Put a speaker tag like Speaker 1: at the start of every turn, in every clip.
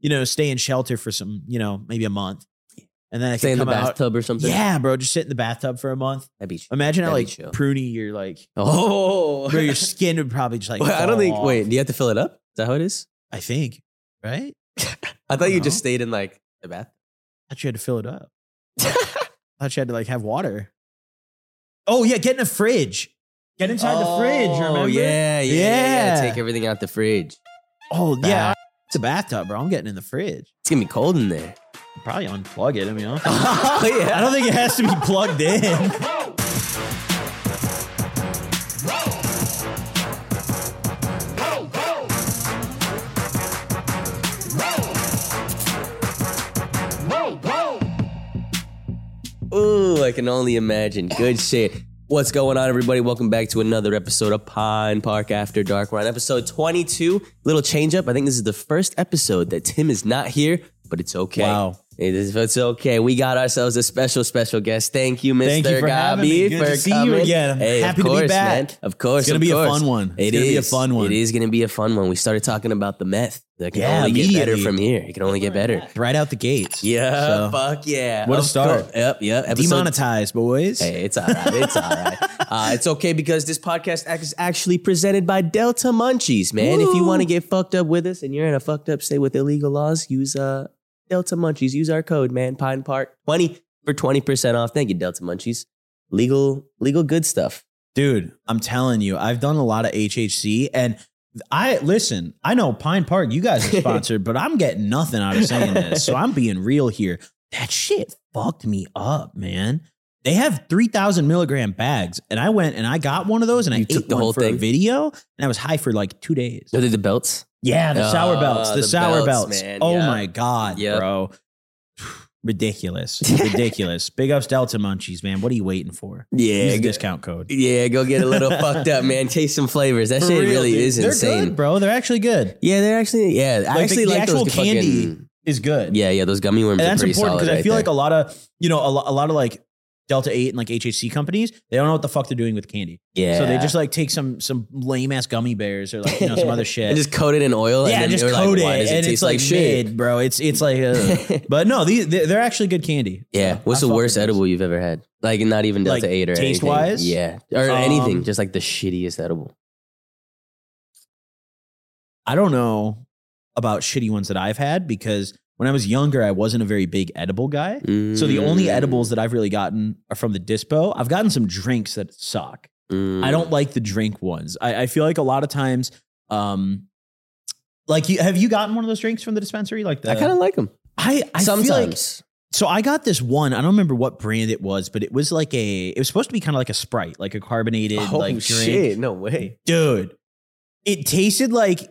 Speaker 1: you know, stay in shelter for some, you know, maybe a month. And then I
Speaker 2: Stay
Speaker 1: can
Speaker 2: in the
Speaker 1: come out.
Speaker 2: bathtub or something.
Speaker 1: Yeah, bro, just sit in the bathtub for a month.
Speaker 2: That'd be.
Speaker 1: Imagine how
Speaker 2: That'd
Speaker 1: like
Speaker 2: be chill.
Speaker 1: pruny you're like
Speaker 2: Oh.
Speaker 1: bro, your skin would probably just like
Speaker 2: Wait, I don't
Speaker 1: fall
Speaker 2: think.
Speaker 1: off.
Speaker 2: Wait, do you have to fill it up? Is that how it is?
Speaker 1: I think. Right?
Speaker 2: I thought you just
Speaker 1: No.
Speaker 2: stayed in like the bath.
Speaker 1: thought you had to fill it up. thought you had to like have water. Oh yeah, get in a fridge. Get inside the fridge,
Speaker 2: Oh
Speaker 1: remember?
Speaker 2: yeah, yeah, yeah, yeah.
Speaker 1: Yeah.
Speaker 2: Take everything out the fridge.
Speaker 1: Oh yeah. It's a bathtub, bro. I'm getting in the fridge.
Speaker 2: It's gonna be cold in there.
Speaker 1: Probably unplug it. I mean, I don't think,
Speaker 2: oh
Speaker 1: I don't think it has to be plugged in.
Speaker 2: Ooh, I can only imagine. Good shit. What's going on, everybody? Welcome back to another episode of Pine Park After Dark. We're on episode 22. Little change up. I think this is the first episode that Tim is not here, but it's okay.
Speaker 1: Wow.
Speaker 2: It is, it's okay. We got ourselves a special, special guest. Thank you, Mr.
Speaker 1: Thank you for having me.
Speaker 2: Gabi,
Speaker 1: Good
Speaker 2: for
Speaker 1: to see you
Speaker 2: coming.
Speaker 1: again. I'm
Speaker 2: Hey, of
Speaker 1: happy to be
Speaker 2: course,
Speaker 1: back.
Speaker 2: man. Of course.
Speaker 1: It's gonna
Speaker 2: of
Speaker 1: be a
Speaker 2: course.
Speaker 1: fun one. It's
Speaker 2: It
Speaker 1: gonna be a
Speaker 2: is.
Speaker 1: fun one.
Speaker 2: It is going to be a fun one. We started talking about the meth. That can
Speaker 1: Yeah,
Speaker 2: only get better
Speaker 1: immediately.
Speaker 2: from here. It can only get better.
Speaker 1: Right out the gates.
Speaker 2: Yeah,
Speaker 1: So,
Speaker 2: fuck yeah.
Speaker 1: What a
Speaker 2: Of
Speaker 1: start.
Speaker 2: course. Yep, yep. Episode
Speaker 1: demonetized, boys.
Speaker 2: Hey, it's all right. It's all right. Uh, it's okay because this podcast act- is actually presented by Delta Munchies, man. If you
Speaker 1: Woo.
Speaker 2: want to get fucked up with us and you're in a fucked up state with illegal laws, use uh, Delta Munchies. Use our code, man. Pine Park 20 for 20% off. Thank you, Delta Munchies. Legal, legal good stuff.
Speaker 1: Dude, I'm telling you, I've done a lot of HHC and I listen, I know Pine Park, you guys are sponsored, but I'm getting nothing out of saying this. So I'm being real here. That shit fucked me up, man. They have 3,000 milligram bags. And I went and I got one of those and I
Speaker 2: You
Speaker 1: ate
Speaker 2: took the
Speaker 1: one
Speaker 2: whole
Speaker 1: for a
Speaker 2: thing?
Speaker 1: video and I was high for like two days.
Speaker 2: Are they the belts?
Speaker 1: Yeah, the sour belts,
Speaker 2: Oh,
Speaker 1: the,
Speaker 2: the
Speaker 1: sour
Speaker 2: belts,
Speaker 1: belts.
Speaker 2: man,
Speaker 1: Oh
Speaker 2: yeah.
Speaker 1: my god,
Speaker 2: Yep.
Speaker 1: bro. Ridiculous. Ridiculous. Big ups Delta Munchies, man. What are you waiting for? Use
Speaker 2: Yeah.
Speaker 1: the
Speaker 2: Go,
Speaker 1: discount code.
Speaker 2: yeah, go get a little fucked up, man. Taste some flavors. That
Speaker 1: For
Speaker 2: shit
Speaker 1: real,
Speaker 2: really
Speaker 1: dude.
Speaker 2: is
Speaker 1: They're
Speaker 2: insane.
Speaker 1: good, bro. They're actually good.
Speaker 2: Yeah, they're actually, yeah. I
Speaker 1: the-
Speaker 2: actually
Speaker 1: the
Speaker 2: like
Speaker 1: actual
Speaker 2: those
Speaker 1: candy
Speaker 2: fucking-
Speaker 1: Is good.
Speaker 2: Yeah, yeah, those gummy worms.
Speaker 1: And that's
Speaker 2: are pretty
Speaker 1: important because
Speaker 2: because
Speaker 1: I feel like a lot of, you know, a lot, a lot of like Delta 8 and like HHC companies, they don't know what the fuck they're doing with candy.
Speaker 2: yeah.
Speaker 1: So they just like take some some lame ass gummy bears or like, you know, some other shit.
Speaker 2: and just coat it in oil.
Speaker 1: yeah,
Speaker 2: and then
Speaker 1: just
Speaker 2: you're
Speaker 1: coat
Speaker 2: like, Why
Speaker 1: it.
Speaker 2: does it
Speaker 1: and
Speaker 2: taste
Speaker 1: it's like,
Speaker 2: like shit?
Speaker 1: mid, bro. It's it's like ugh. But no, these they- they're actually good candy.
Speaker 2: yeah.
Speaker 1: So, I
Speaker 2: What's the
Speaker 1: fuck
Speaker 2: worst
Speaker 1: with those.
Speaker 2: edible you've ever had? Like not even Delta
Speaker 1: Like,
Speaker 2: Eight or anything.
Speaker 1: taste-wise?
Speaker 2: Yeah, or
Speaker 1: Um,
Speaker 2: anything. Just like the shittiest edible.
Speaker 1: I don't know about shitty ones that I've had because when I was younger, I wasn't a very big edible guy. So the only
Speaker 2: Mm,
Speaker 1: edibles that I've really gotten are from the dispo. I've gotten some drinks that suck.
Speaker 2: mm.
Speaker 1: I don't like the drink ones. I, I feel like a lot of times, um, like you, have you gotten one of those drinks from the dispensary? Like the
Speaker 2: I kind of like them
Speaker 1: I, I feel like-
Speaker 2: sometimes.
Speaker 1: so I got this one. I don't remember what brand it was, but it was like a. It was supposed to be kind of like a Sprite, like a carbonated
Speaker 2: oh
Speaker 1: like drink.
Speaker 2: shit! No way.
Speaker 1: Dude, it tasted like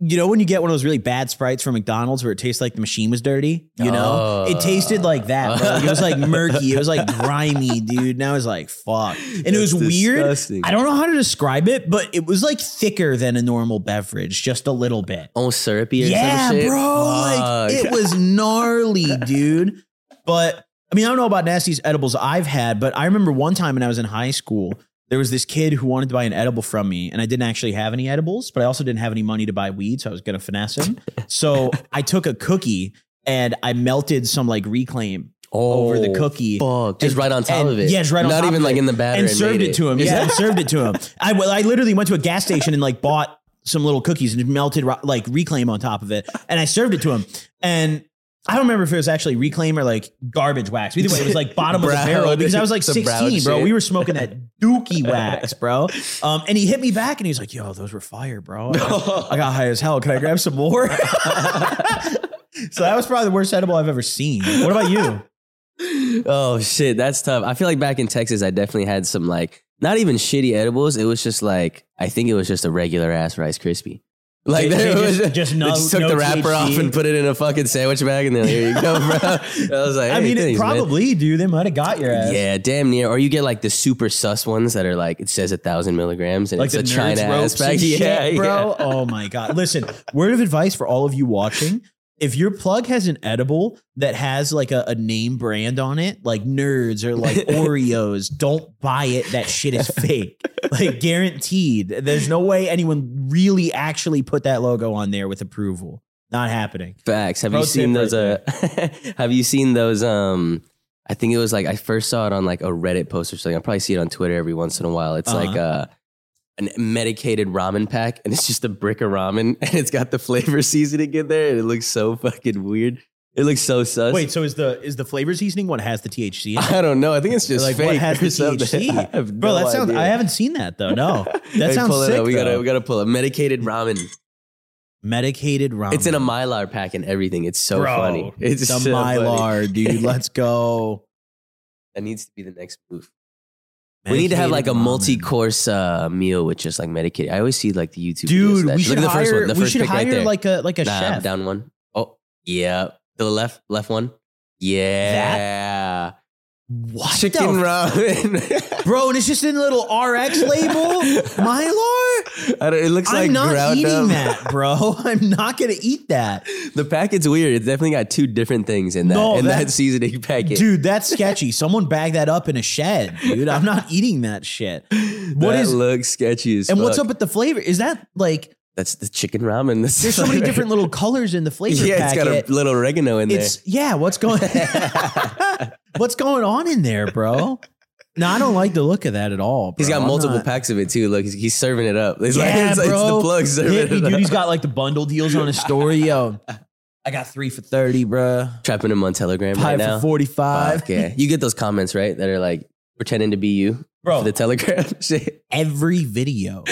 Speaker 1: you know when you get one of those really bad sprites from McDonald's where it tastes like the machine was dirty. You know,
Speaker 2: Oh.
Speaker 1: it tasted like that. Bro. Like, it was like murky. It was like grimy, dude. And I was like, fuck. And it was weird. I don't know how to describe it, but it was like thicker than a normal beverage, just a little bit.
Speaker 2: Almost syrupy or
Speaker 1: Yeah,
Speaker 2: some shit.
Speaker 1: bro. Like
Speaker 2: Fuck.
Speaker 1: it was gnarly, dude. But I mean, I don't know about nastiest edibles I've had, but I remember one time when I was in high school, there was this kid who wanted to buy an edible from me, and I didn't actually have any edibles, but I also didn't have any money to buy weed, so I was gonna finesse him. so I took a cookie and I melted some like reclaim
Speaker 2: Oh,
Speaker 1: over the cookie.
Speaker 2: Fuck. Just
Speaker 1: And-
Speaker 2: right on top
Speaker 1: and-
Speaker 2: of it.
Speaker 1: yeah, just right on
Speaker 2: Not
Speaker 1: top
Speaker 2: even
Speaker 1: of
Speaker 2: like
Speaker 1: it.
Speaker 2: in the batter.
Speaker 1: and served
Speaker 2: made
Speaker 1: it to him. Yeah, and served it to him. I well, I literally went to a gas station and like bought some little cookies and melted ro- like reclaim on top of it, and I served it to him. And I don't remember if it was actually reclaim or like garbage wax. Either way, it was like bottom of the
Speaker 2: Brown-
Speaker 1: barrel because I was like
Speaker 2: some brown
Speaker 1: sixteen, bro.
Speaker 2: shit.
Speaker 1: We were smoking that dookie wax, bro. Um, and he hit me back and he was like, "Yo, those were fire, bro." I got, I got high as hell. Can I grab some more? so that was probably the worst edible I've ever seen. What about you?
Speaker 2: oh shit, that's tough. I feel like back in Texas, I definitely had some like not even shitty edibles. It was just like I think it was just a regular ass Rice Krispie.
Speaker 1: They-
Speaker 2: Like there
Speaker 1: they
Speaker 2: was
Speaker 1: just- just no-
Speaker 2: they just took
Speaker 1: no
Speaker 2: the wrapper off
Speaker 1: THC.
Speaker 2: and put it in a fucking sandwich bag, and then here you go, bro. I was like,
Speaker 1: I
Speaker 2: hey,
Speaker 1: mean,
Speaker 2: thanks,
Speaker 1: it
Speaker 2: man.
Speaker 1: probably, dude. They might have got your ass.
Speaker 2: Yeah, damn near. Or you get like the super sus ones that are like it says a thousand milligrams and
Speaker 1: like
Speaker 2: it's
Speaker 1: the
Speaker 2: a China
Speaker 1: nerds ropes
Speaker 2: ass bag.
Speaker 1: and shit,
Speaker 2: yeah, yeah.
Speaker 1: bro. Oh my god! Listen, word of advice for all of you watching: if your plug has an edible that has like a, a name brand on it, like Nerds or like Oreos, don't buy it. That shit is fake. Like guaranteed. There's no way anyone really actually put that logo on there with approval. Not happening.
Speaker 2: Facts. Have
Speaker 1: Pro
Speaker 2: you
Speaker 1: tip
Speaker 2: seen
Speaker 1: right
Speaker 2: those? uh, have you seen those? Um, I think it was like I first saw it on like a Reddit post or something. I probably see it on Twitter every once in a while. It's like
Speaker 1: Uh-huh.
Speaker 2: uh, an medicated ramen pack, and it's just a brick of ramen, and it's got the flavor seasoning in there, and it looks so fucking weird. It looks so sus.
Speaker 1: Wait, so is the is the flavor seasoning one has the THC? In it?
Speaker 2: I don't know. I think it's just
Speaker 1: Like,
Speaker 2: fake
Speaker 1: what has
Speaker 2: or
Speaker 1: the
Speaker 2: something. I
Speaker 1: THC?
Speaker 2: have
Speaker 1: Bro,
Speaker 2: no
Speaker 1: that sounds.
Speaker 2: idea.
Speaker 1: I haven't seen that though. No, that
Speaker 2: Hey,
Speaker 1: sounds
Speaker 2: pull it
Speaker 1: sick.
Speaker 2: up. We gotta
Speaker 1: though.
Speaker 2: we gotta pull it. Medicated ramen.
Speaker 1: Medicated ramen.
Speaker 2: It's in a mylar pack and everything. It's so
Speaker 1: Bro,
Speaker 2: funny. It's
Speaker 1: the
Speaker 2: so funny.
Speaker 1: mylar, dude. Let's go.
Speaker 2: That needs to be the next move. we need to have like a
Speaker 1: Medicated ramen.
Speaker 2: multi-course uh, meal with just like medicated. I always see like the YouTube. videos of
Speaker 1: Dude, we
Speaker 2: that. Look
Speaker 1: should
Speaker 2: at the
Speaker 1: hire.
Speaker 2: first one. The
Speaker 1: we
Speaker 2: first
Speaker 1: should
Speaker 2: pick right
Speaker 1: hire
Speaker 2: there.
Speaker 1: like a like a
Speaker 2: nah,
Speaker 1: chef.
Speaker 2: down one. Oh yeah, the left left one. Yeah,
Speaker 1: What the
Speaker 2: chicken
Speaker 1: f-
Speaker 2: ramen.
Speaker 1: bro? And it's just in a little RX label. Mylar.
Speaker 2: I don't, it looks like
Speaker 1: I'm not
Speaker 2: ground
Speaker 1: eating
Speaker 2: up.
Speaker 1: that, bro. I'm not gonna eat that,
Speaker 2: The packet's weird. It's definitely got two different things in that
Speaker 1: No,
Speaker 2: in that,
Speaker 1: that-
Speaker 2: seasoning packet.
Speaker 1: dude. That's sketchy. Someone bag that up in a shed, dude. I'm not eating that shit. What
Speaker 2: that
Speaker 1: is-
Speaker 2: looks sketchy as
Speaker 1: And what's
Speaker 2: fuck.
Speaker 1: up with the flavor? Is that like
Speaker 2: That's the chicken ramen. That's
Speaker 1: there's so many different little colors in the flavor
Speaker 2: yeah,
Speaker 1: packet?
Speaker 2: it's got a little oregano in there.
Speaker 1: It's yeah. What's going? what's going on in there, bro? No, I don't like the look of that at all. Bro.
Speaker 2: He's got
Speaker 1: I'm
Speaker 2: multiple
Speaker 1: not-
Speaker 2: packs of it too. Look, he's, he's serving it up. It's like
Speaker 1: Yeah,
Speaker 2: it's, it's the
Speaker 1: bro.
Speaker 2: plug serving
Speaker 1: Hit me,
Speaker 2: it
Speaker 1: dude.
Speaker 2: up.
Speaker 1: He's got like the bundle deals on his story. Yo, I got three for thirty, bro.
Speaker 2: Trapping him on Telegram right
Speaker 1: Five
Speaker 2: now.
Speaker 1: for forty-five,
Speaker 2: Fuck yeah. You get those comments, right? That are like pretending to be you
Speaker 1: bro.
Speaker 2: for the Telegram shit.
Speaker 1: every video,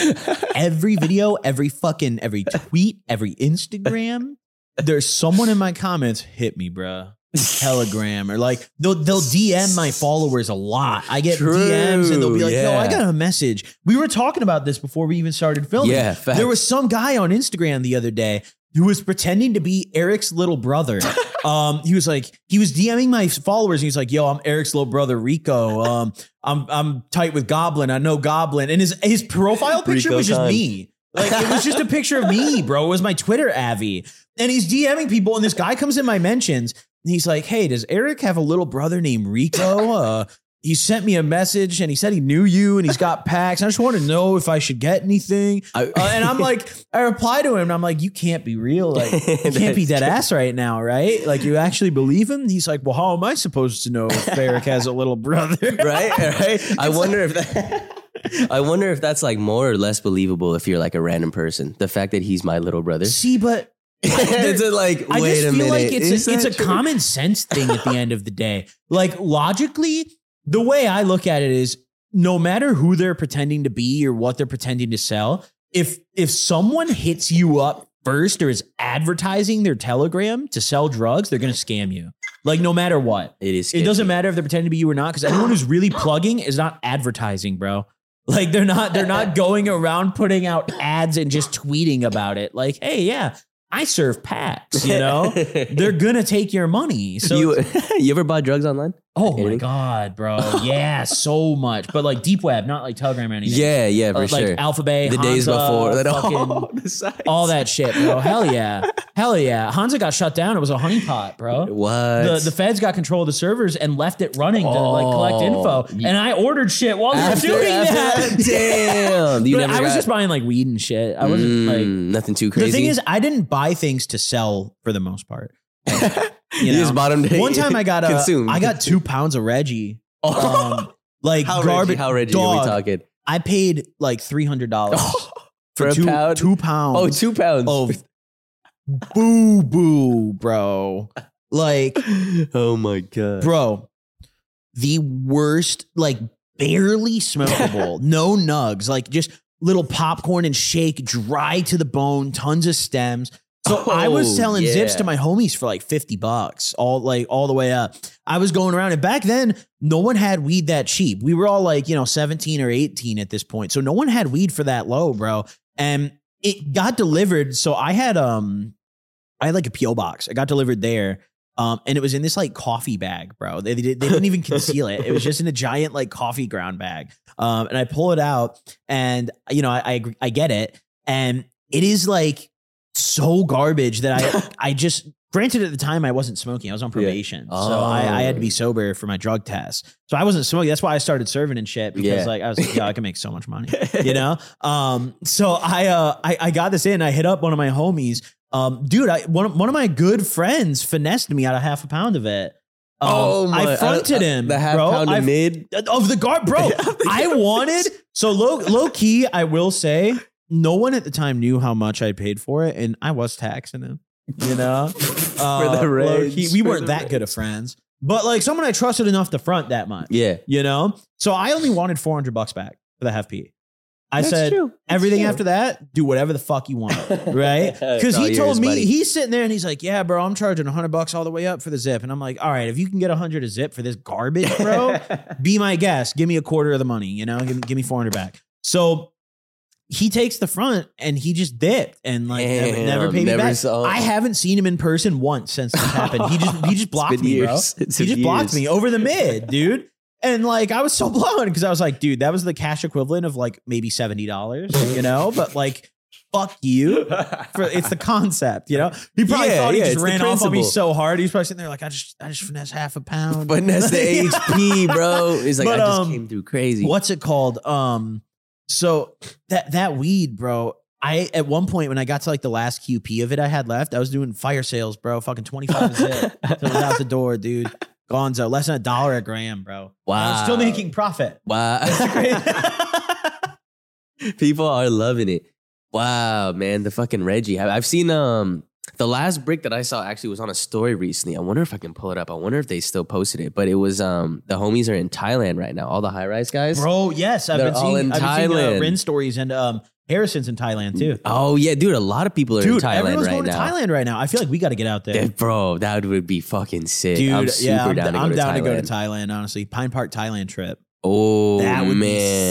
Speaker 1: every video, every fucking every tweet, every Instagram. There's someone in my comments hit me, bruh. Telegram or like they'll they'll DM my followers a lot. I get
Speaker 2: True,
Speaker 1: DMs and they'll be like, "Yo,
Speaker 2: yeah.
Speaker 1: I got a message." We were talking about this before we even started filming.
Speaker 2: Yeah, facts.
Speaker 1: There was some guy on Instagram the other day who was pretending to be Eric's little brother. um, he was like, he was DMing my followers. And he was like, "Yo, I'm Eric's little brother Rico. Um, I'm I'm tight with Goblin. I know Goblin." And his his profile picture
Speaker 2: Rico
Speaker 1: was just
Speaker 2: time.
Speaker 1: me. Like it was just a picture of me, bro. It was my Twitter Avi. And he's DMing people, and this guy comes in my mentions, and he's like, "Hey, does Eric have a little brother named Rico?" Uh, he sent me a message, and he said he knew you, and he's got packs. I just want to know if I should get anything.
Speaker 2: I-
Speaker 1: Uh, and I'm like, I reply to him, and I'm like, you can't be real. Like, you can't be dead ass right now, right? Like, you actually believe him? He's like, well, how am I supposed to know if Eric has a little brother?
Speaker 2: right? Right? I wonder if that. I wonder if that's like more or less believable if you're like a random person. The fact that he's my little brother.
Speaker 1: See, but
Speaker 2: it's like, wait
Speaker 1: I just
Speaker 2: a
Speaker 1: feel
Speaker 2: minute.
Speaker 1: like
Speaker 2: is
Speaker 1: it's a, it's
Speaker 2: that
Speaker 1: a
Speaker 2: true?
Speaker 1: common sense thing at the end of the day. Like logically, the way I look at it is no matter who they're pretending to be or what they're pretending to sell, if if someone hits you up first or is advertising their telegram to sell drugs, they're going to scam you. Like no matter what.
Speaker 2: It is.
Speaker 1: It
Speaker 2: sketchy.
Speaker 1: doesn't matter if they're pretending to be you or not cuz anyone who's really plugging is not advertising, bro. Like they're not they're not going around putting out ads and just tweeting about it. Like, "Hey, yeah, I serve packs," you know? they're gonna take your money. So,
Speaker 2: you, you ever buy drugs online?
Speaker 1: oh my
Speaker 2: Anything?
Speaker 1: god, bro, yeah, so much. But like deep web, not like Telegram or anything.
Speaker 2: Yeah, yeah, for
Speaker 1: Uh, like
Speaker 2: sure.
Speaker 1: Alphabet,
Speaker 2: the days before, that all,
Speaker 1: fucking,
Speaker 2: the sites.
Speaker 1: all that shit, bro. Hell yeah, hell yeah. Hansa got shut down. It was a honeypot, bro.
Speaker 2: What?
Speaker 1: The, the feds got control of the servers and left it running to like collect
Speaker 2: Oh.
Speaker 1: info. And I ordered shit while
Speaker 2: after,
Speaker 1: they were doing
Speaker 2: after
Speaker 1: that.
Speaker 2: Damn, you
Speaker 1: But
Speaker 2: never
Speaker 1: I was
Speaker 2: got,
Speaker 1: just buying like weed and shit. I wasn't
Speaker 2: Mm,
Speaker 1: like
Speaker 2: nothing too crazy.
Speaker 1: The thing is, I didn't buy things to sell for the most part.
Speaker 2: you, just bottom day.
Speaker 1: One time I got a,
Speaker 2: consumed.
Speaker 1: I got two pounds of Reggie. Um, like
Speaker 2: Oh, how
Speaker 1: garbage.
Speaker 2: Reggie, how Reggie are we
Speaker 1: dog, Oh,
Speaker 2: talking?
Speaker 1: I paid like three hundred dollars
Speaker 2: for a
Speaker 1: two,
Speaker 2: pound.
Speaker 1: two pounds.
Speaker 2: Oh, two pounds.
Speaker 1: of boo boo, bro. Like,
Speaker 2: Oh my god.
Speaker 1: bro, the worst. Like barely smokable. no nugs. Like just little popcorn and shake, dry to the bone. Tons of stems. So I was
Speaker 2: Oh,
Speaker 1: selling zips
Speaker 2: yeah.
Speaker 1: to my homies for like 50 bucks, all like all the way up. I was going around and back then no one had weed that cheap. We were all like, you know, 17 or 18 at this point. So no one had weed for that low, bro. And it got delivered. So I had um I had like a PO box. I got delivered there. Um, and it was in this like coffee bag, bro. They, they, did- they didn't even conceal it. It was just in a giant like coffee ground bag. Um, and I pull it out and you know, I, I I get it. And it is like so garbage that I I just granted at the time I wasn't smoking. I was on
Speaker 2: Yeah.
Speaker 1: probation. So
Speaker 2: Oh.
Speaker 1: I, I had to be sober for my drug test. So I wasn't smoking. That's why I started serving and shit because
Speaker 2: Yeah.
Speaker 1: like I was like, yo, I can make so much money. You know? Um so I uh I, I got this in. I hit up one of my homies Um, dude, I one of, one of my good friends finessed me out of half a pound of it. Um,
Speaker 2: Oh
Speaker 1: I fronted
Speaker 2: I- I-
Speaker 1: him,
Speaker 2: uh, The half
Speaker 1: bro.
Speaker 2: pound of
Speaker 1: I-
Speaker 2: mid.
Speaker 1: of the guard, bro. I wanted so low low key. I will say, no one at the time knew how much I paid for it, and I was taxing him. You know, Uh,
Speaker 2: the
Speaker 1: low
Speaker 2: rage,
Speaker 1: key, we
Speaker 2: for
Speaker 1: weren't
Speaker 2: the
Speaker 1: that good of friends, but like someone I trusted enough to front that much.
Speaker 2: Yeah.
Speaker 1: You know, so I only wanted four hundred bucks back for the half P. I
Speaker 2: That's
Speaker 1: said
Speaker 2: true. That's
Speaker 1: everything
Speaker 2: true.
Speaker 1: after that, do whatever the fuck you want, right? Because
Speaker 2: It's all
Speaker 1: he told
Speaker 2: yours,
Speaker 1: me
Speaker 2: buddy.
Speaker 1: he's sitting there and he's like, "Yeah, bro, I'm charging hundred bucks all the way up for the zip," and I'm like, "All right, if you can get a hundred a zip for this garbage, bro, be my guest. Give me a quarter of the money, you know, give, me- give me 400 back. So he takes the front and he just dipped and like never,
Speaker 2: Damn,
Speaker 1: never paid
Speaker 2: never
Speaker 1: me back.
Speaker 2: saw him.
Speaker 1: I haven't seen him in person once since this happened. He just he just blocked
Speaker 2: been
Speaker 1: me, bro.
Speaker 2: years. It's
Speaker 1: he
Speaker 2: been
Speaker 1: just blocked
Speaker 2: years.
Speaker 1: me over the mid, dude. And like I was so blown because I was like, dude, that was the cash equivalent of like maybe seventy dollars, you know. But like, fuck you. For, it's the concept, you know. He probably
Speaker 2: Yeah,
Speaker 1: thought he
Speaker 2: yeah,
Speaker 1: just
Speaker 2: it's the
Speaker 1: ran off on me
Speaker 2: principle.
Speaker 1: so hard. He's probably sitting there like, I just, I just finesse half a pound.
Speaker 2: But that's the
Speaker 1: Yeah.
Speaker 2: HP, bro. He's like,
Speaker 1: But,
Speaker 2: I just
Speaker 1: um,
Speaker 2: came through crazy.
Speaker 1: What's it called? Um, so that that weed, bro. I at one point when I got to like the last QP of it I had left, I was doing fire sales, bro. Fucking twenty five zip till it was out the door, dude. Gonzo, less than a dollar a gram, bro. And I was still
Speaker 2: Wow.
Speaker 1: making profit. That's
Speaker 2: Wow.
Speaker 1: great.
Speaker 2: People are loving it. Wow, man. The fucking Reggie. I- I've seen um the last brick that I saw actually was on a story recently. I wonder if I can pull it up. I wonder if they still posted it. But it was um the homies are in Thailand right now. All the high rise guys.
Speaker 1: bro. Yes, I've
Speaker 2: They're
Speaker 1: been
Speaker 2: all
Speaker 1: seeing.
Speaker 2: in
Speaker 1: I've been seeing uh,
Speaker 2: Thailand.
Speaker 1: Rin stories and um Harrison's in Thailand too.
Speaker 2: Oh yeah, dude. A lot of people are
Speaker 1: Dude,
Speaker 2: in Thailand
Speaker 1: everyone's
Speaker 2: right
Speaker 1: going
Speaker 2: now.
Speaker 1: to Thailand right now. I feel like we got to get out there.
Speaker 2: Yeah, Bro, that would be fucking sick.
Speaker 1: Dude,
Speaker 2: I'm super
Speaker 1: yeah, I'm down,
Speaker 2: down, to, go
Speaker 1: I'm
Speaker 2: to
Speaker 1: down
Speaker 2: Thailand.
Speaker 1: to go to Thailand. Honestly, Pine Park Thailand trip.
Speaker 2: Oh
Speaker 1: that would
Speaker 2: man,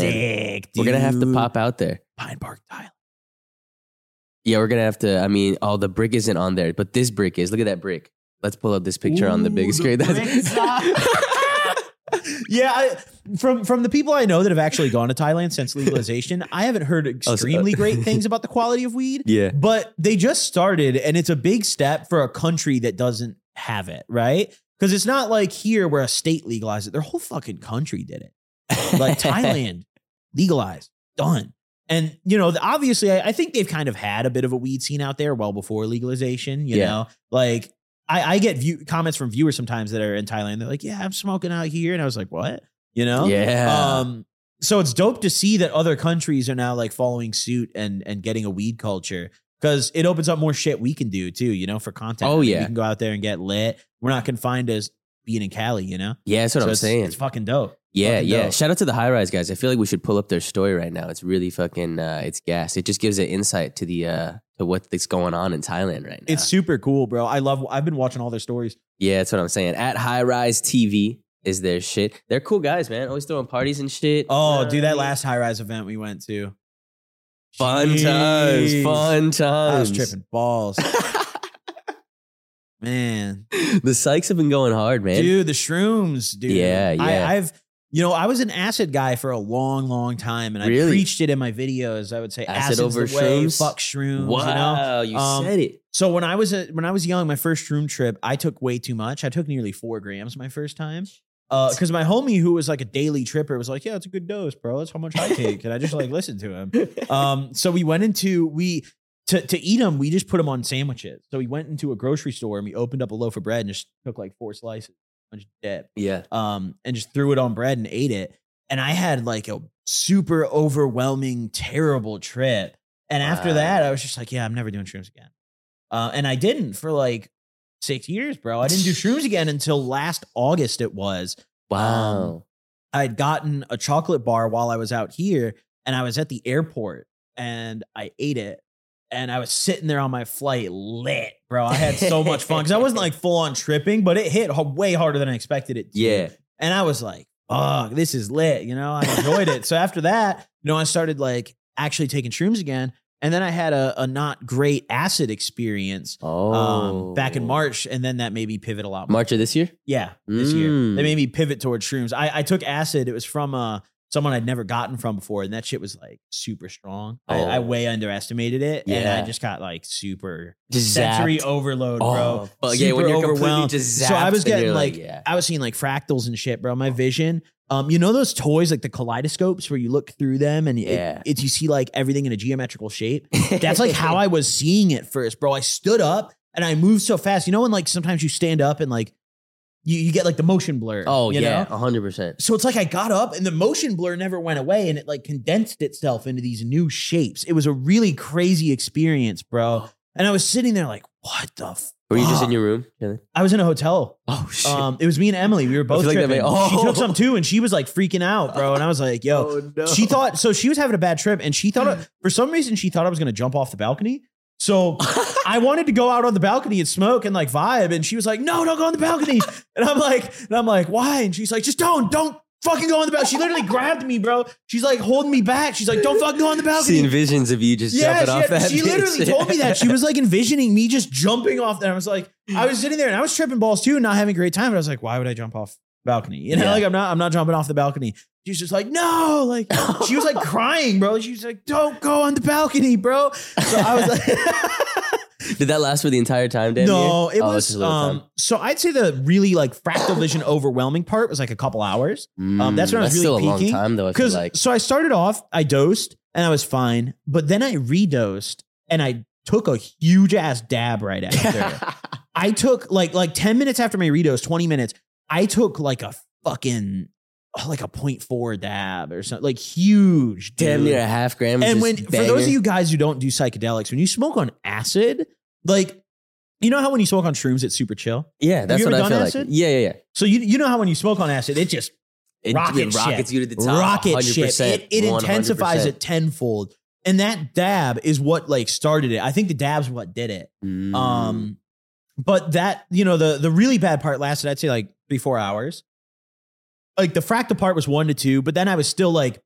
Speaker 1: be sick.
Speaker 2: we're gonna have to
Speaker 1: dude.
Speaker 2: pop out there.
Speaker 1: Pine Park Thailand.
Speaker 2: Yeah, we're gonna have to. I mean, oh, the brick isn't on there, but this brick is. Look at that brick. Let's pull up this picture on the
Speaker 1: Ooh,
Speaker 2: big screen.
Speaker 1: bricks on- yeah, I, from from the people I know that have actually gone to Thailand since legalization, I haven't heard
Speaker 2: so-
Speaker 1: extremely great things about Oh, the quality of weed.
Speaker 2: yeah,
Speaker 1: But they just started, and it's a big step for a country that doesn't have it, right? Because it's not like here where a state legalized it; their whole fucking country did it. like Thailand legalized, done. And you know, the- obviously, I, I think they've kind of had a bit of a weed scene out there well before legalization. You
Speaker 2: Yeah.
Speaker 1: know, like I, I get view, comments from viewers sometimes that are in Thailand. They're like, "Yeah, I'm smoking out here," and I was like, "What?" You know?
Speaker 2: Yeah,
Speaker 1: Um. So it's dope to see that other countries are now like following suit and and getting a weed culture because it opens up more shit we can do too. You know, for content.
Speaker 2: Oh,
Speaker 1: I mean,
Speaker 2: yeah.
Speaker 1: we can go out there and get lit. We're not confined as being in Cali. You know,
Speaker 2: yeah, that's what
Speaker 1: So
Speaker 2: I'm
Speaker 1: it's,
Speaker 2: saying.
Speaker 1: It's fucking dope.
Speaker 2: yeah,
Speaker 1: fucking
Speaker 2: yeah.
Speaker 1: dope.
Speaker 2: Shout out to the high rise guys. I feel like we should pull up their story right now. It's really fucking. Uh, it's gas. It just gives an insight to the uh to what's going on in Thailand right now.
Speaker 1: It's super cool, bro. I love. I've been watching all their stories.
Speaker 2: Yeah, that's what I'm saying. At High Rise TV is their shit. They're cool guys, man. Always throwing parties and shit.
Speaker 1: Oh,
Speaker 2: Uh,
Speaker 1: dude, that last high rise event we went to.
Speaker 2: fun times,
Speaker 1: Jeez.
Speaker 2: fun times.
Speaker 1: I was tripping balls, man.
Speaker 2: the Sykes have been going hard, man.
Speaker 1: Dude, the shrooms, dude.
Speaker 2: Yeah, yeah.
Speaker 1: I, I've, you know, I was an acid guy for a long, long time, and I
Speaker 2: Really?
Speaker 1: preached it in my videos. I would say
Speaker 2: Acid
Speaker 1: acid
Speaker 2: over
Speaker 1: over the way,
Speaker 2: shrooms?
Speaker 1: fuck shrooms.
Speaker 2: wow,
Speaker 1: You know?
Speaker 2: you
Speaker 1: Um,
Speaker 2: said it.
Speaker 1: So when I was a, when I was young, my first shroom trip, I took way too much. I took nearly four grams my first time. Because my homie, who was like a daily tripper, was like, "Yeah, it's a good dose, bro. That's how much I take." And I just like listened to him. Um, so we went into we to to eat them. We just put them on sandwiches. So we went into a grocery store and we opened up a loaf of bread and just took like four slices, a bunch of dip,
Speaker 2: Yeah,
Speaker 1: um, and just threw it on bread and ate it. And I had like a super overwhelming, terrible trip. And after
Speaker 2: Wow.
Speaker 1: that, I was just like, yeah, I'm never doing shrooms again. Uh, and I didn't for like six years, bro. I didn't do shrooms again until last August, it was.
Speaker 2: wow.
Speaker 1: I'd gotten a chocolate bar while I was out here and I was at the airport and I ate it and I was sitting there on my flight lit, bro. I had so much fun because I wasn't like full on tripping, but it hit h- way harder than I expected it to.
Speaker 2: yeah,
Speaker 1: And I was like, fuck, this is lit. You know, I enjoyed it. So after that, you know, I started like actually taking shrooms again. And then I had a, a not great acid experience
Speaker 2: oh,
Speaker 1: um, back in March. And then that made me pivot a lot more.
Speaker 2: March of this year.
Speaker 1: Yeah, this
Speaker 2: Mm.
Speaker 1: year. They made me pivot toward shrooms. I, I took acid. It was from uh, someone I'd never gotten from before. And that shit was like super strong.
Speaker 2: Oh.
Speaker 1: I, I way underestimated it. And
Speaker 2: Yeah.
Speaker 1: I just got like super
Speaker 2: Just
Speaker 1: sensory
Speaker 2: zapped.
Speaker 1: overload,
Speaker 2: oh,
Speaker 1: bro.
Speaker 2: but yeah, when
Speaker 1: Super
Speaker 2: you're completely
Speaker 1: overwhelmed.
Speaker 2: just
Speaker 1: So I
Speaker 2: zapped
Speaker 1: was
Speaker 2: and you're
Speaker 1: getting,
Speaker 2: like,
Speaker 1: like,
Speaker 2: yeah.
Speaker 1: I was seeing like fractals and shit, bro. My vision. Um, you know those toys like the kaleidoscopes where you look through them and it-
Speaker 2: Yeah.
Speaker 1: it's you see like everything in a geometrical shape. That's like how I was seeing it first, bro. I stood up and I moved so fast. You know when like sometimes you stand up and like you, you get like the motion blur.
Speaker 2: Oh
Speaker 1: you
Speaker 2: yeah,
Speaker 1: know?
Speaker 2: hundred percent.
Speaker 1: So it's like I got up and the motion blur never went away and it like condensed itself into these new shapes. It was a really crazy experience, bro. And I was sitting there like, what the? F-?
Speaker 2: Were you just
Speaker 1: Fuck. Um,
Speaker 2: in your room? Kelly?
Speaker 1: I was in a hotel.
Speaker 2: Oh shit.
Speaker 1: Um, it was me and Emily. We were both
Speaker 2: like that
Speaker 1: tripping.
Speaker 2: made-
Speaker 1: She
Speaker 2: Oh.
Speaker 1: took some too, and she was like freaking out, bro. And I was like, "Yo,
Speaker 2: no.
Speaker 1: she thought so she was having a bad trip and she thought for some reason she thought I was going to jump off the balcony. So I wanted to go out on the balcony and smoke and like vibe and she was like, "No, don't go on the balcony." and I'm like and I'm like, "Why?" And she's like, "Just don't. Don't fucking go on the balcony." She literally grabbed me, bro. She's like holding me back. She's like, "Don't fucking go on the balcony."
Speaker 2: Seeing visions of you just
Speaker 1: yeah,
Speaker 2: jumping
Speaker 1: she,
Speaker 2: off
Speaker 1: had-
Speaker 2: that.
Speaker 1: she literally
Speaker 2: bitch.
Speaker 1: told me that. She was like envisioning me just jumping off there. I was like, I was sitting there and I was tripping balls too, not having a great time. But I was like, why would I jump off the balcony? You know,
Speaker 2: Yeah.
Speaker 1: like I'm not, I'm not jumping off the balcony. She was just like, no, like she was like crying, bro. She was like, don't go on the balcony, bro. So I was like,
Speaker 2: Did that last for the entire time, Dan?
Speaker 1: no, it
Speaker 2: Oh, it's
Speaker 1: was.
Speaker 2: just a little
Speaker 1: Um, so I'd say the really like fractal vision overwhelming part was like a couple hours. um, that's when I was
Speaker 2: that's
Speaker 1: really
Speaker 2: still
Speaker 1: peaking,
Speaker 2: a long time though. I feel
Speaker 1: Because
Speaker 2: like
Speaker 1: so I started off, I dosed and I was fine, but then I redosed and I took a huge ass dab right after. I took like like 10 minutes after my redose, 20 minutes, I took like a fucking oh, like a 0.4 dab or something, like huge. Dude.
Speaker 2: damn near a half gram.
Speaker 1: And when for those of you guys who don't do psychedelics, when you smoke on acid, like you know how when you smoke on shrooms, it's super chill.
Speaker 2: yeah, that's
Speaker 1: you
Speaker 2: what
Speaker 1: ever
Speaker 2: I
Speaker 1: done
Speaker 2: feel
Speaker 1: acid?
Speaker 2: like. Yeah, yeah, yeah.
Speaker 1: So you you know how when you smoke on acid, it just
Speaker 2: It,
Speaker 1: Rocket
Speaker 2: it rockets
Speaker 1: ship.
Speaker 2: you to the top.
Speaker 1: rocket
Speaker 2: 100%,
Speaker 1: ship. It, it
Speaker 2: 100%.
Speaker 1: intensifies it tenfold. And that dab is what like started it. I think the dab's what did it.
Speaker 2: Mm.
Speaker 1: Um, but that you know the the really bad part lasted I'd say like three four hours. Like the fractal part was one to two, but then I was still like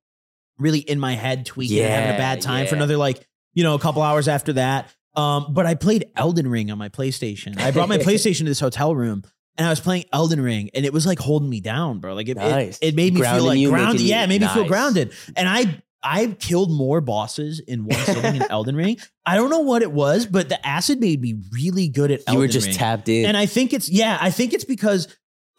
Speaker 1: really in my head tweaking, and having a
Speaker 2: Yeah,
Speaker 1: bad time for
Speaker 2: yeah.
Speaker 1: another like you know a couple hours after that. Um, but I played Elden Ring on my PlayStation. I brought my PlayStation to this hotel room. And I was playing Elden Ring, and it was like holding me down, bro. Like it, it-
Speaker 2: Nice.
Speaker 1: it, made me
Speaker 2: Grounding
Speaker 1: feel like
Speaker 2: you,
Speaker 1: grounded.
Speaker 2: making you-
Speaker 1: Yeah, it made me feel
Speaker 2: Nice.
Speaker 1: grounded. And I, I killed more bosses in one sitting in Elden Ring I don't know what it was, but the acid made me really good at
Speaker 2: you
Speaker 1: Elden
Speaker 2: were just
Speaker 1: Ring.
Speaker 2: tapped in.
Speaker 1: and I think it's yeah, I think it's because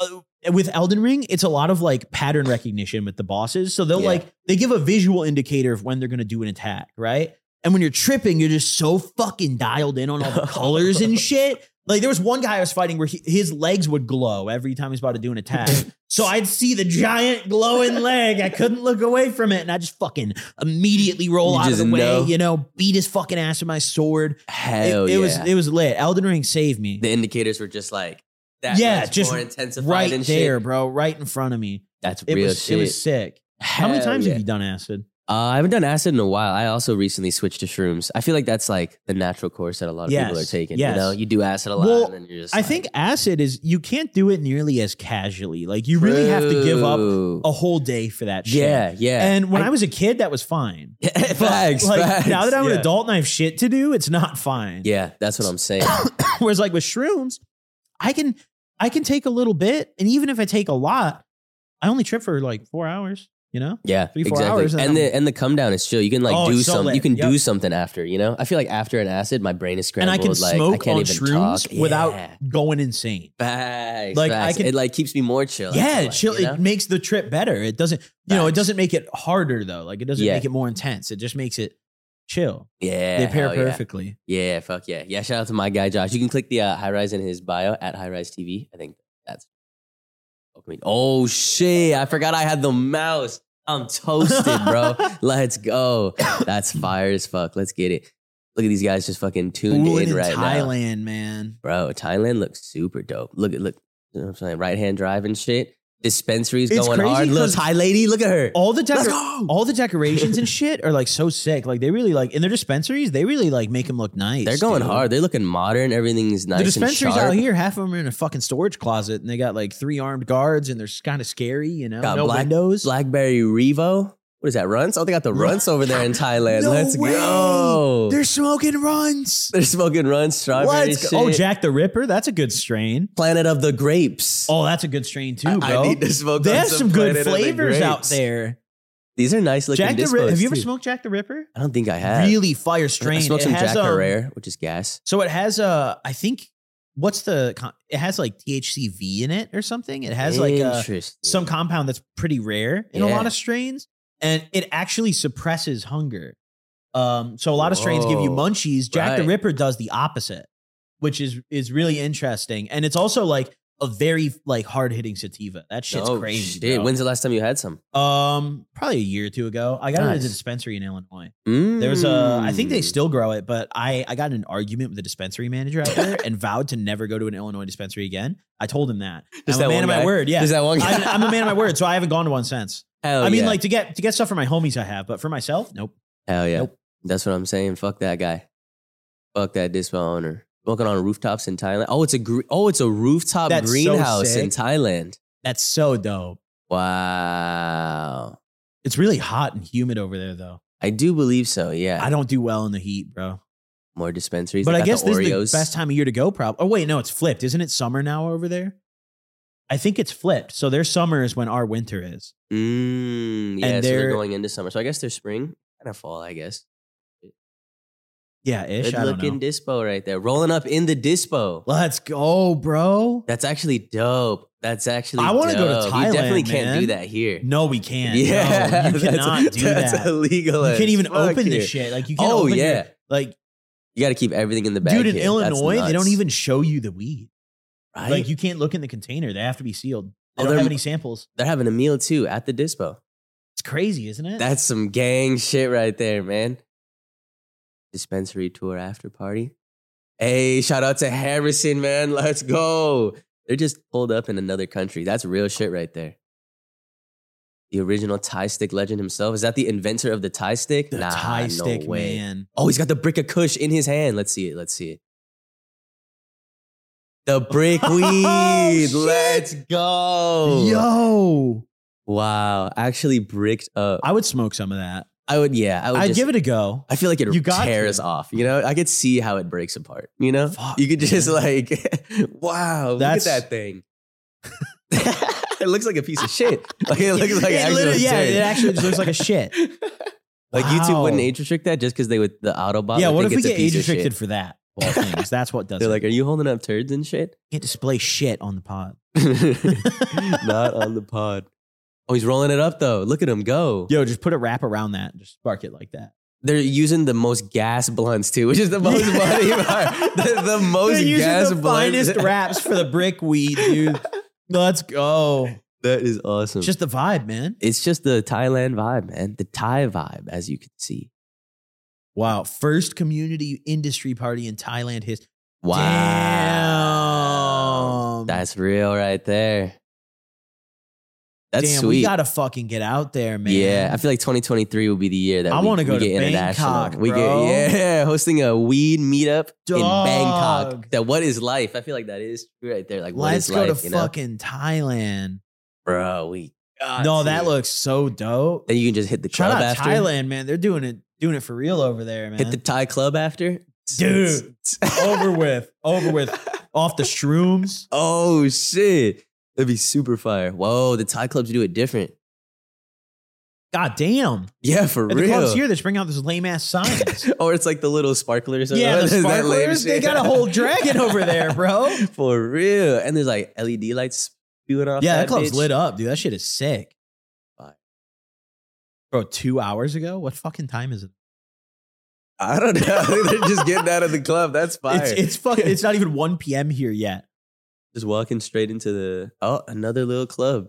Speaker 1: uh, with Elden Ring, it's a lot of like pattern recognition with the bosses. So they'll
Speaker 2: Yeah.
Speaker 1: like they give a visual indicator of when they're going to do an attack, right? And when you're tripping, you're just so fucking dialed in on all the colors and shit. Like there was one guy I was fighting where he, his legs would glow every time he's about to do an attack. so I'd see the giant glowing leg. I couldn't look away from it, and I just fucking immediately roll
Speaker 2: You
Speaker 1: out of
Speaker 2: just
Speaker 1: the way.
Speaker 2: know.
Speaker 1: You know, beat his fucking ass with my sword. It,
Speaker 2: Hell
Speaker 1: it
Speaker 2: yeah.
Speaker 1: was it was lit. Elden Ring saved me
Speaker 2: the indicators were just like that.
Speaker 1: Yeah,
Speaker 2: much
Speaker 1: just
Speaker 2: more intensified
Speaker 1: right
Speaker 2: and shit.
Speaker 1: there, bro, right in front of me.
Speaker 2: That's
Speaker 1: It
Speaker 2: real
Speaker 1: was
Speaker 2: shit.
Speaker 1: it was sick. How many
Speaker 2: Hell
Speaker 1: times
Speaker 2: yeah.
Speaker 1: have you done acid?
Speaker 2: Uh, I haven't done acid in a while. I also recently switched to shrooms. I feel like that's like the natural course that a lot of people are
Speaker 1: Yes,
Speaker 2: taking.
Speaker 1: yes.
Speaker 2: You know, you do acid a lot,
Speaker 1: Well,
Speaker 2: and then you're just.
Speaker 1: I
Speaker 2: like,
Speaker 1: think acid is you can't do it nearly as casually. Like you really have to give up
Speaker 2: True.
Speaker 1: a whole day for that shit.
Speaker 2: yeah, yeah.
Speaker 1: And when I,
Speaker 2: I-
Speaker 1: was a kid, that was fine. But,
Speaker 2: facts,
Speaker 1: like
Speaker 2: facts.
Speaker 1: now that I'm an
Speaker 2: Yeah.
Speaker 1: adult and I have shit to do, it's not fine.
Speaker 2: Yeah, that's what I'm saying.
Speaker 1: Whereas like with shrooms, I can I can take a little bit, and even if I take a lot, I only trip for like four hours. You know,
Speaker 2: Yeah,
Speaker 1: Three, four
Speaker 2: exactly.
Speaker 1: hours, and
Speaker 2: and,
Speaker 1: then I'm-
Speaker 2: the and the come down is chill. You can like
Speaker 1: Oh,
Speaker 2: do
Speaker 1: it's so
Speaker 2: something.
Speaker 1: lit.
Speaker 2: You can do
Speaker 1: Yep.
Speaker 2: something after. You know, I feel like after an acid, my brain
Speaker 1: and
Speaker 2: is scrambled.
Speaker 1: I can
Speaker 2: like,
Speaker 1: shrooms
Speaker 2: I can't
Speaker 1: on
Speaker 2: even
Speaker 1: shrooms
Speaker 2: talk.
Speaker 1: without
Speaker 2: Yeah.
Speaker 1: going insane.
Speaker 2: Facts,
Speaker 1: Like,
Speaker 2: like
Speaker 1: I can-
Speaker 2: it like keeps me more chill. I
Speaker 1: yeah,
Speaker 2: feel
Speaker 1: it
Speaker 2: like,
Speaker 1: chill.
Speaker 2: you know?
Speaker 1: It makes the trip better. It doesn't, you know, it
Speaker 2: Facts.
Speaker 1: doesn't make it harder though. Like it doesn't
Speaker 2: Yeah.
Speaker 1: make it more intense. It just makes it chill.
Speaker 2: yeah,
Speaker 1: they pair
Speaker 2: hell yeah.
Speaker 1: perfectly.
Speaker 2: Yeah. fuck yeah, yeah. Shout out to my guy Josh. You can click the uh, high rise in his bio at high rise TV. I think that's. Oh shit! I forgot I had the mouse. I'm toasted, bro. Let's go. That's fire as fuck. Let's get it. Look at these guys just fucking tuned
Speaker 1: Ooh, and
Speaker 2: in
Speaker 1: in
Speaker 2: right now.
Speaker 1: Thailand, man.
Speaker 2: Bro, Thailand looks super dope. Look at look, you know what I'm saying? Right hand drive and shit. Dispensaries
Speaker 1: It's
Speaker 2: going
Speaker 1: crazy
Speaker 2: hard. Little
Speaker 1: 'cause-
Speaker 2: Thai lady, look at her.
Speaker 1: All the
Speaker 2: Let's
Speaker 1: decor-
Speaker 2: go.
Speaker 1: all the decorations and shit are like so sick. Like they really like in their dispensaries, they really like make them look nice.
Speaker 2: They're going
Speaker 1: dude.
Speaker 2: hard. They're looking modern. Everything's nice.
Speaker 1: the dispensaries
Speaker 2: and sharp.
Speaker 1: out here, half of them are in a fucking storage closet, and they got like three armed guards, and they're kind of scary. You know,
Speaker 2: Got
Speaker 1: no
Speaker 2: black-
Speaker 1: windows.
Speaker 2: Blackberry Revo. What is that? Runts? Oh, they got the runts over there in Thailand.
Speaker 1: No
Speaker 2: Let's
Speaker 1: way.
Speaker 2: go.
Speaker 1: They're smoking runs.
Speaker 2: They're smoking runts, strawberry
Speaker 1: Let's
Speaker 2: shit.
Speaker 1: go. Oh, Jack the Ripper. That's a good strain.
Speaker 2: Planet of the Grapes.
Speaker 1: Oh, that's a good strain too, bro.
Speaker 2: I- I need to smoke.
Speaker 1: they
Speaker 2: on
Speaker 1: have some good
Speaker 2: Planet of the
Speaker 1: flavors out
Speaker 2: Grapes.
Speaker 1: there.
Speaker 2: These are nice looking.
Speaker 1: Jack the
Speaker 2: Ripper.
Speaker 1: Ripper. Have you ever smoked Jack the Ripper?
Speaker 2: I don't think I have.
Speaker 1: Really fire
Speaker 2: I
Speaker 1: strain.
Speaker 2: smoked
Speaker 1: It
Speaker 2: some
Speaker 1: has,
Speaker 2: Jack
Speaker 1: um,
Speaker 2: Herrera, which is gas.
Speaker 1: So it has uh, I think what's the? con- It has like THCV in it or something. It has like a,
Speaker 2: Interesting.
Speaker 1: some compound that's pretty rare in a
Speaker 2: Yeah.
Speaker 1: lot of strains, and it actually suppresses hunger. Um, so a lot of strains give you
Speaker 2: Whoa.
Speaker 1: munchies. Jack the
Speaker 2: Right.
Speaker 1: Ripper does the opposite, which is is really interesting, and it's also like a very like hard hitting sativa. That shit's
Speaker 2: Oh,
Speaker 1: crazy.
Speaker 2: shit.
Speaker 1: bro.
Speaker 2: When's the last time you had some?
Speaker 1: um, probably a year or two ago, I got it at a
Speaker 2: Nice.
Speaker 1: dispensary in Illinois. There was a, uh, I
Speaker 2: Hmm.
Speaker 1: think they still grow it, but I, I got in an argument with the dispensary manager out there and vowed to never go to an Illinois dispensary again. I told him that.
Speaker 2: Just
Speaker 1: I'm
Speaker 2: that
Speaker 1: a man
Speaker 2: one
Speaker 1: of
Speaker 2: guy?
Speaker 1: my word. Yeah.
Speaker 2: Is that one?
Speaker 1: I'm, I'm a man of my word, so I haven't gone to one since.
Speaker 2: Hell
Speaker 1: I mean,
Speaker 2: Oh, yeah.
Speaker 1: like to get to get stuff for my homies, I have, but for myself, nope.
Speaker 2: Hell yeah.
Speaker 1: Nope.
Speaker 2: That's what I'm saying. Fuck that guy. Fuck that dispo owner. Walking on rooftops in Thailand. Oh, it's a gre- oh, it's a rooftop
Speaker 1: That's so
Speaker 2: greenhouse
Speaker 1: sick.
Speaker 2: in Thailand.
Speaker 1: That's so dope.
Speaker 2: Wow.
Speaker 1: It's really hot and humid over there, though.
Speaker 2: I do believe so. Yeah.
Speaker 1: I don't do well in the heat, bro.
Speaker 2: More dispensaries.
Speaker 1: but
Speaker 2: They
Speaker 1: I
Speaker 2: got
Speaker 1: guess
Speaker 2: the
Speaker 1: this
Speaker 2: Oreos.
Speaker 1: is the best time of year to go. Probably. Oh wait, no, it's flipped. Isn't it summer now over there? I think it's flipped. So their summer is when our winter is.
Speaker 2: Mm, yeah.
Speaker 1: And
Speaker 2: so they're
Speaker 1: they're-
Speaker 2: going into summer. So I guess they're spring, kind of fall. I guess.
Speaker 1: Yeah, ish.
Speaker 2: Good
Speaker 1: I don't know.
Speaker 2: looking dispo right there, rolling up in the dispo.
Speaker 1: Let's go, bro.
Speaker 2: That's actually dope. That's actually.
Speaker 1: I wanna
Speaker 2: want to
Speaker 1: go to
Speaker 2: You definitely
Speaker 1: Thailand,
Speaker 2: can't
Speaker 1: man.
Speaker 2: do that here.
Speaker 1: No, we can't.
Speaker 2: yeah,
Speaker 1: Yeah, you
Speaker 2: that's-
Speaker 1: cannot do
Speaker 2: that's
Speaker 1: that.
Speaker 2: Illegal.
Speaker 1: You can't
Speaker 2: as
Speaker 1: even
Speaker 2: fuck
Speaker 1: open
Speaker 2: here.
Speaker 1: this shit. Like you can't.
Speaker 2: Oh
Speaker 1: open your-
Speaker 2: yeah,
Speaker 1: like
Speaker 2: you got to keep everything in the bag.
Speaker 1: dude, in
Speaker 2: here. That's
Speaker 1: Illinois, they don't
Speaker 2: nuts.
Speaker 1: even show you the weed.
Speaker 2: Right?
Speaker 1: Like you can't look in the container; they have to be sealed. They
Speaker 2: Oh,
Speaker 1: don't
Speaker 2: they're-
Speaker 1: have any samples.
Speaker 2: They're having a meal too at the dispo.
Speaker 1: It's crazy, isn't it?
Speaker 2: That's some gang shit right there, man. Dispensary tour after party. Hey, shout out to Harrison, man. Let's go. They're just pulled up in another country. That's real shit right there. The original Thai stick legend himself. Is that the inventor of the Thai stick?
Speaker 1: the
Speaker 2: Nah,
Speaker 1: tie
Speaker 2: no
Speaker 1: stick,
Speaker 2: way.
Speaker 1: man.
Speaker 2: Oh, he's got the brick of Kush in his hand. Let's see it. Let's see it. The brick weed.
Speaker 1: Oh, shit.
Speaker 2: Let's go.
Speaker 1: Yo,
Speaker 2: Wow. Actually bricked up.
Speaker 1: I would smoke some of that.
Speaker 2: I would, yeah. I would
Speaker 1: I'd
Speaker 2: just,
Speaker 1: give it a go.
Speaker 2: I feel like it
Speaker 1: You got
Speaker 2: tears
Speaker 1: to.
Speaker 2: off. You know, I could see how it breaks apart. You know,
Speaker 1: Fuck,
Speaker 2: you could just
Speaker 1: man.
Speaker 2: like, wow,
Speaker 1: That's-
Speaker 2: look at that thing. it looks like a piece of shit. Like it looks like
Speaker 1: It
Speaker 2: actual
Speaker 1: literally- yeah,
Speaker 2: shit.
Speaker 1: it actually just looks like a shit.
Speaker 2: like YouTube
Speaker 1: Wow.
Speaker 2: wouldn't age restrict that just because they would the Autobot.
Speaker 1: yeah,
Speaker 2: would
Speaker 1: what if
Speaker 2: think
Speaker 1: we
Speaker 2: it's a
Speaker 1: get
Speaker 2: piece
Speaker 1: age
Speaker 2: of shit.
Speaker 1: restricted for that? of all things? That's what does
Speaker 2: They're
Speaker 1: it.
Speaker 2: like, are you holding up turds and shit?
Speaker 1: Can't display shit on the pod.
Speaker 2: Not on the pod. Oh, he's rolling it up though. Look at him go.
Speaker 1: Yo, just put a wrap around that. and Just spark it like that.
Speaker 2: They're using the most gas blunts too, which is the most
Speaker 1: Yeah.
Speaker 2: funny part. The, the most
Speaker 1: They're using
Speaker 2: gas
Speaker 1: the
Speaker 2: blunts.
Speaker 1: finest wraps for the brick weed, dude. Let's go.
Speaker 2: That is awesome.
Speaker 1: It's just the vibe, man.
Speaker 2: it's just the Thailand vibe, man. The Thai vibe, as you can see.
Speaker 1: Wow. First community industry party in Thailand history.
Speaker 2: Wow.
Speaker 1: Damn.
Speaker 2: That's real right there. That's
Speaker 1: Damn,
Speaker 2: sweet.
Speaker 1: we gotta fucking get out there, man.
Speaker 2: Yeah, I feel like 2023 will be the year that
Speaker 1: I
Speaker 2: we,
Speaker 1: wanna go
Speaker 2: we
Speaker 1: to
Speaker 2: get international.
Speaker 1: Bangkok,
Speaker 2: We
Speaker 1: bro.
Speaker 2: get yeah, hosting a weed meetup in
Speaker 1: Dog.
Speaker 2: Bangkok. That what is life? I feel like that is true right there. Like what
Speaker 1: Let's
Speaker 2: is
Speaker 1: go
Speaker 2: life,
Speaker 1: to
Speaker 2: you know?
Speaker 1: fucking Thailand.
Speaker 2: bro. We got
Speaker 1: no,
Speaker 2: to.
Speaker 1: that looks so dope.
Speaker 2: Then you can just hit the
Speaker 1: Shout
Speaker 2: club
Speaker 1: out
Speaker 2: after.
Speaker 1: Thailand, man. They're doing it, doing it for real over there, man.
Speaker 2: Hit the Thai club after,
Speaker 1: Dude. over with, over with, off the shrooms.
Speaker 2: Oh shit, that'd be super fire. Whoa, the Thai clubs do it different.
Speaker 1: God damn.
Speaker 2: Yeah, for
Speaker 1: At the
Speaker 2: real.
Speaker 1: clubs here, they just bring out this lame ass science.
Speaker 2: or it's like the little sparklers. or
Speaker 1: yeah, the
Speaker 2: whatever. That lame
Speaker 1: sparklers, they
Speaker 2: shit.
Speaker 1: got a whole dragon over there, bro.
Speaker 2: For real. And there's like LED lights spewing off.
Speaker 1: Yeah, that
Speaker 2: that
Speaker 1: club's
Speaker 2: bitch.
Speaker 1: lit up, dude. That shit is sick.
Speaker 2: Fire.
Speaker 1: Bro, two hours ago? What fucking time is it?
Speaker 2: I don't know. They're just getting out of the club. That's fire.
Speaker 1: It's it's fucking it's not even 1 p.m. here yet.
Speaker 2: just walking straight into the oh, another little club.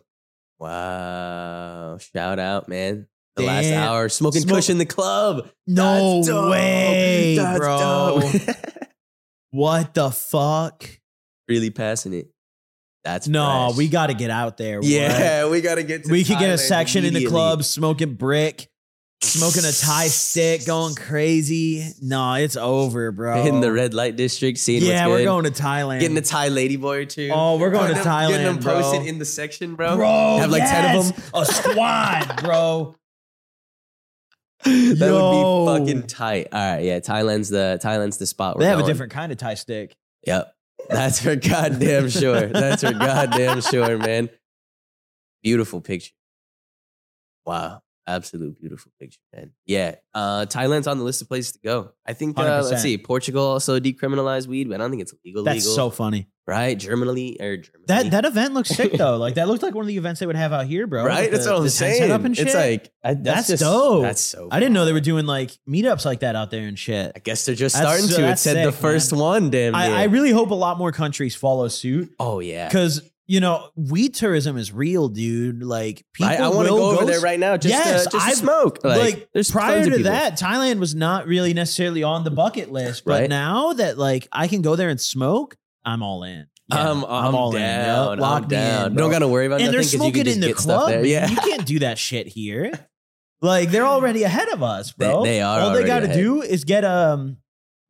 Speaker 2: Wow. Shout out, man. The last
Speaker 1: Damn.
Speaker 2: hour smoking
Speaker 1: Smoke-
Speaker 2: kush in the club.
Speaker 1: No
Speaker 2: That's dope.
Speaker 1: way,
Speaker 2: That's
Speaker 1: bro.
Speaker 2: dope.
Speaker 1: what the fuck?
Speaker 2: really passing it. That's
Speaker 1: No,
Speaker 2: fresh.
Speaker 1: we gotta get out there.
Speaker 2: Yeah, we gotta get.
Speaker 1: What?
Speaker 2: To
Speaker 1: We could get a
Speaker 2: Thailand
Speaker 1: section in the
Speaker 2: immediately.
Speaker 1: club smoking brick, smoking a Thai stick, going crazy. No, it's over, bro.
Speaker 2: in the red light district. Seeing
Speaker 1: Yeah,
Speaker 2: what's
Speaker 1: we're
Speaker 2: good.
Speaker 1: going to Thailand.
Speaker 2: getting a Thai lady boy or two.
Speaker 1: Oh, we're going to
Speaker 2: Putting them- Getting them
Speaker 1: Thailand, bro.
Speaker 2: posted in the section, bro.
Speaker 1: bro.
Speaker 2: Have like 10 of Oh,
Speaker 1: yes! A squad, bro.
Speaker 2: That
Speaker 1: Yo.
Speaker 2: would be fucking tight. All right, yeah. Thailand's the Thailand's the spot. We're
Speaker 1: They have a
Speaker 2: going.
Speaker 1: different kind of Thai stick.
Speaker 2: Yep. That's for goddamn sure. That's for goddamn sure, man. Beautiful picture. Wow. Absolute beautiful picture, man. Yeah, uh, Thailand's on the list of places to go. I think. Uh, let's
Speaker 1: 100%.
Speaker 2: see. Portugal also decriminalized weed, but I don't think it's legal.
Speaker 1: That's
Speaker 2: legal,
Speaker 1: so funny.
Speaker 2: right. Germany or Germany.
Speaker 1: That that event looks sick though. Like that looked like one of the events they would have out here, bro.
Speaker 2: right.
Speaker 1: With
Speaker 2: That's
Speaker 1: the-
Speaker 2: what I'm
Speaker 1: the tent set
Speaker 2: saying.
Speaker 1: up and
Speaker 2: It's
Speaker 1: shit.
Speaker 2: like I,
Speaker 1: That's
Speaker 2: that's, just,
Speaker 1: dope.
Speaker 2: That's so.
Speaker 1: I didn't know they
Speaker 2: fun.
Speaker 1: were doing like meetups like that out there and shit.
Speaker 2: I guess they're just
Speaker 1: That's
Speaker 2: starting
Speaker 1: so-
Speaker 2: to. It
Speaker 1: that's
Speaker 2: said the
Speaker 1: sick,
Speaker 2: first one. Damn.
Speaker 1: I,
Speaker 2: near.
Speaker 1: I really hope a lot more countries follow suit
Speaker 2: oh yeah.
Speaker 1: because you know weed tourism is real, dude. Like people
Speaker 2: Right? I
Speaker 1: want to
Speaker 2: go over there right now. Just
Speaker 1: Yes,
Speaker 2: to, just to
Speaker 1: I've-
Speaker 2: smoke.
Speaker 1: Like,
Speaker 2: there's
Speaker 1: prior
Speaker 2: tons of
Speaker 1: to
Speaker 2: people.
Speaker 1: that, Thailand was not really necessarily on the bucket list, but
Speaker 2: Right.
Speaker 1: now that like I can go there and smoke, I'm all in. Yeah,
Speaker 2: Um, I'm, I'm, down.
Speaker 1: Yup, Lock
Speaker 2: I'm
Speaker 1: me
Speaker 2: down.
Speaker 1: in, bro.
Speaker 2: Don't gotta worry about
Speaker 1: and
Speaker 2: nothing
Speaker 1: they're
Speaker 2: 'cause you can
Speaker 1: smoking
Speaker 2: just
Speaker 1: in the
Speaker 2: get stuff
Speaker 1: club.
Speaker 2: there.
Speaker 1: dude.
Speaker 2: Yeah,
Speaker 1: You can't do that shit here. Like they're already ahead of us,
Speaker 2: They-
Speaker 1: bro.
Speaker 2: they are
Speaker 1: All they
Speaker 2: already
Speaker 1: got to
Speaker 2: ahead.
Speaker 1: do is get um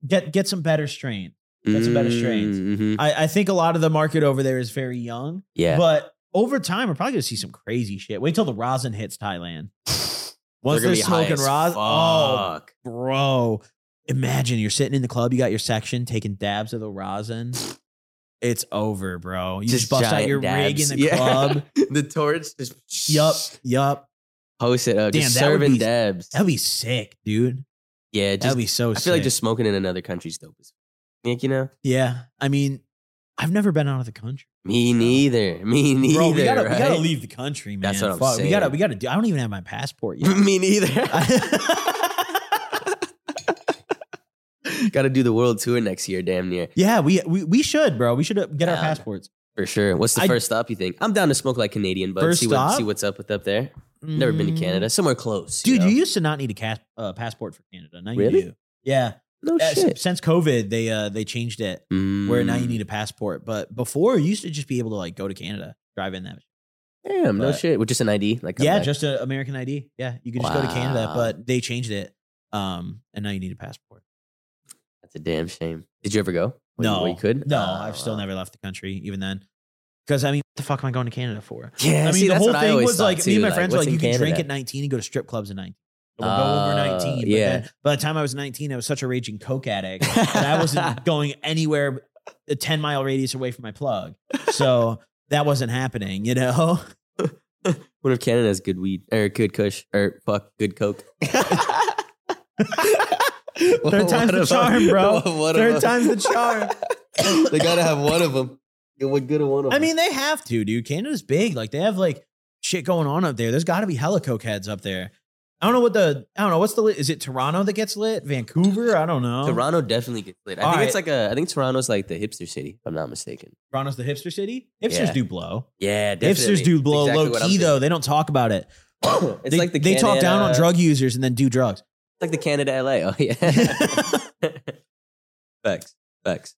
Speaker 1: get get some better strain. That's a better strain.
Speaker 2: Mhm.
Speaker 1: I, I think a lot of the market over there is very young,
Speaker 2: Yeah,
Speaker 1: but over time we're probably gonna see some crazy shit. Wait till the rosin hits Thailand. Once
Speaker 2: They're
Speaker 1: they're,
Speaker 2: gonna be high
Speaker 1: smoking
Speaker 2: as
Speaker 1: rosin, oh
Speaker 2: Fuck.
Speaker 1: bro, imagine you're sitting in the club, you got your section taking dabs of the rosin. It's over, bro. You just,
Speaker 2: Just
Speaker 1: bust out
Speaker 2: giant
Speaker 1: your rig in
Speaker 2: dabs.
Speaker 1: the
Speaker 2: Yeah.
Speaker 1: club.
Speaker 2: the torch just
Speaker 1: yup, yup.
Speaker 2: post it up,
Speaker 1: Damn,
Speaker 2: just
Speaker 1: that would
Speaker 2: serving
Speaker 1: be-
Speaker 2: dabs.
Speaker 1: That'd be sick, dude.
Speaker 2: yeah, just
Speaker 1: That'd be so
Speaker 2: I
Speaker 1: sick.
Speaker 2: feel like just smoking in another country's dope. as Nick, you know,
Speaker 1: yeah. I mean, I've never been out of the country.
Speaker 2: me neither. Me neither.
Speaker 1: Bro, we gotta we gotta
Speaker 2: right?
Speaker 1: leave the country, man.
Speaker 2: That's what I'm
Speaker 1: Fuck,
Speaker 2: saying.
Speaker 1: We gotta we gotta do I don't even have my passport yet.
Speaker 2: me neither. gotta do the world tour next year, damn near
Speaker 1: yeah, we, we we should, bro. We should uh, get our
Speaker 2: Yeah.
Speaker 1: passports.
Speaker 2: for sure. What's the
Speaker 1: I-
Speaker 2: first stop you think? I'm down to smoke like Canadian, but
Speaker 1: First
Speaker 2: see what,
Speaker 1: stop?
Speaker 2: see what's up with up there. Never been
Speaker 1: Mm.
Speaker 2: to Canada, somewhere close,
Speaker 1: dude.
Speaker 2: know?
Speaker 1: You used to not need a cas- uh, passport for Canada. Now you
Speaker 2: Really?
Speaker 1: do. Yeah,
Speaker 2: no
Speaker 1: Uh,
Speaker 2: Oh, shit. Mm.
Speaker 1: s- since COVID, they uh they changed it where now you need a passport. But before, you used to just be able to like go to Canada, drive in that.
Speaker 2: Mm, Damn, no
Speaker 1: but-
Speaker 2: shit. With just an ID, like
Speaker 1: yeah,
Speaker 2: I'm like,
Speaker 1: just an American ID. Yeah, you could just go to Canada,
Speaker 2: Wow.
Speaker 1: but they changed it. Um, and now you need a passport.
Speaker 2: that's a damn shame. Did you ever go? When you-
Speaker 1: no,
Speaker 2: when you could.
Speaker 1: No,
Speaker 2: Oh,
Speaker 1: I've still
Speaker 2: wow.
Speaker 1: never left the country, even then. Because I mean, what the fuck am I going to Canada for?
Speaker 2: Yeah,
Speaker 1: I mean,
Speaker 2: see,
Speaker 1: the
Speaker 2: that's
Speaker 1: whole
Speaker 2: what I
Speaker 1: thing
Speaker 2: always
Speaker 1: was
Speaker 2: thought,
Speaker 1: like me
Speaker 2: too,
Speaker 1: and my friends were
Speaker 2: what's
Speaker 1: like,
Speaker 2: in
Speaker 1: you can drink
Speaker 2: Canada?
Speaker 1: at 19 and go to strip clubs at 19. So we'll go
Speaker 2: Uh,
Speaker 1: over 19. But
Speaker 2: yeah.
Speaker 1: then by the time I was 19, I was such a raging coke addict that I wasn't going anywhere a 10 mile radius away from my plug. So that wasn't happening, you know?
Speaker 2: What if Canada has good weed or good Kush or fuck good Coke?
Speaker 1: Third time's the charm, bro. Third time's the charm.
Speaker 2: they gotta have one of them. What good of one of
Speaker 1: I
Speaker 2: 'em?
Speaker 1: mean, they have to, dude. Canada's big. Like they have like shit going on up there. There's got to be hella cokeheads up there. I don't know what the I don't know what's the lit. Is it Toronto that gets lit? Vancouver? I don't know.
Speaker 2: Toronto definitely gets lit. I
Speaker 1: All
Speaker 2: think it's like a. I think Toronto's like the hipster city. If I'm not mistaken.
Speaker 1: Toronto's the hipster city. Hipsters
Speaker 2: Yeah.
Speaker 1: do blow.
Speaker 2: Yeah,
Speaker 1: Hipsters do blow low key though. They don't talk about it.
Speaker 2: it's
Speaker 1: they,
Speaker 2: like the
Speaker 1: they talk down on
Speaker 2: Canada-
Speaker 1: drug users and then do drugs.
Speaker 2: It's like the Canada LA. Oh yeah. Facts. Facts.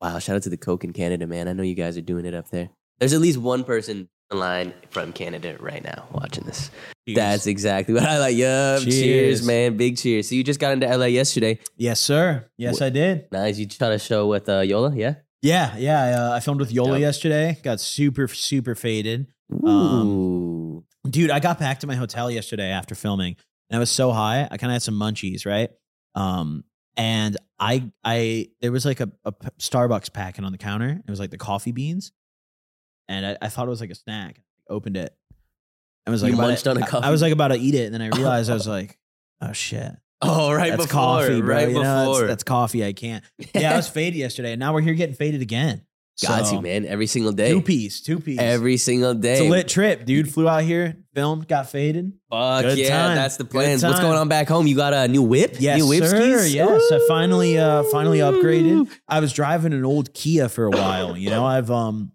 Speaker 2: Wow, shout out to the Coke in Canada, man. I know you guys are doing it up there. There's at least one person online from Canada right now watching this. That's exactly what I like. Yup. Cheers.
Speaker 1: Cheers.
Speaker 2: man. Big cheers. So you just got into LA yesterday.
Speaker 1: yes, sir. Yes,
Speaker 2: Wh-
Speaker 1: I did.
Speaker 2: Nice. You shot a show with uh, Yola, yeah?
Speaker 1: Yeah, yeah. I, uh, I filmed with Yola
Speaker 2: Dope.
Speaker 1: yesterday. Got super, super faded. Um,
Speaker 2: Ooh.
Speaker 1: dude i got back to my hotel yesterday after filming and i was so high i kind of had some munchies right um and i i there was like a, a p- starbucks packet on the counter it was like the coffee beans and i, I thought it was like a snack opened it i was like
Speaker 2: You
Speaker 1: about
Speaker 2: munched
Speaker 1: to-
Speaker 2: on a
Speaker 1: I-
Speaker 2: coffee
Speaker 1: I, was like about to eat it and then i realized i was like oh shit
Speaker 2: oh, right
Speaker 1: that's
Speaker 2: before.
Speaker 1: coffee bro
Speaker 2: right
Speaker 1: you know
Speaker 2: before.
Speaker 1: that's, that's coffee i can't yeah i was faded yesterday and now we're here getting faded again
Speaker 2: got
Speaker 1: So,
Speaker 2: you, man. Every single day.
Speaker 1: two piece two piece
Speaker 2: Every single day.
Speaker 1: it's a lit trip dude flew out here filmed got faded
Speaker 2: Fuck
Speaker 1: Good
Speaker 2: yeah,
Speaker 1: time.
Speaker 2: that's the
Speaker 1: Good
Speaker 2: plans. What's
Speaker 1: time.
Speaker 2: going on back home? You got a new whip?
Speaker 1: Yes,
Speaker 2: new whip
Speaker 1: sir.
Speaker 2: skis?
Speaker 1: Yes, I finally, uh, finally upgraded.
Speaker 2: Ooh.
Speaker 1: I was driving an old Kia for a while. You know, I've um,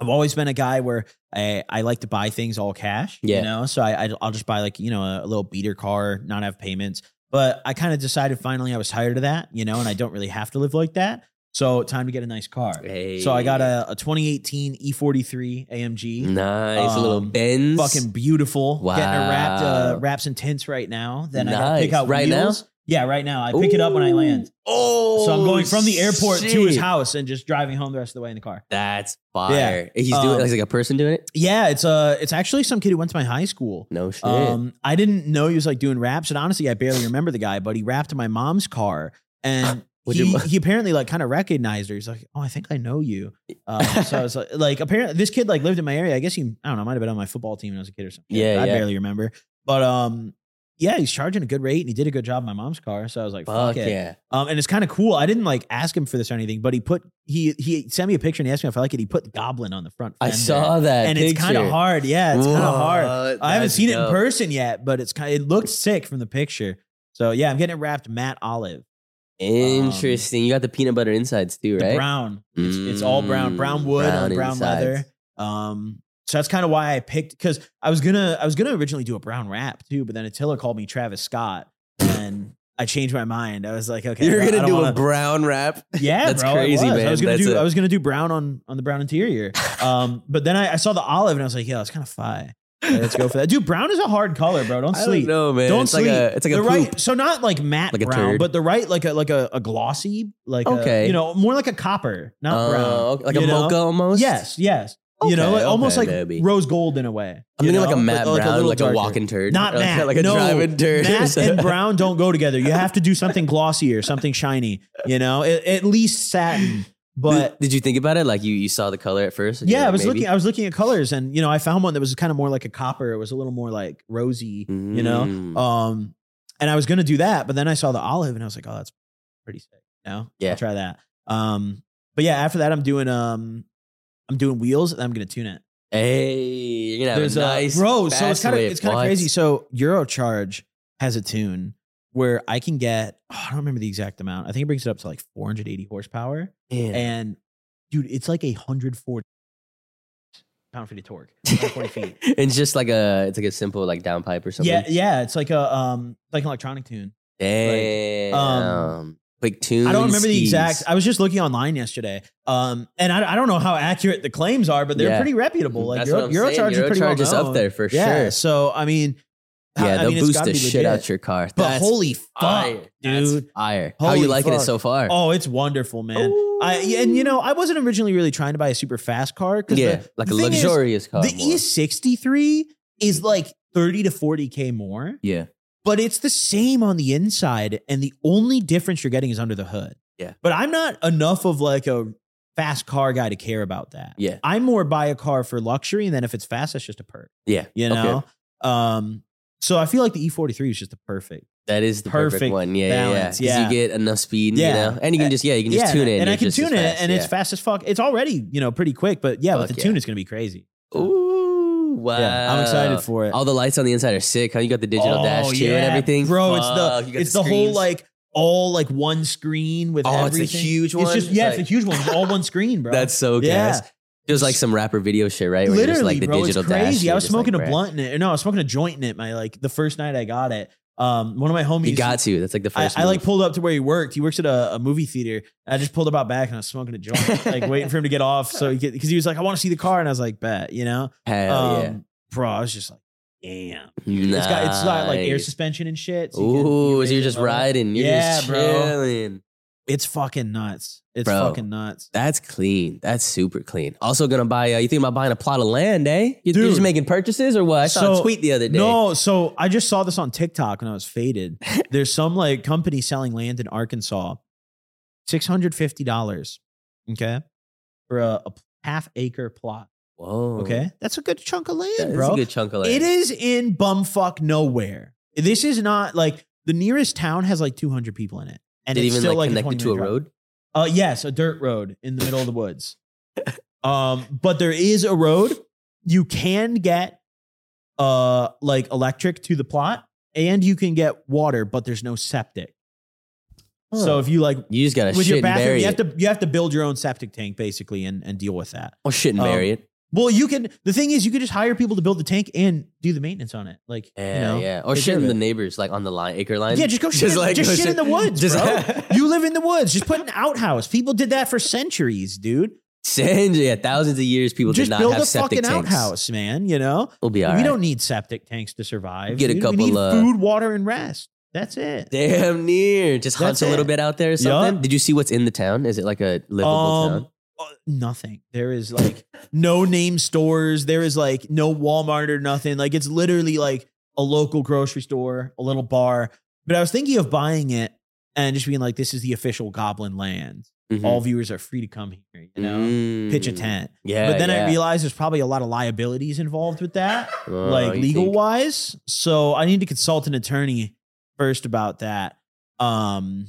Speaker 1: I've always been a guy where I, I like to buy things all cash.
Speaker 2: Yeah.
Speaker 1: You know, so I I'll just buy like you know a, little beater car, not have payments. But I kind of decided finally I was tired of that. You know, and I don't really have to live like that. So time to get a nice car.
Speaker 2: Hey.
Speaker 1: So I got a, E a 2018 E43 AMG.
Speaker 2: nice a little
Speaker 1: um,
Speaker 2: Benz.
Speaker 1: Fucking beautiful. Getting it wrapped, uh,
Speaker 2: Wow.
Speaker 1: wraps and tints right now. Then I gotta pick
Speaker 2: Nice.
Speaker 1: out
Speaker 2: Right now?
Speaker 1: wheels. Yeah, right now. I pick it up when I
Speaker 2: Ooh.
Speaker 1: land.
Speaker 2: Oh,
Speaker 1: So I'm going from the airport to his
Speaker 2: shit.
Speaker 1: house and just driving home the rest of the way in the car.
Speaker 2: That's fire. He's
Speaker 1: Um,
Speaker 2: doing like, like a person doing it.
Speaker 1: Yeah, it's uh it's actually some kid who went to my high school.
Speaker 2: No shit.
Speaker 1: Um, I didn't know he was like doing raps, and honestly, I barely remember the guy. But he rapped in my mom's car, and
Speaker 2: Would
Speaker 1: he,
Speaker 2: your mo-
Speaker 1: he apparently like kind of recognized her. He's like, "Oh, I think I know you." Um, so I was like, like apparently this kid like lived in my area. I guess he I don't know might have been on my football team when I was a kid or something.
Speaker 2: Yeah,
Speaker 1: I
Speaker 2: yeah.
Speaker 1: barely remember. But um, yeah, he's charging a good rate and he did a good job in my mom's car. So I was like, fuck,
Speaker 2: Fuck
Speaker 1: it.
Speaker 2: yeah.
Speaker 1: Um, and it's kind of cool. I didn't like ask him for this or anything, but he put he he sent me a picture and he asked me if I like it. He put Goblin on the front.
Speaker 2: I
Speaker 1: fender.
Speaker 2: saw that.
Speaker 1: and it's kind of
Speaker 2: picture.
Speaker 1: hard. Yeah, it's kind of hard.
Speaker 2: What?
Speaker 1: I haven't
Speaker 2: That's
Speaker 1: seen it in
Speaker 2: dope.
Speaker 1: person yet, but it's kind. It looked sick from the picture. So yeah, I'm getting it wrapped Matt Olive,
Speaker 2: Interesting. you got the peanut butter insides too,
Speaker 1: the
Speaker 2: right?
Speaker 1: brown. It's, it's all brown,
Speaker 2: Mm,
Speaker 1: brown wood on brown
Speaker 2: insides.
Speaker 1: leather. Um, so that's kind of why I picked because I was gonna I was gonna originally do a brown wrap too, but then Attila called me Travis Scott, and I changed my mind. I was like, okay,
Speaker 2: You're
Speaker 1: I don't
Speaker 2: gonna do a
Speaker 1: wanna-
Speaker 2: brown wrap.
Speaker 1: Yeah,
Speaker 2: That's
Speaker 1: bro, I
Speaker 2: crazy,
Speaker 1: was. I
Speaker 2: man.
Speaker 1: was gonna
Speaker 2: That's
Speaker 1: do
Speaker 2: a-
Speaker 1: I was gonna do brown on on the brown interior. Um, but then I, I saw the olive and I was like, yeah, that's kind of fire. Let's go for that, dude. Brown is a hard color, bro. Don't
Speaker 2: I
Speaker 1: sleep.
Speaker 2: don't know, man.
Speaker 1: Don't
Speaker 2: it's
Speaker 1: sleep.
Speaker 2: like a it's like
Speaker 1: the
Speaker 2: a
Speaker 1: right,
Speaker 2: poop.
Speaker 1: so not like matte
Speaker 2: Like a
Speaker 1: brown,
Speaker 2: turd.
Speaker 1: but the right, like a like a, a glossy, like a,
Speaker 2: Okay.
Speaker 1: you know, more like a copper, not
Speaker 2: Oh,
Speaker 1: brown,
Speaker 2: okay, like
Speaker 1: you
Speaker 2: a
Speaker 1: know?
Speaker 2: mocha almost.
Speaker 1: Yes, yes. you know,
Speaker 2: Okay,
Speaker 1: like- almost
Speaker 2: okay,
Speaker 1: like
Speaker 2: maybe.
Speaker 1: rose gold in a way.
Speaker 2: I'm
Speaker 1: you
Speaker 2: thinking like a
Speaker 1: know?
Speaker 2: matte
Speaker 1: But,
Speaker 2: brown,
Speaker 1: little
Speaker 2: like a
Speaker 1: darker.
Speaker 2: walking turd,
Speaker 1: Not
Speaker 2: Or like,
Speaker 1: matte,
Speaker 2: like a
Speaker 1: no.
Speaker 2: driving turd.
Speaker 1: Matte and brown don't go together. You have to do something glossy or something shiny. You know, at, at least satin. But
Speaker 2: did, did you think about it? Like you, you saw the color at first? and you're
Speaker 1: yeah, I
Speaker 2: like,
Speaker 1: was
Speaker 2: maybe?
Speaker 1: looking. I was looking at colors, and you know, I found one that was kind of more like a copper. It was a little more like rosy. You know,
Speaker 2: Mm.
Speaker 1: Um, and I was gonna do that, but then I saw the olive and I was like, oh, that's pretty sick. No,
Speaker 2: Yeah.
Speaker 1: I'll try that. Um, but yeah, after that, I'm doing um, I'm doing wheels and I'm gonna tune it.
Speaker 2: hey, you're gonna have a nice,
Speaker 1: bro. So it's
Speaker 2: fast
Speaker 1: kind of
Speaker 2: whip.
Speaker 1: it's kind of
Speaker 2: What?
Speaker 1: crazy. So Eurocharge has a tune where I can get oh, I don't remember the exact amount. I think it brings it up to like 480 horsepower,
Speaker 2: Man.
Speaker 1: and dude, it's like a hundred forty pound feet of torque, 140 feet.
Speaker 2: it's just like a, it's like a simple like downpipe or something.
Speaker 1: Yeah, yeah, it's like a um, like an electronic tune.
Speaker 2: Damn.
Speaker 1: um,
Speaker 2: Quick tune.
Speaker 1: I don't remember the
Speaker 2: skis.
Speaker 1: exact. I was just looking online yesterday, um, and I, I don't know how accurate the claims are, but they're
Speaker 2: Yeah.
Speaker 1: pretty reputable. Like
Speaker 2: That's
Speaker 1: Euro,
Speaker 2: what I'm saying.
Speaker 1: Eurocharge is pretty well
Speaker 2: Eurocharge is up
Speaker 1: known.
Speaker 2: there for
Speaker 1: yeah.
Speaker 2: sure.
Speaker 1: So I mean, I-
Speaker 2: Yeah,
Speaker 1: I
Speaker 2: they'll
Speaker 1: mean, it's
Speaker 2: boost
Speaker 1: gotta
Speaker 2: the
Speaker 1: be
Speaker 2: shit
Speaker 1: legit.
Speaker 2: out your car.
Speaker 1: But
Speaker 2: That's
Speaker 1: holy
Speaker 2: fire.
Speaker 1: fuck,
Speaker 2: That's
Speaker 1: dude!
Speaker 2: fire. How you
Speaker 1: Holy
Speaker 2: liking it
Speaker 1: fuck.
Speaker 2: so far?
Speaker 1: Oh, it's wonderful, man. I and you know, I wasn't originally really trying to buy a super fast car. 'cause
Speaker 2: yeah,
Speaker 1: the-
Speaker 2: like
Speaker 1: the
Speaker 2: a
Speaker 1: thing is,
Speaker 2: luxurious car.
Speaker 1: The
Speaker 2: more.
Speaker 1: E sixty three is like thirty to forty k more,
Speaker 2: Yeah.
Speaker 1: but it's the same on the inside, and the only difference you're getting is under the hood.
Speaker 2: Yeah.
Speaker 1: But I'm not enough of like a fast car guy to care about that.
Speaker 2: Yeah.
Speaker 1: I more buy a car for luxury, and then if it's fast, that's just a perk.
Speaker 2: Yeah.
Speaker 1: You
Speaker 2: Okay.
Speaker 1: know. Um. So I feel like the E43 is just the perfect.
Speaker 2: That is the perfect,
Speaker 1: Perfect
Speaker 2: one. Yeah,
Speaker 1: balance,
Speaker 2: yeah, yeah. 'Cause
Speaker 1: yeah.
Speaker 2: You get enough speed,
Speaker 1: Yeah. Uh,
Speaker 2: you know, and you can just yeah, you can just tune it,
Speaker 1: and I
Speaker 2: it's
Speaker 1: can
Speaker 2: just
Speaker 1: tune it,
Speaker 2: as fast,
Speaker 1: and it's
Speaker 2: yeah.
Speaker 1: fast as fuck. It's already you know pretty quick, but yeah,
Speaker 2: Fuck
Speaker 1: with the
Speaker 2: yeah.
Speaker 1: tune, it's gonna be crazy.
Speaker 2: Ooh, wow!
Speaker 1: Yeah, I'm excited for it.
Speaker 2: All the lights on the inside are sick. How you got the digital
Speaker 1: Oh,
Speaker 2: dash too and
Speaker 1: yeah,
Speaker 2: everything,
Speaker 1: bro.
Speaker 2: Fuck,
Speaker 1: it's
Speaker 2: you
Speaker 1: the
Speaker 2: got
Speaker 1: it's the, whole
Speaker 2: screens.
Speaker 1: like all like one screen with
Speaker 2: Oh, it's a
Speaker 1: everything. It's
Speaker 2: huge one?
Speaker 1: just yeah,
Speaker 2: It's
Speaker 1: it's a huge one. It's all one screen, bro.
Speaker 2: That's so
Speaker 1: Yeah.
Speaker 2: gas. Feels like some rapper video shit, right? Where you're
Speaker 1: literally
Speaker 2: just like the
Speaker 1: bro.
Speaker 2: digital
Speaker 1: it's crazy.
Speaker 2: dash.
Speaker 1: I
Speaker 2: you're
Speaker 1: was
Speaker 2: just like,
Speaker 1: smoking a
Speaker 2: bruh.
Speaker 1: blunt in it. No, I was smoking a joint in it. My like the first night I got it. Um, one of my homies
Speaker 2: You got to. That's like the
Speaker 1: I,
Speaker 2: first.
Speaker 1: I like
Speaker 2: move.
Speaker 1: pulled up to where he worked. He works at a, a movie theater. I just pulled up out back and I was smoking a joint, like waiting for him to get off. So he because he was like, I want to see the car, and I was like, bet, you know,
Speaker 2: Hell
Speaker 1: Um, bro. I was just like, damn,
Speaker 2: yeah!
Speaker 1: it's got it's got like air
Speaker 2: Nice.
Speaker 1: suspension and shit. so you can- you
Speaker 2: Ooh,
Speaker 1: raise
Speaker 2: so you're
Speaker 1: it
Speaker 2: just
Speaker 1: lower.
Speaker 2: riding. You're
Speaker 1: Yeah,
Speaker 2: just
Speaker 1: bro.
Speaker 2: chilling.
Speaker 1: It's fucking nuts. It's
Speaker 2: Bro.
Speaker 1: fucking nuts.
Speaker 2: That's clean. That's super clean. Also gonna buy. Uh, you think about buying a plot of land, eh? You, are
Speaker 1: Dude.
Speaker 2: just making purchases or what? I saw a
Speaker 1: So-
Speaker 2: tweet the other day.
Speaker 1: No, so I just saw this on TikTok when I was faded. There's some like company selling land in Arkansas, six hundred fifty dollars. Okay, for a, a half acre plot.
Speaker 2: Whoa.
Speaker 1: Okay, that's a good chunk of land,
Speaker 2: That is
Speaker 1: bro.
Speaker 2: a good chunk of land.
Speaker 1: It is in bumfuck nowhere. This is not like the nearest town has like 200 people in it, and
Speaker 2: Did it
Speaker 1: it's
Speaker 2: even
Speaker 1: still
Speaker 2: like
Speaker 1: like,
Speaker 2: connected to a
Speaker 1: 20 minute
Speaker 2: road?
Speaker 1: drive. Uh, yes, a dirt road in the middle of the woods. um, but there is a road. You can get uh like electric to the plot, and you can get water, but there's no septic. So if you like
Speaker 2: you just gotta
Speaker 1: with
Speaker 2: shit
Speaker 1: your
Speaker 2: and
Speaker 1: bathroom,
Speaker 2: bury
Speaker 1: you
Speaker 2: it.
Speaker 1: have to you have to build your own septic tank basically, and and deal with that.
Speaker 2: oh, shit and
Speaker 1: um,
Speaker 2: bury it.
Speaker 1: Well, you can. The thing is, you could just hire people to build the tank and do the maintenance on it. Like,
Speaker 2: Yeah,
Speaker 1: you know,
Speaker 2: yeah. Or
Speaker 1: take
Speaker 2: shit
Speaker 1: care of
Speaker 2: in the
Speaker 1: it.
Speaker 2: neighbors, like on the line, acre line.
Speaker 1: Yeah, just go shit in- just
Speaker 2: go
Speaker 1: shit in the woods, bro. you live in the woods. Just put an outhouse. People did that for centuries, dude.
Speaker 2: Send- yeah, thousands of years people
Speaker 1: just
Speaker 2: did not
Speaker 1: build
Speaker 2: have
Speaker 1: a
Speaker 2: septic
Speaker 1: fucking
Speaker 2: tanks.
Speaker 1: outhouse, man. You know,
Speaker 2: We'll be all
Speaker 1: we
Speaker 2: right.
Speaker 1: don't need septic tanks to survive.
Speaker 2: Get a
Speaker 1: dude.
Speaker 2: couple,
Speaker 1: We need
Speaker 2: uh,
Speaker 1: food, water, and rest. That's it.
Speaker 2: Damn near. Just hunt
Speaker 1: That's
Speaker 2: a little
Speaker 1: it.
Speaker 2: bit out there or something.
Speaker 1: Yup.
Speaker 2: Did you see what's in the town? Is it like a livable town?
Speaker 1: uh, nothing. There is like no name stores. There is like no Walmart or nothing. Like it's literally like a local grocery store, a little bar. But I was thinking of buying it and just being like, this is the official Goblin land.
Speaker 2: Mhm.
Speaker 1: all viewers are free to come here, you know,
Speaker 2: Mm.
Speaker 1: pitch a tent.
Speaker 2: Yeah.
Speaker 1: but then
Speaker 2: yeah.
Speaker 1: I realized there's probably a lot of liabilities involved with that,
Speaker 2: Oh,
Speaker 1: like
Speaker 2: you
Speaker 1: legal
Speaker 2: think-
Speaker 1: wise. So I need to consult an attorney first about that. Um,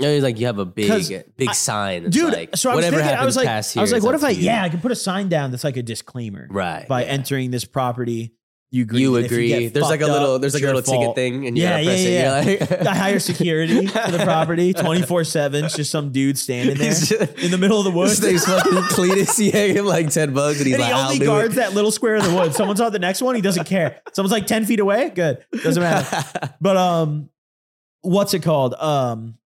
Speaker 2: No, it's like you have a big,
Speaker 1: Because
Speaker 2: big
Speaker 1: I-
Speaker 2: sign. That's
Speaker 1: dude,
Speaker 2: like,
Speaker 1: so I was
Speaker 2: whatever
Speaker 1: thinking, I
Speaker 2: happens
Speaker 1: was like,
Speaker 2: past
Speaker 1: I
Speaker 2: here.
Speaker 1: was like,
Speaker 2: is
Speaker 1: what
Speaker 2: up
Speaker 1: if I,
Speaker 2: to you.
Speaker 1: yeah, I can put a sign down that's like a disclaimer
Speaker 2: right
Speaker 1: by
Speaker 2: yeah.
Speaker 1: entering this property. You agree.
Speaker 2: You
Speaker 1: that if
Speaker 2: agree.
Speaker 1: get
Speaker 2: there's like a
Speaker 1: fucked
Speaker 2: little,
Speaker 1: up,
Speaker 2: there's like
Speaker 1: it's
Speaker 2: a
Speaker 1: your
Speaker 2: little ticket
Speaker 1: fault.
Speaker 2: thing, and you
Speaker 1: Yeah,
Speaker 2: gotta press
Speaker 1: yeah,
Speaker 2: it. You're like,
Speaker 1: I hire security for the property 24 7. It's just some dude standing there in the middle of the
Speaker 2: This
Speaker 1: woods.
Speaker 2: thing's fucking Cletus. He gave him like ten bucks, and he's
Speaker 1: and
Speaker 2: like,
Speaker 1: he
Speaker 2: "I'll
Speaker 1: only
Speaker 2: do
Speaker 1: guards
Speaker 2: it."
Speaker 1: that little square of the woods. Someone's on the next one. He doesn't care. Someone's like 10 feet away. Good. Doesn't matter. But um, what's it called? Um,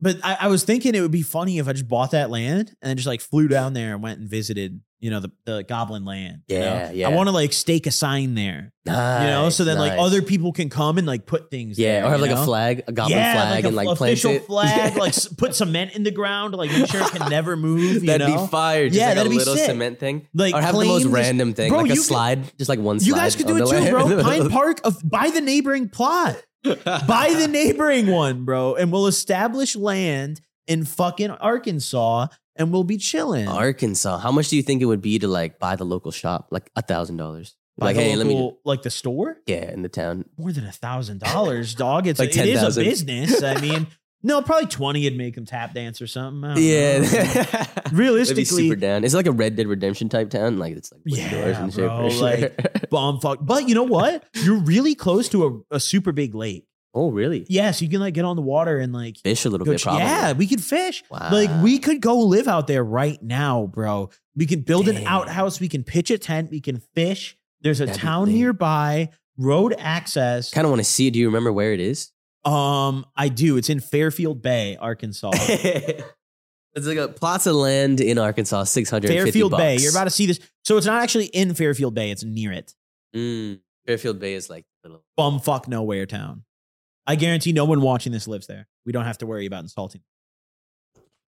Speaker 1: but I, I was thinking it would be funny if I just bought that land and then just like flew down there and went and visited, you know, the, the Goblin Land. you know?
Speaker 2: Yeah, yeah.
Speaker 1: I want to like stake a sign there, you know, so then like
Speaker 2: Nice,
Speaker 1: other
Speaker 2: nice.
Speaker 1: people can come and like put things.
Speaker 2: yeah,
Speaker 1: there,
Speaker 2: or have
Speaker 1: you
Speaker 2: like
Speaker 1: know?
Speaker 2: a flag, a goblin
Speaker 1: yeah,
Speaker 2: flag,
Speaker 1: like
Speaker 2: and
Speaker 1: a,
Speaker 2: like plant
Speaker 1: official
Speaker 2: it.
Speaker 1: flag,
Speaker 2: Yeah.
Speaker 1: like s- put cement in the ground, like make sure it can never move. You
Speaker 2: that'd
Speaker 1: know?
Speaker 2: be fire. Just
Speaker 1: Yeah,
Speaker 2: like a
Speaker 1: that'd be
Speaker 2: little
Speaker 1: sick.
Speaker 2: cement thing,
Speaker 1: Like
Speaker 2: or have the most
Speaker 1: claim this-
Speaker 2: random thing,
Speaker 1: Bro,
Speaker 2: like
Speaker 1: you
Speaker 2: a
Speaker 1: could-
Speaker 2: slide, just like one.
Speaker 1: You
Speaker 2: slide
Speaker 1: guys could
Speaker 2: on
Speaker 1: do it
Speaker 2: the
Speaker 1: too,
Speaker 2: land.
Speaker 1: bro. Pine Park of buy the neighboring plot. buy the neighboring one, bro, and we'll establish land in fucking Arkansas and we'll be chilling.
Speaker 2: Arkansas. How much do you think it would be to like buy the local shop? Like a thousand dollars.
Speaker 1: Buy
Speaker 2: Like,
Speaker 1: the
Speaker 2: hey, let me.
Speaker 1: local- like the store?
Speaker 2: Yeah, in the town.
Speaker 1: More than a thousand dollars, dog. It's
Speaker 2: Like
Speaker 1: it is a
Speaker 2: 10,000.
Speaker 1: business. I mean, no, probably twenty would make them tap dance or something. I don't know.
Speaker 2: Yeah, That'd be
Speaker 1: Realistically,
Speaker 2: super down. It's like a Red Dead Redemption type town. Like it's like with
Speaker 1: Yeah,
Speaker 2: doors and shit.
Speaker 1: bro,
Speaker 2: for sure.
Speaker 1: bomb fuck. But you know what? You're really close to a, a super big lake.
Speaker 2: oh, really?
Speaker 1: Yes, you can like get on the water and like
Speaker 2: Fish a little
Speaker 1: go
Speaker 2: bit,
Speaker 1: ch-
Speaker 2: probably.
Speaker 1: yeah, we could fish.
Speaker 2: Wow.
Speaker 1: Like we could go live out there right now, bro. We can build an
Speaker 2: Damn.
Speaker 1: outhouse. We can pitch a tent. We can fish. There's a
Speaker 2: That'd be
Speaker 1: town
Speaker 2: lit.
Speaker 1: nearby, road access.
Speaker 2: Kind of want to see. it. Do you remember where it is?
Speaker 1: Um, I do. It's in Fairfield Bay, Arkansas.
Speaker 2: it's like a plots of land in Arkansas, six hundred.
Speaker 1: Fairfield Bay. You're about to see this. So it's not actually in Fairfield Bay. It's near it.
Speaker 2: mm, Fairfield Bay is like a little.
Speaker 1: Bumfuck nowhere town. I guarantee no one watching this lives there. We don't have to worry about insulting.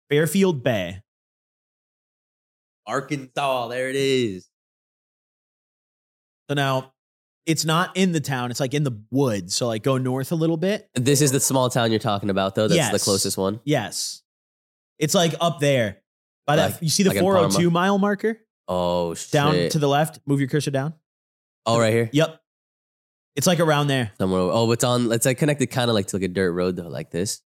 Speaker 1: Fairfield Bay.
Speaker 2: Arkansas. There it is.
Speaker 1: So now it's not in the town, it's like in the woods. So like go north a little bit.
Speaker 2: This is the small town you're talking about, though. That's the
Speaker 1: Yes.
Speaker 2: closest one.
Speaker 1: Yes. It's like up there. By that
Speaker 2: Like-
Speaker 1: you see the
Speaker 2: like in
Speaker 1: 402
Speaker 2: Parma.
Speaker 1: mile marker
Speaker 2: Oh shit!
Speaker 1: down to the left. Move your cursor down.
Speaker 2: oh right here.
Speaker 1: Yep. It's like around there.
Speaker 2: Somewhere. over- Oh, it's on. It's like connected, kind of like to like a dirt road though, like this.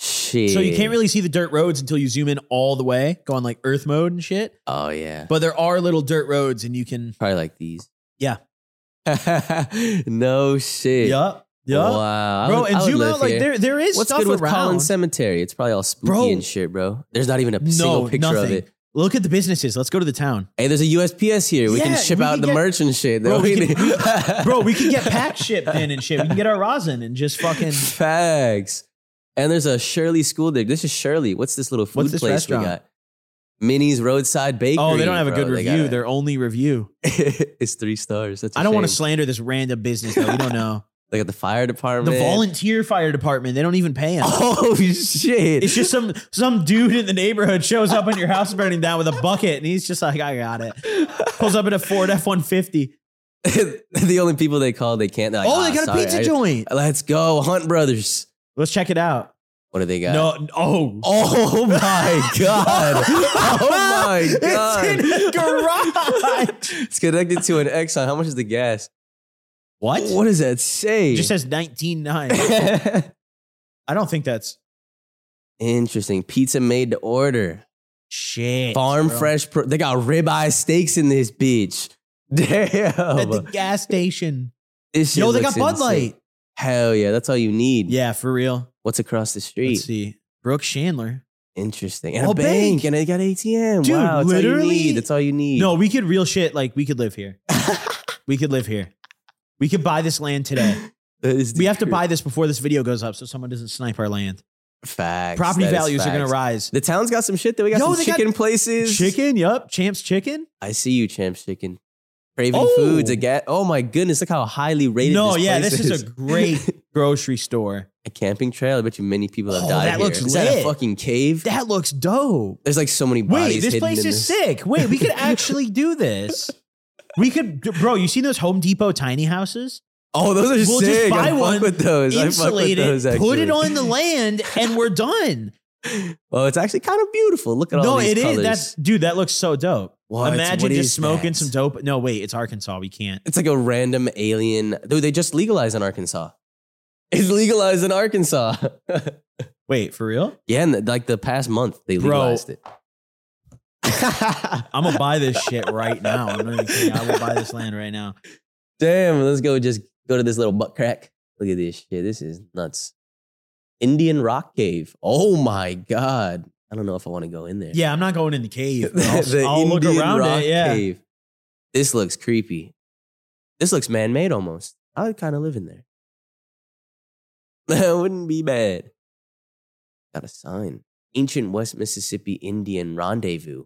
Speaker 2: Shit.
Speaker 1: So you can't really see the dirt roads until you zoom in all the way, go on like earth mode and shit.
Speaker 2: Oh yeah.
Speaker 1: But there are little dirt roads and you can
Speaker 2: Probably like these.
Speaker 1: Yeah.
Speaker 2: no shit.
Speaker 1: Yup. Yup.
Speaker 2: Wow. I
Speaker 1: Bro,
Speaker 2: would-
Speaker 1: and
Speaker 2: I would
Speaker 1: zoom
Speaker 2: live
Speaker 1: out like
Speaker 2: here.
Speaker 1: there there is
Speaker 2: What's
Speaker 1: stuff
Speaker 2: good with
Speaker 1: around.
Speaker 2: Collins Cemetery? It's probably all spooky
Speaker 1: Bro.
Speaker 2: and shit, bro. There's not even a single
Speaker 1: no,
Speaker 2: picture
Speaker 1: nothing.
Speaker 2: of it.
Speaker 1: Look at the businesses. Let's go to the town.
Speaker 2: Hey, there's a USPS here. We
Speaker 1: Yeah,
Speaker 2: can ship
Speaker 1: we
Speaker 2: out
Speaker 1: can
Speaker 2: the
Speaker 1: get-
Speaker 2: merch and shit.
Speaker 1: Bro,
Speaker 2: that
Speaker 1: we can-
Speaker 2: need.
Speaker 1: Bro, we can get pack shipped in and shit. We can get our rosin and just fucking
Speaker 2: Facts. And there's a Shirley school district. This is Shirley. What's this little food
Speaker 1: What's this
Speaker 2: place
Speaker 1: restaurant?
Speaker 2: we got? Minnie's Roadside Bakery.
Speaker 1: Oh, they don't have a
Speaker 2: bro.
Speaker 1: good
Speaker 2: They
Speaker 1: review.
Speaker 2: gotta-
Speaker 1: Their only review.
Speaker 2: it's three stars. That's I
Speaker 1: I don't want to
Speaker 2: Sl-
Speaker 1: slander this random business that we don't know.
Speaker 2: they got the fire
Speaker 1: the
Speaker 2: department.
Speaker 1: volunteer fire department, they don't even pay him.
Speaker 2: Oh shit!
Speaker 1: It's just some some dude in the neighborhood shows up on your house burning down with a bucket and he's just like, I got it. Pulls up in a Ford F one fifty.
Speaker 2: the only people they call they can't. they're like,
Speaker 1: Oh, they
Speaker 2: "Ah,
Speaker 1: got
Speaker 2: sorry,
Speaker 1: a pizza
Speaker 2: I-
Speaker 1: joint.
Speaker 2: Let's go, Hunt Brothers.
Speaker 1: Let's check it out.
Speaker 2: What do they got?
Speaker 1: No oh
Speaker 2: Oh my god! oh my god!
Speaker 1: It's in the garage.
Speaker 2: It's connected to an Exxon. How much is the gas?
Speaker 1: What?
Speaker 2: What does that say?
Speaker 1: It just says nineteen nine. I don't think that's
Speaker 2: Interesting. Pizza made to order.
Speaker 1: shit.
Speaker 2: Farm
Speaker 1: bro.
Speaker 2: fresh. Pro- they got ribeye steaks in this bitch. Damn.
Speaker 1: at the gas station.
Speaker 2: This shit
Speaker 1: Yo, they got
Speaker 2: looks
Speaker 1: Bud
Speaker 2: insane.
Speaker 1: Light.
Speaker 2: Hell yeah, that's all you need.
Speaker 1: Yeah, for real.
Speaker 2: What's across the
Speaker 1: Let's
Speaker 2: street?
Speaker 1: see. Brooke Chandler.
Speaker 2: Interesting. And
Speaker 1: Oh,
Speaker 2: a bank,
Speaker 1: bank.
Speaker 2: and they got ATM.
Speaker 1: Dude,
Speaker 2: wow, that's all you
Speaker 1: literally-
Speaker 2: need. That's all you need.
Speaker 1: No, we could real shit. Like we could live here. we could live here. We could buy this land today.
Speaker 2: That is
Speaker 1: We have to
Speaker 2: the-
Speaker 1: buy this before this video goes up, so someone doesn't snipe our land.
Speaker 2: facts.
Speaker 1: Property
Speaker 2: That is
Speaker 1: values are going
Speaker 2: facts.
Speaker 1: to rise.
Speaker 2: The town's got some shit that we got
Speaker 1: Yo,
Speaker 2: some
Speaker 1: they got
Speaker 2: chicken places.
Speaker 1: Chicken, yup. Champs Chicken.
Speaker 2: I see you, Champs Chicken. Craven
Speaker 1: Oh.
Speaker 2: Foods again. Oh my goodness, look how highly rated.
Speaker 1: No,
Speaker 2: this
Speaker 1: yeah,
Speaker 2: place
Speaker 1: this is a great- Grocery store.
Speaker 2: a camping trail. I bet you many people have
Speaker 1: Oh,
Speaker 2: died
Speaker 1: that
Speaker 2: here.
Speaker 1: looks
Speaker 2: is that a
Speaker 1: lit.
Speaker 2: fucking cave?
Speaker 1: That looks dope.
Speaker 2: There's like so many bodies.
Speaker 1: Wait, this
Speaker 2: hidden
Speaker 1: place
Speaker 2: in
Speaker 1: is
Speaker 2: this.
Speaker 1: sick. Wait, we could actually do this. We could, bro. You seen those Home Depot tiny houses?
Speaker 2: Oh, those are
Speaker 1: We'll just
Speaker 2: sick.
Speaker 1: buy
Speaker 2: I fuck
Speaker 1: one,
Speaker 2: with those. I fuck with
Speaker 1: Insulate it,
Speaker 2: those.
Speaker 1: put it
Speaker 2: actually.
Speaker 1: on the land, and we're done.
Speaker 2: Well, Oh, it's actually kind of beautiful. Look at all
Speaker 1: No,
Speaker 2: these
Speaker 1: it is.
Speaker 2: colors.
Speaker 1: That's dude. That looks so dope.
Speaker 2: What?
Speaker 1: Imagine
Speaker 2: What
Speaker 1: just
Speaker 2: is
Speaker 1: smoking
Speaker 2: that?
Speaker 1: some dope. No, wait, it's Arkansas. We can't.
Speaker 2: It's like a random alien. Dude, they just legalized in Arkansas. It's legalized in Arkansas.
Speaker 1: Wait, for real?
Speaker 2: yeah, and like the past month they
Speaker 1: Bro.
Speaker 2: legalized it.
Speaker 1: I'm gonna buy this shit right now. I'm not even kidding. I will buy this land right now.
Speaker 2: Damn, let's go just go to this little butt crack. Look at this shit. This is nuts. Indian rock cave. Oh my god. I don't know if I want to go in there.
Speaker 1: Yeah, I'm not going in the cave. but I'll,
Speaker 2: the
Speaker 1: I'll look
Speaker 2: Indian
Speaker 1: around
Speaker 2: rock
Speaker 1: it. Yeah.
Speaker 2: cave. This looks creepy. This looks man-made almost. I would kind of live in there. That wouldn't be bad. Got a sign. Ancient West Mississippi Indian Rendezvous.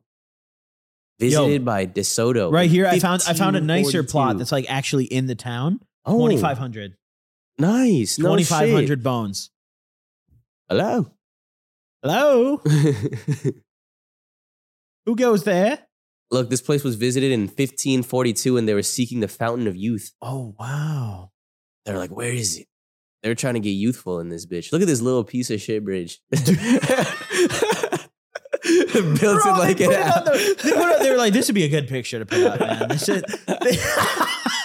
Speaker 2: Visited by DeSoto.
Speaker 1: Right
Speaker 2: in
Speaker 1: here, I found I found a nicer
Speaker 2: 1542.
Speaker 1: plot that's like actually in the town.
Speaker 2: Oh,
Speaker 1: 2,500.
Speaker 2: Nice. No
Speaker 1: 2,500
Speaker 2: shit.
Speaker 1: bones.
Speaker 2: Hello.
Speaker 1: Hello, who goes there?
Speaker 2: Look, this place was visited in 1542 and they were seeking the fountain of youth.
Speaker 1: Oh wow.
Speaker 2: They're like, where is it? They're trying to get youthful in this bitch. Look at this little piece of shit bridge. Built
Speaker 1: Bro,
Speaker 2: in like
Speaker 1: they,
Speaker 2: an
Speaker 1: put it on
Speaker 2: hour.
Speaker 1: the, they, put it- they were like, this would be a good picture to put up, man. This shit.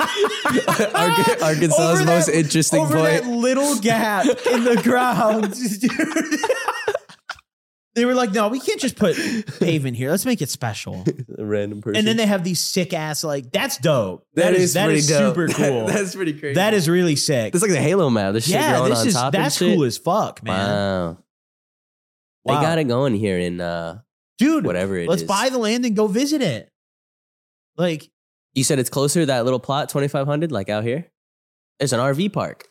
Speaker 2: Ark- Arkansas's
Speaker 1: Over
Speaker 2: most
Speaker 1: that-
Speaker 2: interesting
Speaker 1: over
Speaker 2: point.
Speaker 1: that little gap in the ground. dude. they were like, no, we can't just put pavement here. Let's make it special.
Speaker 2: A random person.
Speaker 1: And then they have these sick ass like that's dope.
Speaker 2: that is,
Speaker 1: that
Speaker 2: pretty
Speaker 1: is
Speaker 2: dope.
Speaker 1: super
Speaker 2: That-
Speaker 1: cool.
Speaker 2: that's pretty crazy.
Speaker 1: that is really sick.
Speaker 2: That's like the Halo map. There's shit
Speaker 1: yeah,
Speaker 2: growing
Speaker 1: this
Speaker 2: on
Speaker 1: is
Speaker 2: top
Speaker 1: that's
Speaker 2: and shit.
Speaker 1: cool as fuck, man.
Speaker 2: Wow.
Speaker 1: Wow.
Speaker 2: They got it going here in uh,
Speaker 1: Dude,
Speaker 2: whatever it
Speaker 1: let's
Speaker 2: is.
Speaker 1: buy the land and go visit it. Like,
Speaker 2: You said it's closer that little plot, twenty five hundred, like out here. There's an RV park.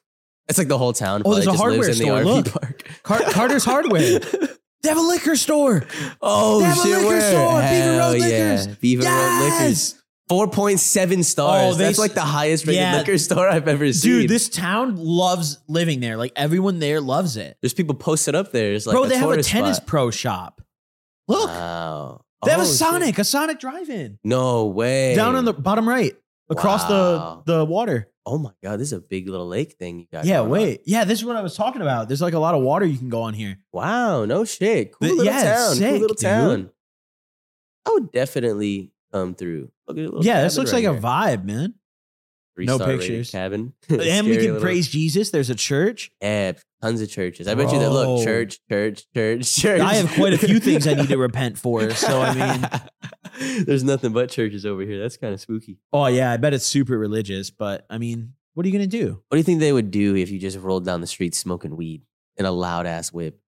Speaker 2: It's like the whole town.
Speaker 1: Oh,
Speaker 2: probably
Speaker 1: there's a
Speaker 2: just
Speaker 1: hardware
Speaker 2: lives in
Speaker 1: store.
Speaker 2: The RV
Speaker 1: Look.
Speaker 2: park.
Speaker 1: Car- Carter's Hardware. They have a liquor store.
Speaker 2: Oh
Speaker 1: They have a
Speaker 2: shit!
Speaker 1: liquor
Speaker 2: where?
Speaker 1: store, Beaver
Speaker 2: Hell
Speaker 1: Road
Speaker 2: yeah.
Speaker 1: Liquors.
Speaker 2: Beaver Road Liquors.
Speaker 1: Yes,
Speaker 2: Four point seven stars.
Speaker 1: Oh, they
Speaker 2: That's
Speaker 1: s-
Speaker 2: like the highest rated
Speaker 1: Yeah.
Speaker 2: liquor store I've ever seen.
Speaker 1: dude, this town loves living there. Like everyone there loves it.
Speaker 2: there's people posted up there. It's like
Speaker 1: Bro,
Speaker 2: a
Speaker 1: they have a
Speaker 2: tourist
Speaker 1: tennis
Speaker 2: spot.
Speaker 1: pro shop. Look,
Speaker 2: Wow.
Speaker 1: they have
Speaker 2: Oh,
Speaker 1: a
Speaker 2: shit.
Speaker 1: Sonic, a Sonic drive-in
Speaker 2: No way.
Speaker 1: down on the bottom right, across
Speaker 2: Wow.
Speaker 1: the the water.
Speaker 2: Oh my god, this is a big little lake thing you got.
Speaker 1: yeah,
Speaker 2: going on.
Speaker 1: wait, yeah, this is what I was talking about. There's like a lot of water you can go on here.
Speaker 2: Wow, no shit. Cool
Speaker 1: The-
Speaker 2: little
Speaker 1: yeah,
Speaker 2: town. cool
Speaker 1: sick,
Speaker 2: little
Speaker 1: dude.
Speaker 2: town. I would definitely come through. Look at a little
Speaker 1: yeah, this
Speaker 2: cabin
Speaker 1: looks
Speaker 2: right
Speaker 1: like a
Speaker 2: here.
Speaker 1: vibe, man.
Speaker 2: Three
Speaker 1: no
Speaker 2: star rated
Speaker 1: pictures.
Speaker 2: cabin.
Speaker 1: and we
Speaker 2: Scary
Speaker 1: can
Speaker 2: little-
Speaker 1: praise Jesus. There's a church.
Speaker 2: Yeah, tons of churches. I bet you that look
Speaker 1: Bro.
Speaker 2: church, church, church, church.
Speaker 1: I have quite a few things I need to repent for. So I mean,
Speaker 2: mean, there's nothing but churches over here. That's kind of spooky.
Speaker 1: oh yeah, I bet it's super religious, but I mean, what are you gonna do?
Speaker 2: What do you think they would do if you just rolled down the street smoking weed in a loud ass whip?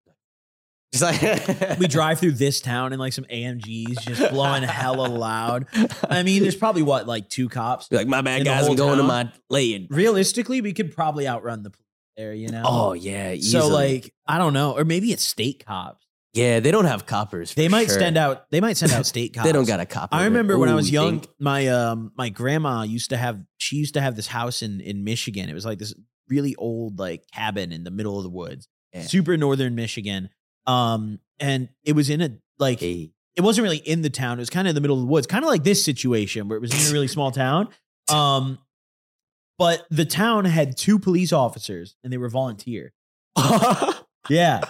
Speaker 2: Just like
Speaker 1: We drive through this town and like some AMGs just blowing hella loud. I mean, there's probably what like two cops.
Speaker 2: Be like, my
Speaker 1: In
Speaker 2: bad
Speaker 1: the
Speaker 2: guys, I'm
Speaker 1: whole
Speaker 2: going to
Speaker 1: town?
Speaker 2: my lane.
Speaker 1: Realistically, we could probably outrun the police there. You know.
Speaker 2: Oh yeah,
Speaker 1: so
Speaker 2: easily.
Speaker 1: like I don't know, or maybe it's state cops.
Speaker 2: yeah, they don't have coppers.
Speaker 1: They
Speaker 2: for
Speaker 1: might
Speaker 2: sure.
Speaker 1: send out. They might send out state cops.
Speaker 2: They don't got a copper.
Speaker 1: I remember
Speaker 2: Ooh,
Speaker 1: when I was
Speaker 2: you
Speaker 1: young,
Speaker 2: think?
Speaker 1: my um my grandma used to have she used to have this house in in Michigan. It was like this really old like cabin in the middle of the woods,
Speaker 2: Yeah.
Speaker 1: super northern Michigan. Um, and it was in a like
Speaker 2: Hey,
Speaker 1: it wasn't really in the town. It was kind of in the middle of the woods, kind of like this situation where it was in a really small town. Um, but the town had two police officers and they were volunteer. Yeah.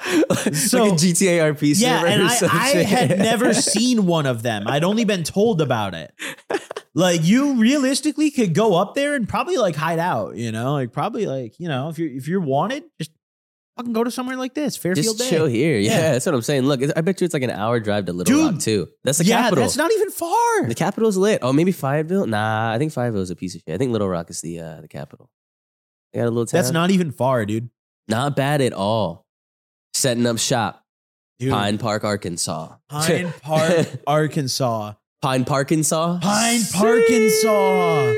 Speaker 2: so like a GTA RP
Speaker 1: Yeah,
Speaker 2: server
Speaker 1: and
Speaker 2: or
Speaker 1: I,
Speaker 2: some
Speaker 1: I
Speaker 2: shit.
Speaker 1: had never seen one of them. I'd only been told about it. Like you realistically could go up there and probably like hide out, you know, like probably like you know if you're if you're wanted, just fucking go to somewhere like this, Fairfield
Speaker 2: Just
Speaker 1: Day.
Speaker 2: chill here. Yeah,
Speaker 1: Yeah.
Speaker 2: that's what I'm saying. Look, it's- I bet you it's like an hour drive to Little
Speaker 1: Dude.
Speaker 2: Rock too. That's the
Speaker 1: yeah,
Speaker 2: capital.
Speaker 1: that's not even far.
Speaker 2: the capital's lit. Oh, maybe Fayetteville. Nah, I think Fayetteville is a piece of shit. I think Little Rock is the uh, the capital. They got a little town.
Speaker 1: That's not even far, dude.
Speaker 2: not bad at all. Setting up shop,
Speaker 1: Dude,
Speaker 2: Pine Park, Arkansas.
Speaker 1: Pine Park, Arkansas.
Speaker 2: Pine Parkinsaw.
Speaker 1: Pine Parkinsaw.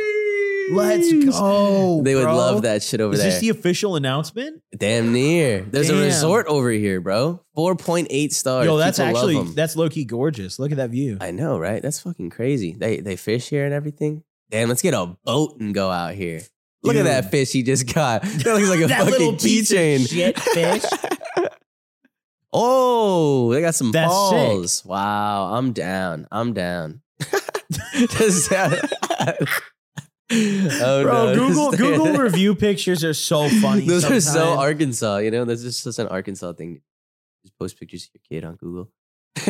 Speaker 1: Let's go.
Speaker 2: They would
Speaker 1: bro.
Speaker 2: love that shit over
Speaker 1: Is
Speaker 2: there.
Speaker 1: this the official announcement?
Speaker 2: Damn near. There's a
Speaker 1: Damn.
Speaker 2: resort over here, bro. 4.8 stars.
Speaker 1: Yo, that's
Speaker 2: Oh, People love
Speaker 1: actually
Speaker 2: 'em.
Speaker 1: that's low key gorgeous. Look at that view.
Speaker 2: I know, right? That's fucking crazy. They they fish here and everything. Damn, let's get a boat and go out here. Look
Speaker 1: Dude.
Speaker 2: at that fish he just got. That looks like a
Speaker 1: That little
Speaker 2: fucking
Speaker 1: piece of
Speaker 2: keychain.
Speaker 1: shit fish.
Speaker 2: oh, they got some
Speaker 1: That's sick.
Speaker 2: balls. Wow, I'm down. I'm down. Does that- Oh,
Speaker 1: Bro,
Speaker 2: no,
Speaker 1: Google
Speaker 2: just-
Speaker 1: Google review pictures are so funny.
Speaker 2: Those are so
Speaker 1: sometimes.
Speaker 2: Arkansas, you know. That's just such an Arkansas thing. Just post pictures of your kid on Google.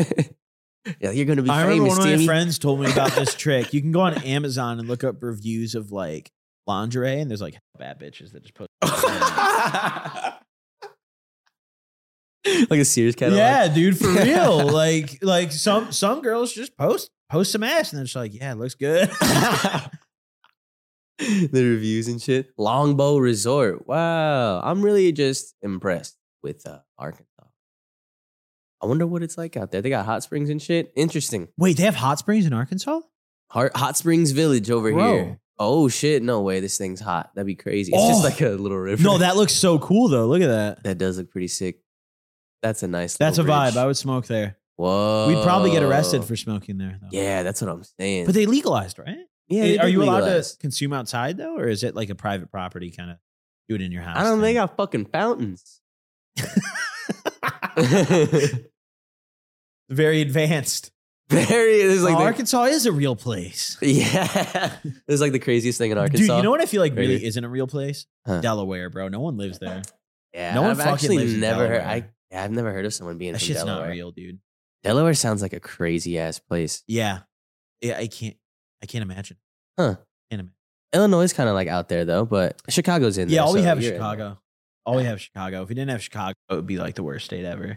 Speaker 2: yeah, you're gonna be
Speaker 1: I remember
Speaker 2: famous.
Speaker 1: one of my
Speaker 2: Jamie.
Speaker 1: friends told me about this trick. You can go on Amazon and look up reviews of like lingerie, and there's like bad bitches that just post.
Speaker 2: like a Sears catalog.
Speaker 1: Yeah, dude, for real. like, like some some girls just post post some ass, and they're just like, yeah, it looks good.
Speaker 2: the reviews and shit. Longbow Resort. Wow. I'm really just impressed with uh, Arkansas. I wonder what it's like out there. They got hot springs and shit. Interesting.
Speaker 1: Wait, they have hot springs in Arkansas?
Speaker 2: Hot, hot Springs Village over
Speaker 1: Bro.
Speaker 2: here. Oh shit. No way. This thing's hot. That'd be crazy. It's just
Speaker 1: Oh.
Speaker 2: like a little river.
Speaker 1: No, that looks so cool though. Look at that.
Speaker 2: that does look pretty sick. That's a nice
Speaker 1: That's a
Speaker 2: little
Speaker 1: vibe.
Speaker 2: bridge. Oh.
Speaker 1: I would smoke there.
Speaker 2: Whoa.
Speaker 1: We'd probably get arrested for smoking there. Though.
Speaker 2: Yeah, that's what I'm saying.
Speaker 1: but they legalized, right? Eh,
Speaker 2: yeah, they
Speaker 1: Are
Speaker 2: did
Speaker 1: you allowed
Speaker 2: legalize.
Speaker 1: to consume outside though, or is it like a private property kind of do it in your house?
Speaker 2: I don't
Speaker 1: thing?
Speaker 2: think I fucking fountains.
Speaker 1: very advanced.
Speaker 2: Very. There's like
Speaker 1: Oh,
Speaker 2: the-
Speaker 1: Arkansas is a real place.
Speaker 2: Yeah. It's like the craziest thing in Arkansas.
Speaker 1: Dude, you know what I feel like
Speaker 2: Right
Speaker 1: really
Speaker 2: there.
Speaker 1: isn't a real place?
Speaker 2: Huh.
Speaker 1: Delaware, bro. No one lives there.
Speaker 2: Yeah,
Speaker 1: no one
Speaker 2: I've
Speaker 1: fucking lives
Speaker 2: actually
Speaker 1: in
Speaker 2: never heard.
Speaker 1: Delaware.
Speaker 2: I, yeah, I've never heard of someone being
Speaker 1: That
Speaker 2: from
Speaker 1: shit's
Speaker 2: Delaware.
Speaker 1: not real, dude.
Speaker 2: Delaware sounds like a crazy ass place.
Speaker 1: Yeah. Yeah, I can't I can't imagine.
Speaker 2: Huh.
Speaker 1: Can't imagine.
Speaker 2: Illinois is kind of like out there though, but Chicago's in there.
Speaker 1: Yeah, all we
Speaker 2: so
Speaker 1: have is
Speaker 2: you're in
Speaker 1: Chicago. All we have is Chicago. If we didn't have Chicago, it would be like the worst state ever.
Speaker 2: there.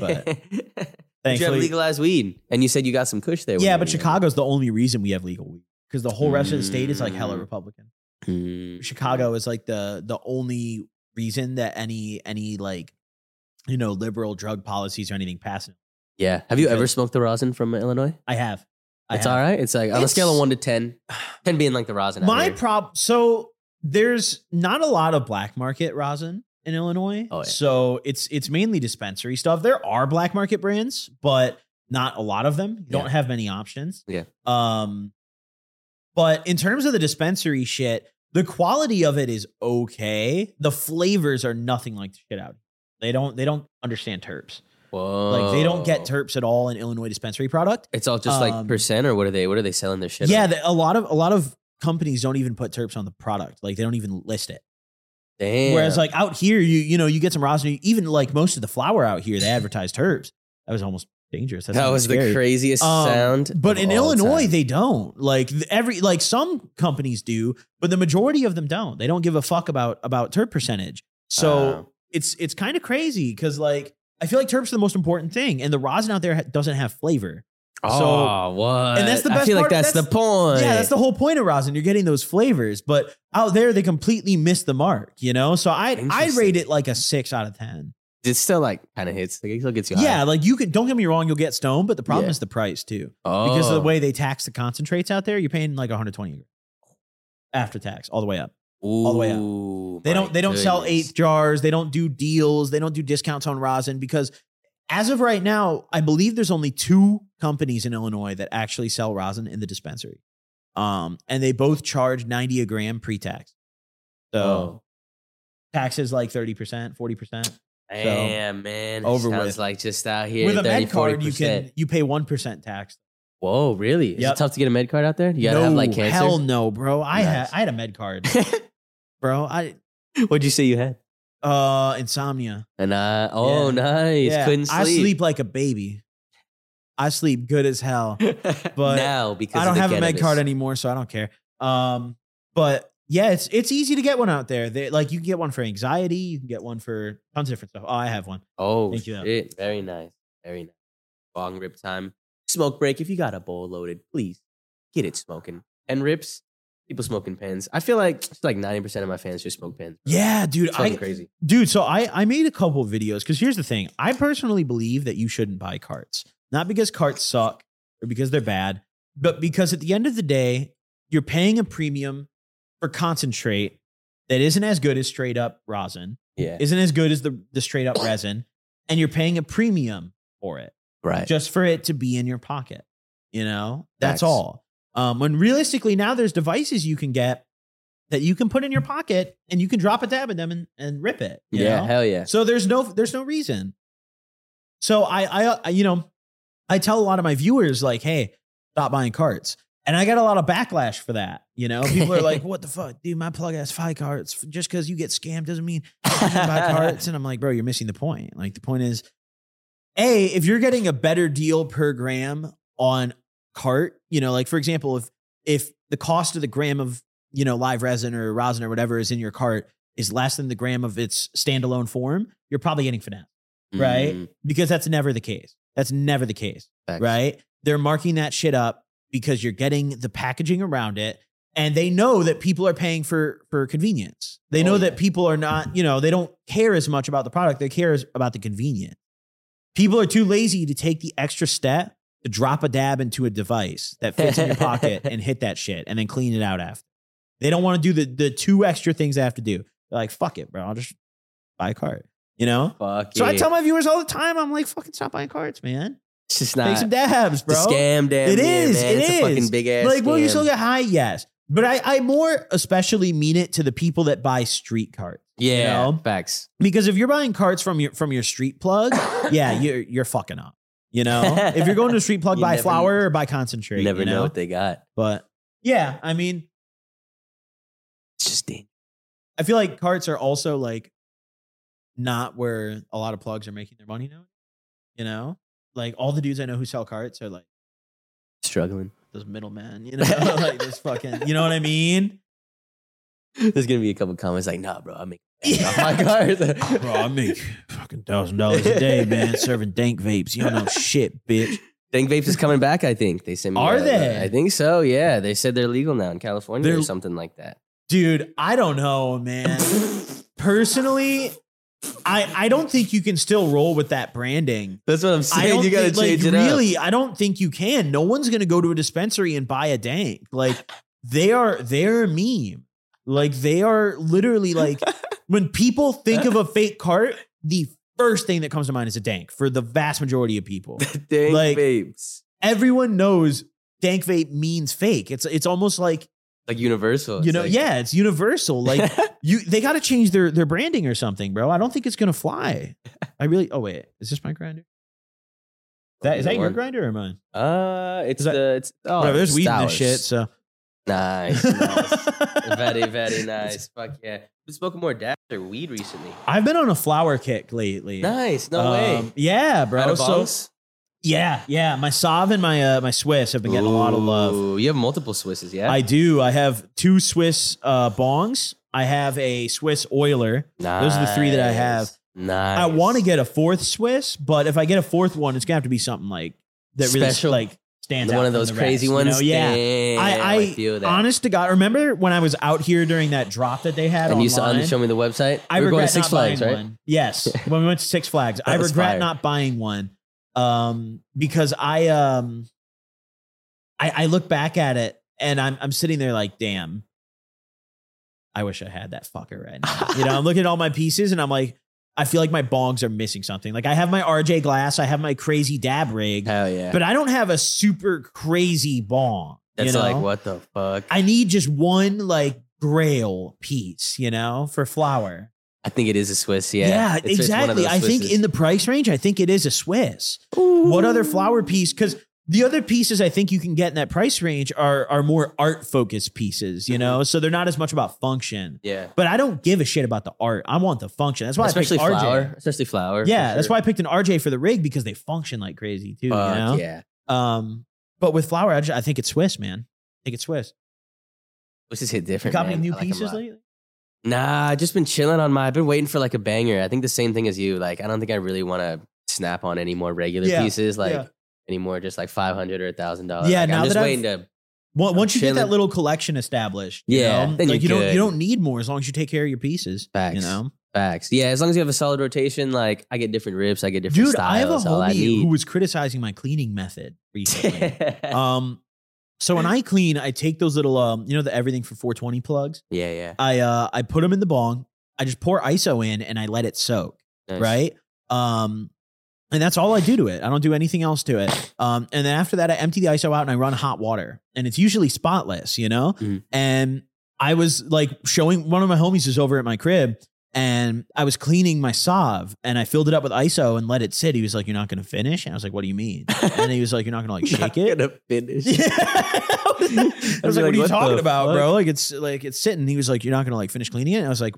Speaker 1: But
Speaker 2: Did you have
Speaker 1: Thankfully.
Speaker 2: legalized weed, and you said you got some kush there. when
Speaker 1: Yeah,
Speaker 2: you
Speaker 1: but
Speaker 2: were
Speaker 1: Chicago's the only reason we have legal weed. Because the whole rest of the state is like hella
Speaker 2: Mm.
Speaker 1: Republican.
Speaker 2: there. Mm.
Speaker 1: Chicago is like the the only reason that any any like you know liberal drug policies or anything passes.
Speaker 2: Yeah. Have you ever
Speaker 1: Because-
Speaker 2: smoked the rosin from Illinois?
Speaker 1: I have. I
Speaker 2: It's
Speaker 1: have.
Speaker 2: all right. It's like on a scale of
Speaker 1: It's-
Speaker 2: one to 10, 10 being like the rosin. out
Speaker 1: My
Speaker 2: here.
Speaker 1: prob so there's not a lot of black market rosin in Illinois.
Speaker 2: Oh, yeah.
Speaker 1: So it's it's mainly dispensary stuff. There are black market brands, but not a lot of them. You don't
Speaker 2: Yeah.
Speaker 1: have many options.
Speaker 2: Yeah.
Speaker 1: Um but in terms of the dispensary shit, the quality of it is okay. The flavors are nothing like the shit out. here. They don't they don't understand terps.
Speaker 2: Whoa.
Speaker 1: Like they don't
Speaker 2: Oh.
Speaker 1: get terps at all in Illinois dispensary product.
Speaker 2: It's all just like
Speaker 1: Um,
Speaker 2: percent, or what are they? What are they selling their shit?
Speaker 1: yeah,
Speaker 2: on?
Speaker 1: the, a lot of a lot of companies don't even put terps on the product. Like they don't even list it.
Speaker 2: Damn.
Speaker 1: Whereas like out here, you you know you get some rosin. Even like most of the flour out here, they advertised herbs. That was almost dangerous. That's
Speaker 2: that
Speaker 1: almost
Speaker 2: was
Speaker 1: scary.
Speaker 2: the craziest
Speaker 1: Um,
Speaker 2: sound.
Speaker 1: But
Speaker 2: of
Speaker 1: in
Speaker 2: all
Speaker 1: Illinois,
Speaker 2: time.
Speaker 1: they don't. Like th- every like some companies do, but the majority of them don't. They don't give a fuck about about terp percentage. So
Speaker 2: Wow.
Speaker 1: it's it's kind of crazy because like I feel like terps are the most important thing, and the rosin out there ha- doesn't have flavor. so-
Speaker 2: oh, what?
Speaker 1: and that's the
Speaker 2: I
Speaker 1: best
Speaker 2: feel like
Speaker 1: part-
Speaker 2: that's,
Speaker 1: that's-
Speaker 2: the point.
Speaker 1: Yeah, that's the whole point of rosin. You're getting those flavors, but out there they completely miss the mark. You know, so I would I'd
Speaker 2: Interesting.
Speaker 1: rate it like a six out of ten.
Speaker 2: It still like kind of hits. Like, it still gets you.
Speaker 1: Yeah,
Speaker 2: high.
Speaker 1: like you can. Don't get me wrong, you'll get stoned, but the problem
Speaker 2: Yeah.
Speaker 1: is the price too,
Speaker 2: Oh.
Speaker 1: because of the way they tax the concentrates out there. You're paying like 120 a gram after tax, all the way up. the way up.
Speaker 2: Ooh,
Speaker 1: They
Speaker 2: my
Speaker 1: don't. They don't sell
Speaker 2: goodness.
Speaker 1: eighth jars. They don't do deals. They don't do discounts on rosin because, as of right now, I believe there's only two companies in Illinois that actually sell rosin in the dispensary, um, and they both charge 90 a gram pre-tax. So
Speaker 2: Oh.
Speaker 1: taxes like 30 percent, 40 percent.
Speaker 2: Damn, Oh, man.
Speaker 1: over
Speaker 2: Over sounds
Speaker 1: with.
Speaker 2: like just out here.
Speaker 1: With a
Speaker 2: 30,
Speaker 1: med card, you
Speaker 2: 40%.
Speaker 1: can you pay one percent tax.
Speaker 2: Whoa, really? Is
Speaker 1: Yep.
Speaker 2: it tough to get a med card out there? You gotta have like cancer.
Speaker 1: Hell no, bro. I had
Speaker 2: Nice.
Speaker 1: I had a med card, bro. I
Speaker 2: What'd you say you had?
Speaker 1: uh insomnia.
Speaker 2: And I, oh,
Speaker 1: Yeah.
Speaker 2: nice.
Speaker 1: Yeah,
Speaker 2: Couldn't
Speaker 1: I sleep like a baby. I sleep good as hell. but
Speaker 2: now because
Speaker 1: I don't
Speaker 2: of the
Speaker 1: have a med
Speaker 2: cannabis.
Speaker 1: card anymore, so I don't care. Um, but yeah, it's it's easy to get one out there. They, like you can get one for anxiety, you can get one for tons of different stuff. Oh, I have one.
Speaker 2: Oh,
Speaker 1: Thank you.
Speaker 2: shit. Very nice. Very nice. Long rip time. Smoke break. If you got a bowl loaded, please get it smoking. And rips, people smoking pens. I feel like it's like 90% of my fans just smoke pens.
Speaker 1: Yeah, dude.
Speaker 2: It's fucking
Speaker 1: I,
Speaker 2: crazy.
Speaker 1: dude so i i made a couple videos because here's the thing i personally believe that you shouldn't buy carts not because carts suck or because they're bad but because at the end of the day you're paying a premium for concentrate that isn't as good as straight up rosin
Speaker 2: Yeah.
Speaker 1: isn't as good as the, the straight up resin and you're paying a premium for it
Speaker 2: Right.
Speaker 1: just for it to be in your pocket. You know, that's
Speaker 2: Facts.
Speaker 1: all. Um, when realistically now there's devices you can get that you can put in your pocket and you can drop a dab at them and, and rip it. you
Speaker 2: yeah.
Speaker 1: know?
Speaker 2: Hell yeah.
Speaker 1: So there's no there's no reason. So I, I I you know I tell a lot of my viewers like, hey, stop buying carts. And I got a lot of backlash for that. You know, people are like, what the fuck, dude, my plug ass five carts. Just because you get scammed doesn't mean you can buy carts. And I'm like, bro, you're missing the point. Like the point is A, if you're getting a better deal per gram on cart, you know, like for example, if if the cost of the gram of, you know, live resin or rosin or whatever is in your cart is less than the gram of its standalone form, you're probably getting finesse, right?
Speaker 2: Mm,
Speaker 1: Because that's never the case. That's never the case
Speaker 2: facts.
Speaker 1: right? They're marking that shit up because you're getting the packaging around it. And they know that people are paying for for convenience. They
Speaker 2: Oh,
Speaker 1: know
Speaker 2: yeah.
Speaker 1: that people are not, you know, they don't care as much about the product. They care as- about the convenience. People are too lazy to take the extra step to drop a dab into a device that fits in your pocket and hit that shit and then clean it out after. They don't want to do the the two extra things they have to do. They're like, fuck it, bro. I'll just buy a cart. You know?
Speaker 2: Fuck
Speaker 1: So I
Speaker 2: yeah.
Speaker 1: tell my viewers all the time, I'm like, fucking stop buying carts, man.
Speaker 2: it's just
Speaker 1: Take
Speaker 2: not
Speaker 1: some dabs,
Speaker 2: the
Speaker 1: bro.
Speaker 2: scam damn
Speaker 1: It
Speaker 2: near,
Speaker 1: is,
Speaker 2: man.
Speaker 1: it
Speaker 2: it's a fucking
Speaker 1: is.
Speaker 2: big ass.
Speaker 1: like, will you
Speaker 2: scam.
Speaker 1: still get high? Yes. But I, I more especially mean it to the people that buy street carts.
Speaker 2: Yeah,
Speaker 1: know?
Speaker 2: facts.
Speaker 1: Because if you're buying carts from your from your street plug, yeah, you're you're fucking up. You know? if you're going to a street plug,
Speaker 2: You
Speaker 1: buy
Speaker 2: never-
Speaker 1: flour or buy concentrate.
Speaker 2: You never
Speaker 1: you
Speaker 2: know? what they got.
Speaker 1: But yeah, I mean,
Speaker 2: It's just dangerous.
Speaker 1: I feel like carts are also like not where a lot of plugs are making their money now. You know? Like all the dudes I know who sell carts are like
Speaker 2: struggling.
Speaker 1: those middlemen, you know, like this fucking you know what I mean?
Speaker 2: There's gonna be a couple comments like, "Nah, bro, I make
Speaker 1: Yeah.
Speaker 2: off Oh my cars."
Speaker 1: Bro, I make fucking thousand dollars a day, man, serving dank vapes. You don't know shit, bitch.
Speaker 2: Think Vapes is coming back. I think they sent me.
Speaker 1: Are
Speaker 2: a-
Speaker 1: they?
Speaker 2: I think so. Yeah, they said they're legal now in California or
Speaker 1: They're-
Speaker 2: something like that.
Speaker 1: Dude, I don't know, man. Personally, I I don't think you can still roll with that branding.
Speaker 2: That's what I'm
Speaker 1: I
Speaker 2: saying.
Speaker 1: don't
Speaker 2: You gotta
Speaker 1: think,
Speaker 2: change
Speaker 1: like,
Speaker 2: it up.
Speaker 1: really, I don't think you can. No one's gonna go to a dispensary and buy a dank. Like they are they're a meme. Like they are literally like when people think of a fake cart, the first thing that comes to mind is a dank for the vast majority of people.
Speaker 2: Think
Speaker 1: like-
Speaker 2: Vapes,
Speaker 1: everyone knows dank vape means fake. It's it's almost like
Speaker 2: like Universal.
Speaker 1: you
Speaker 2: Oh, It's
Speaker 1: know,
Speaker 2: like-
Speaker 1: yeah, it's universal. Like you, they got to change their their branding or something, bro. I don't think it's gonna fly. I really. Oh wait, is this my grinder? That is that your
Speaker 2: One.
Speaker 1: grinder or mine?
Speaker 2: Uh, it's
Speaker 1: Is that-
Speaker 2: the it's oh,
Speaker 1: Whatever, there's
Speaker 2: it's
Speaker 1: weed in
Speaker 2: Stowers.
Speaker 1: this shit. So
Speaker 2: Nice, nice. very very nice. Fuck yeah. We spoke more dabs or weed recently.
Speaker 1: I've been on a flower kick lately.
Speaker 2: Nice, no way.
Speaker 1: Um, Yeah, bro.
Speaker 2: Out of
Speaker 1: so
Speaker 2: bongs?
Speaker 1: yeah, yeah. My Sav and my uh, my Swiss have been getting a lot of love.
Speaker 2: Ooh, You have multiple Swisses, yeah.
Speaker 1: I do. I have two Swiss uh, bongs. I have a Swiss oiler. Those are the three that I have.
Speaker 2: Nice.
Speaker 1: I want to get a fourth Swiss, but if I get a fourth one, it's gonna have to be something like that really
Speaker 2: Special.
Speaker 1: like stands out.
Speaker 2: one of
Speaker 1: from
Speaker 2: those
Speaker 1: the rest,
Speaker 2: crazy
Speaker 1: you
Speaker 2: ones.
Speaker 1: know? Yeah.
Speaker 2: Damn,
Speaker 1: I, I
Speaker 2: feel that.
Speaker 1: honest to God, remember when I was out here during that drop that they had
Speaker 2: and you saw
Speaker 1: online?
Speaker 2: and show me the website.
Speaker 1: I
Speaker 2: we were
Speaker 1: regret
Speaker 2: going to Six
Speaker 1: not
Speaker 2: Flags,
Speaker 1: buying
Speaker 2: right?
Speaker 1: one. Yes, when we went to Six Flags, I
Speaker 2: was
Speaker 1: regret
Speaker 2: fire.
Speaker 1: not buying one um, because I um, I, I look back at it and I'm I'm sitting there like, damn, I wish I had that fucker right now. you know, I'm looking at all my pieces and I'm like, I feel like my bongs are missing something. Like I have my RJ glass, I have my crazy dab rig,
Speaker 2: Hell yeah!
Speaker 1: but I don't have a super crazy bong.
Speaker 2: That's
Speaker 1: you know?
Speaker 2: like what the fuck? I,
Speaker 1: I need just one like grail piece, you know, for flower.
Speaker 2: think it is a Swiss. Yeah,
Speaker 1: Yeah,
Speaker 2: It's- it's one of
Speaker 1: exactly.
Speaker 2: those
Speaker 1: I think
Speaker 2: Swisses.
Speaker 1: in the price range, I think it is a Swiss. What other flower piece? Because the other pieces I think you can get in that price range are are more art focused pieces, you
Speaker 2: Mm-hmm.
Speaker 1: know. So they're not as much about function.
Speaker 2: yeah,
Speaker 1: But I don't give a shit about the art. I want the function. That's why
Speaker 2: especially
Speaker 1: I picked
Speaker 2: flower,
Speaker 1: RJ.
Speaker 2: especially flower.
Speaker 1: Yeah,
Speaker 2: for
Speaker 1: that's
Speaker 2: sure.
Speaker 1: why I picked an RJ for the rig because they function like crazy too.
Speaker 2: Fuck
Speaker 1: you know?
Speaker 2: yeah,
Speaker 1: Um, but with flower, I, just, I think it's Swiss, man. I think it's Swiss.
Speaker 2: Swisses hit
Speaker 1: You
Speaker 2: different.
Speaker 1: got any
Speaker 2: man.
Speaker 1: new
Speaker 2: I like 'em a
Speaker 1: pieces
Speaker 2: lot.
Speaker 1: lately?
Speaker 2: Nah, I just been chilling on my. I've been waiting for like a banger. I think the same thing as you. Like, I don't think I really want to snap on any more regular
Speaker 1: Yeah,
Speaker 2: pieces. Like.
Speaker 1: yeah.
Speaker 2: Any more, just like five hundred or a thousand dollars.
Speaker 1: Yeah,
Speaker 2: like,
Speaker 1: now
Speaker 2: I'm just
Speaker 1: that I've-
Speaker 2: waiting to
Speaker 1: Well, once you get
Speaker 2: chilling.
Speaker 1: that little collection established,
Speaker 2: Yeah,
Speaker 1: you know,
Speaker 2: then
Speaker 1: like you
Speaker 2: you're
Speaker 1: don't
Speaker 2: good.
Speaker 1: you don't need more as long as you take care of your pieces.
Speaker 2: Facts.
Speaker 1: You know,
Speaker 2: Facts. Yeah, as long as you have a solid rotation, like I get different rips, I get different
Speaker 1: dude, I have a
Speaker 2: styles. all I
Speaker 1: homie who
Speaker 2: need.
Speaker 1: was criticizing my cleaning method recently. um, so when I clean, I take those little um, you know, the everything for 420 plugs.
Speaker 2: yeah, yeah.
Speaker 1: I uh, I put them in the bong. I just pour ISO in and I let it soak.
Speaker 2: Nice.
Speaker 1: right? Um, and that's all I do to it. I don't do anything else to it. Um, and then after that, I empty the ISO out and I run hot water, and it's usually spotless, you know.
Speaker 2: Mhm.
Speaker 1: And I was like showing one of my homies is over at my crib, and I was cleaning my Sav, and I filled it up with ISO and let it sit. He was like, "You're not gonna finish," and I was like, "What do you mean?" and he was like, "You're not gonna like shake it."
Speaker 2: Gonna finish.
Speaker 1: Yeah. I was like,
Speaker 2: I'd
Speaker 1: what are
Speaker 2: be like,
Speaker 1: you
Speaker 2: "What the
Speaker 1: talking about,
Speaker 2: fuck?"
Speaker 1: bro? Like it's like it's sitting. He was like, You're not gonna like finish cleaning it. And I was like,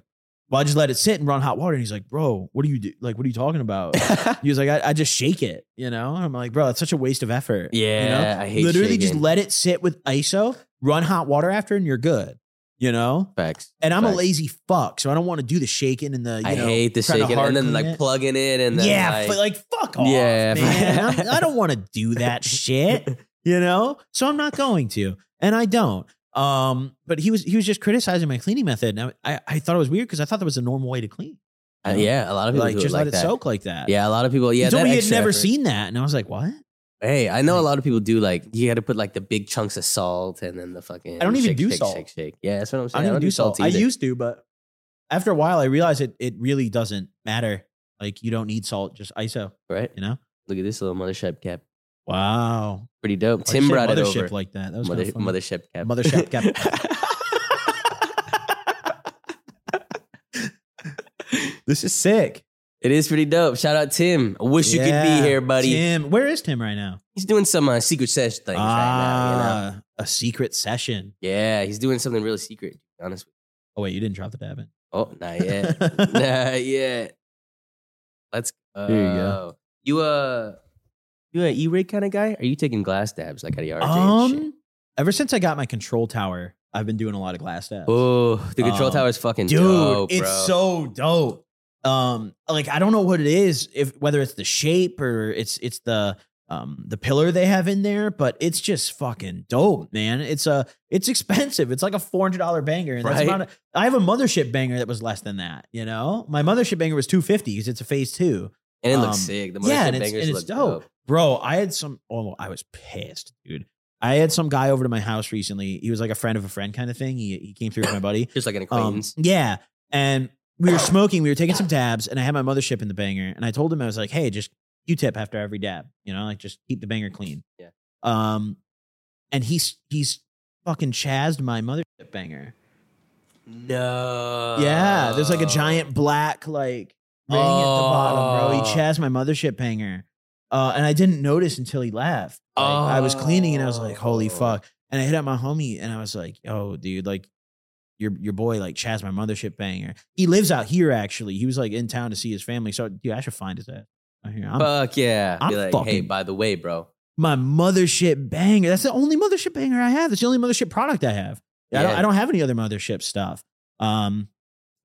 Speaker 1: well, I just let it sit and run hot water. And he's like, bro, what are you do? Like, what are you talking about? he was like, I, I just shake it, you know? And I'm like, bro, that's such a waste of effort. You know?
Speaker 2: Yeah, I hate
Speaker 1: Literally just
Speaker 2: shaking.
Speaker 1: let it sit with ISO, run hot water after, and you're good, you know?
Speaker 2: Facts.
Speaker 1: And I'm a
Speaker 2: Facts.
Speaker 1: lazy fuck, so I don't want to do the shaking and the, you
Speaker 2: I
Speaker 1: know,
Speaker 2: hate the
Speaker 1: trying to
Speaker 2: shaking and then
Speaker 1: hard
Speaker 2: like
Speaker 1: clean it.
Speaker 2: plugging it and then
Speaker 1: yeah,
Speaker 2: like,
Speaker 1: but like fuck off,
Speaker 2: Yeah.
Speaker 1: man. I'm- I don't want to do that shit, you know. So I'm not going to, and I don't. Um, but he was he was just criticizing my cleaning method, and I I, I thought it was weird because I thought that was a normal way to clean,
Speaker 2: Uh, yeah, a lot of people
Speaker 1: like
Speaker 2: do
Speaker 1: just
Speaker 2: it
Speaker 1: let
Speaker 2: like
Speaker 1: it
Speaker 2: that.
Speaker 1: soak like that.
Speaker 2: Yeah, a lot of people. Yeah,
Speaker 1: he told
Speaker 2: that
Speaker 1: me he had
Speaker 2: extra
Speaker 1: never
Speaker 2: effort.
Speaker 1: seen that, and I was like, what?
Speaker 2: Hey, I know a lot of people do like you got to put like the big chunks of salt and then the fucking.
Speaker 1: I don't even
Speaker 2: shake,
Speaker 1: do
Speaker 2: shake,
Speaker 1: salt.
Speaker 2: Shake, shake. Yeah, that's what I'm
Speaker 1: I
Speaker 2: saying.
Speaker 1: don't even do salt. I
Speaker 2: either.
Speaker 1: used to, but after a while, I realized it it really doesn't matter. Like you don't need salt, just ISO,
Speaker 2: right.
Speaker 1: you know.
Speaker 2: Look at this little mothership cap.
Speaker 1: Wow,
Speaker 2: Pretty dope.
Speaker 1: I
Speaker 2: Tim
Speaker 1: said
Speaker 2: brought it
Speaker 1: Oh, mothership
Speaker 2: over.
Speaker 1: like that. That was
Speaker 2: Mother,
Speaker 1: kinda funny.
Speaker 2: mothership cap.
Speaker 1: Mothership cap. This is sick.
Speaker 2: it is pretty dope. Shout out Tim. I wish you could
Speaker 1: Yeah,
Speaker 2: be here, buddy.
Speaker 1: Tim, where is Tim right now?
Speaker 2: He's doing some uh, secret sesh things right now. You know?
Speaker 1: Ah, a secret session.
Speaker 2: Yeah, he's doing something really secret. To be honest with
Speaker 1: Oh wait, you didn't drop the dab in.
Speaker 2: you. Oh, not yet. not yet. Let's go.
Speaker 1: There you go.
Speaker 2: You uh, you a E rig kind of guy? Are you taking glass dabs like out of your RJ and shit?
Speaker 1: um, ever since I got my control tower, I've been doing a lot of glass dabs.
Speaker 2: Oh, the control
Speaker 1: Um,
Speaker 2: tower is fucking
Speaker 1: Dude,
Speaker 2: dope, bro.
Speaker 1: it's so dope. Um, like I don't know what it is, if whether it's the shape or it's it's the um the pillar they have in there, but it's just fucking dope, man. It's a it's expensive. It's like a four hundred dollar banger, and
Speaker 2: Right?
Speaker 1: that's about. A, I have a mothership banger that was less than that. You know, my mothership banger was two fifty because it's a phase two.
Speaker 2: and it looks
Speaker 1: um,
Speaker 2: sick. The
Speaker 1: yeah,
Speaker 2: mothership
Speaker 1: and it's-
Speaker 2: bangers
Speaker 1: and it's
Speaker 2: look
Speaker 1: dope. Bro, I had some. Oh, I was pissed, dude. I had some guy over to my house recently. He was like a friend of a friend kind of thing. He he came through with my buddy.
Speaker 2: Just like an
Speaker 1: Um,
Speaker 2: acquaintance.
Speaker 1: yeah, and we were smoking. We were taking some dabs, and I had my mothership in the banger. And I told him I was like, "Hey, just Q-tip after every dab. You know, like just keep the banger clean."
Speaker 2: Yeah.
Speaker 1: Um, and he's he's fucking chased my mothership banger.
Speaker 2: no.
Speaker 1: Yeah, there's
Speaker 2: Oh.
Speaker 1: like a giant black like ring at the bottom, bro. He
Speaker 2: Oh.
Speaker 1: chased my mothership hanger, uh, and I didn't notice until he left. Like, I was cleaning and I was like, "Holy
Speaker 2: Oh.
Speaker 1: fuck!" And I hit up my homie and I was like, "Yo, dude, like." Your, your boy like chased my mothership banger. He lives out here actually. He was like in town to see his family. So dude, I should find his ass out here. I'm-
Speaker 2: Fuck yeah.
Speaker 1: I'm
Speaker 2: Be like, hey,
Speaker 1: fucking-
Speaker 2: by the way, bro.
Speaker 1: my mothership banger. That's the only mothership banger I have. That's the only mothership product I have. I, don't,
Speaker 2: Yeah.
Speaker 1: I don't have any other mothership stuff. Um,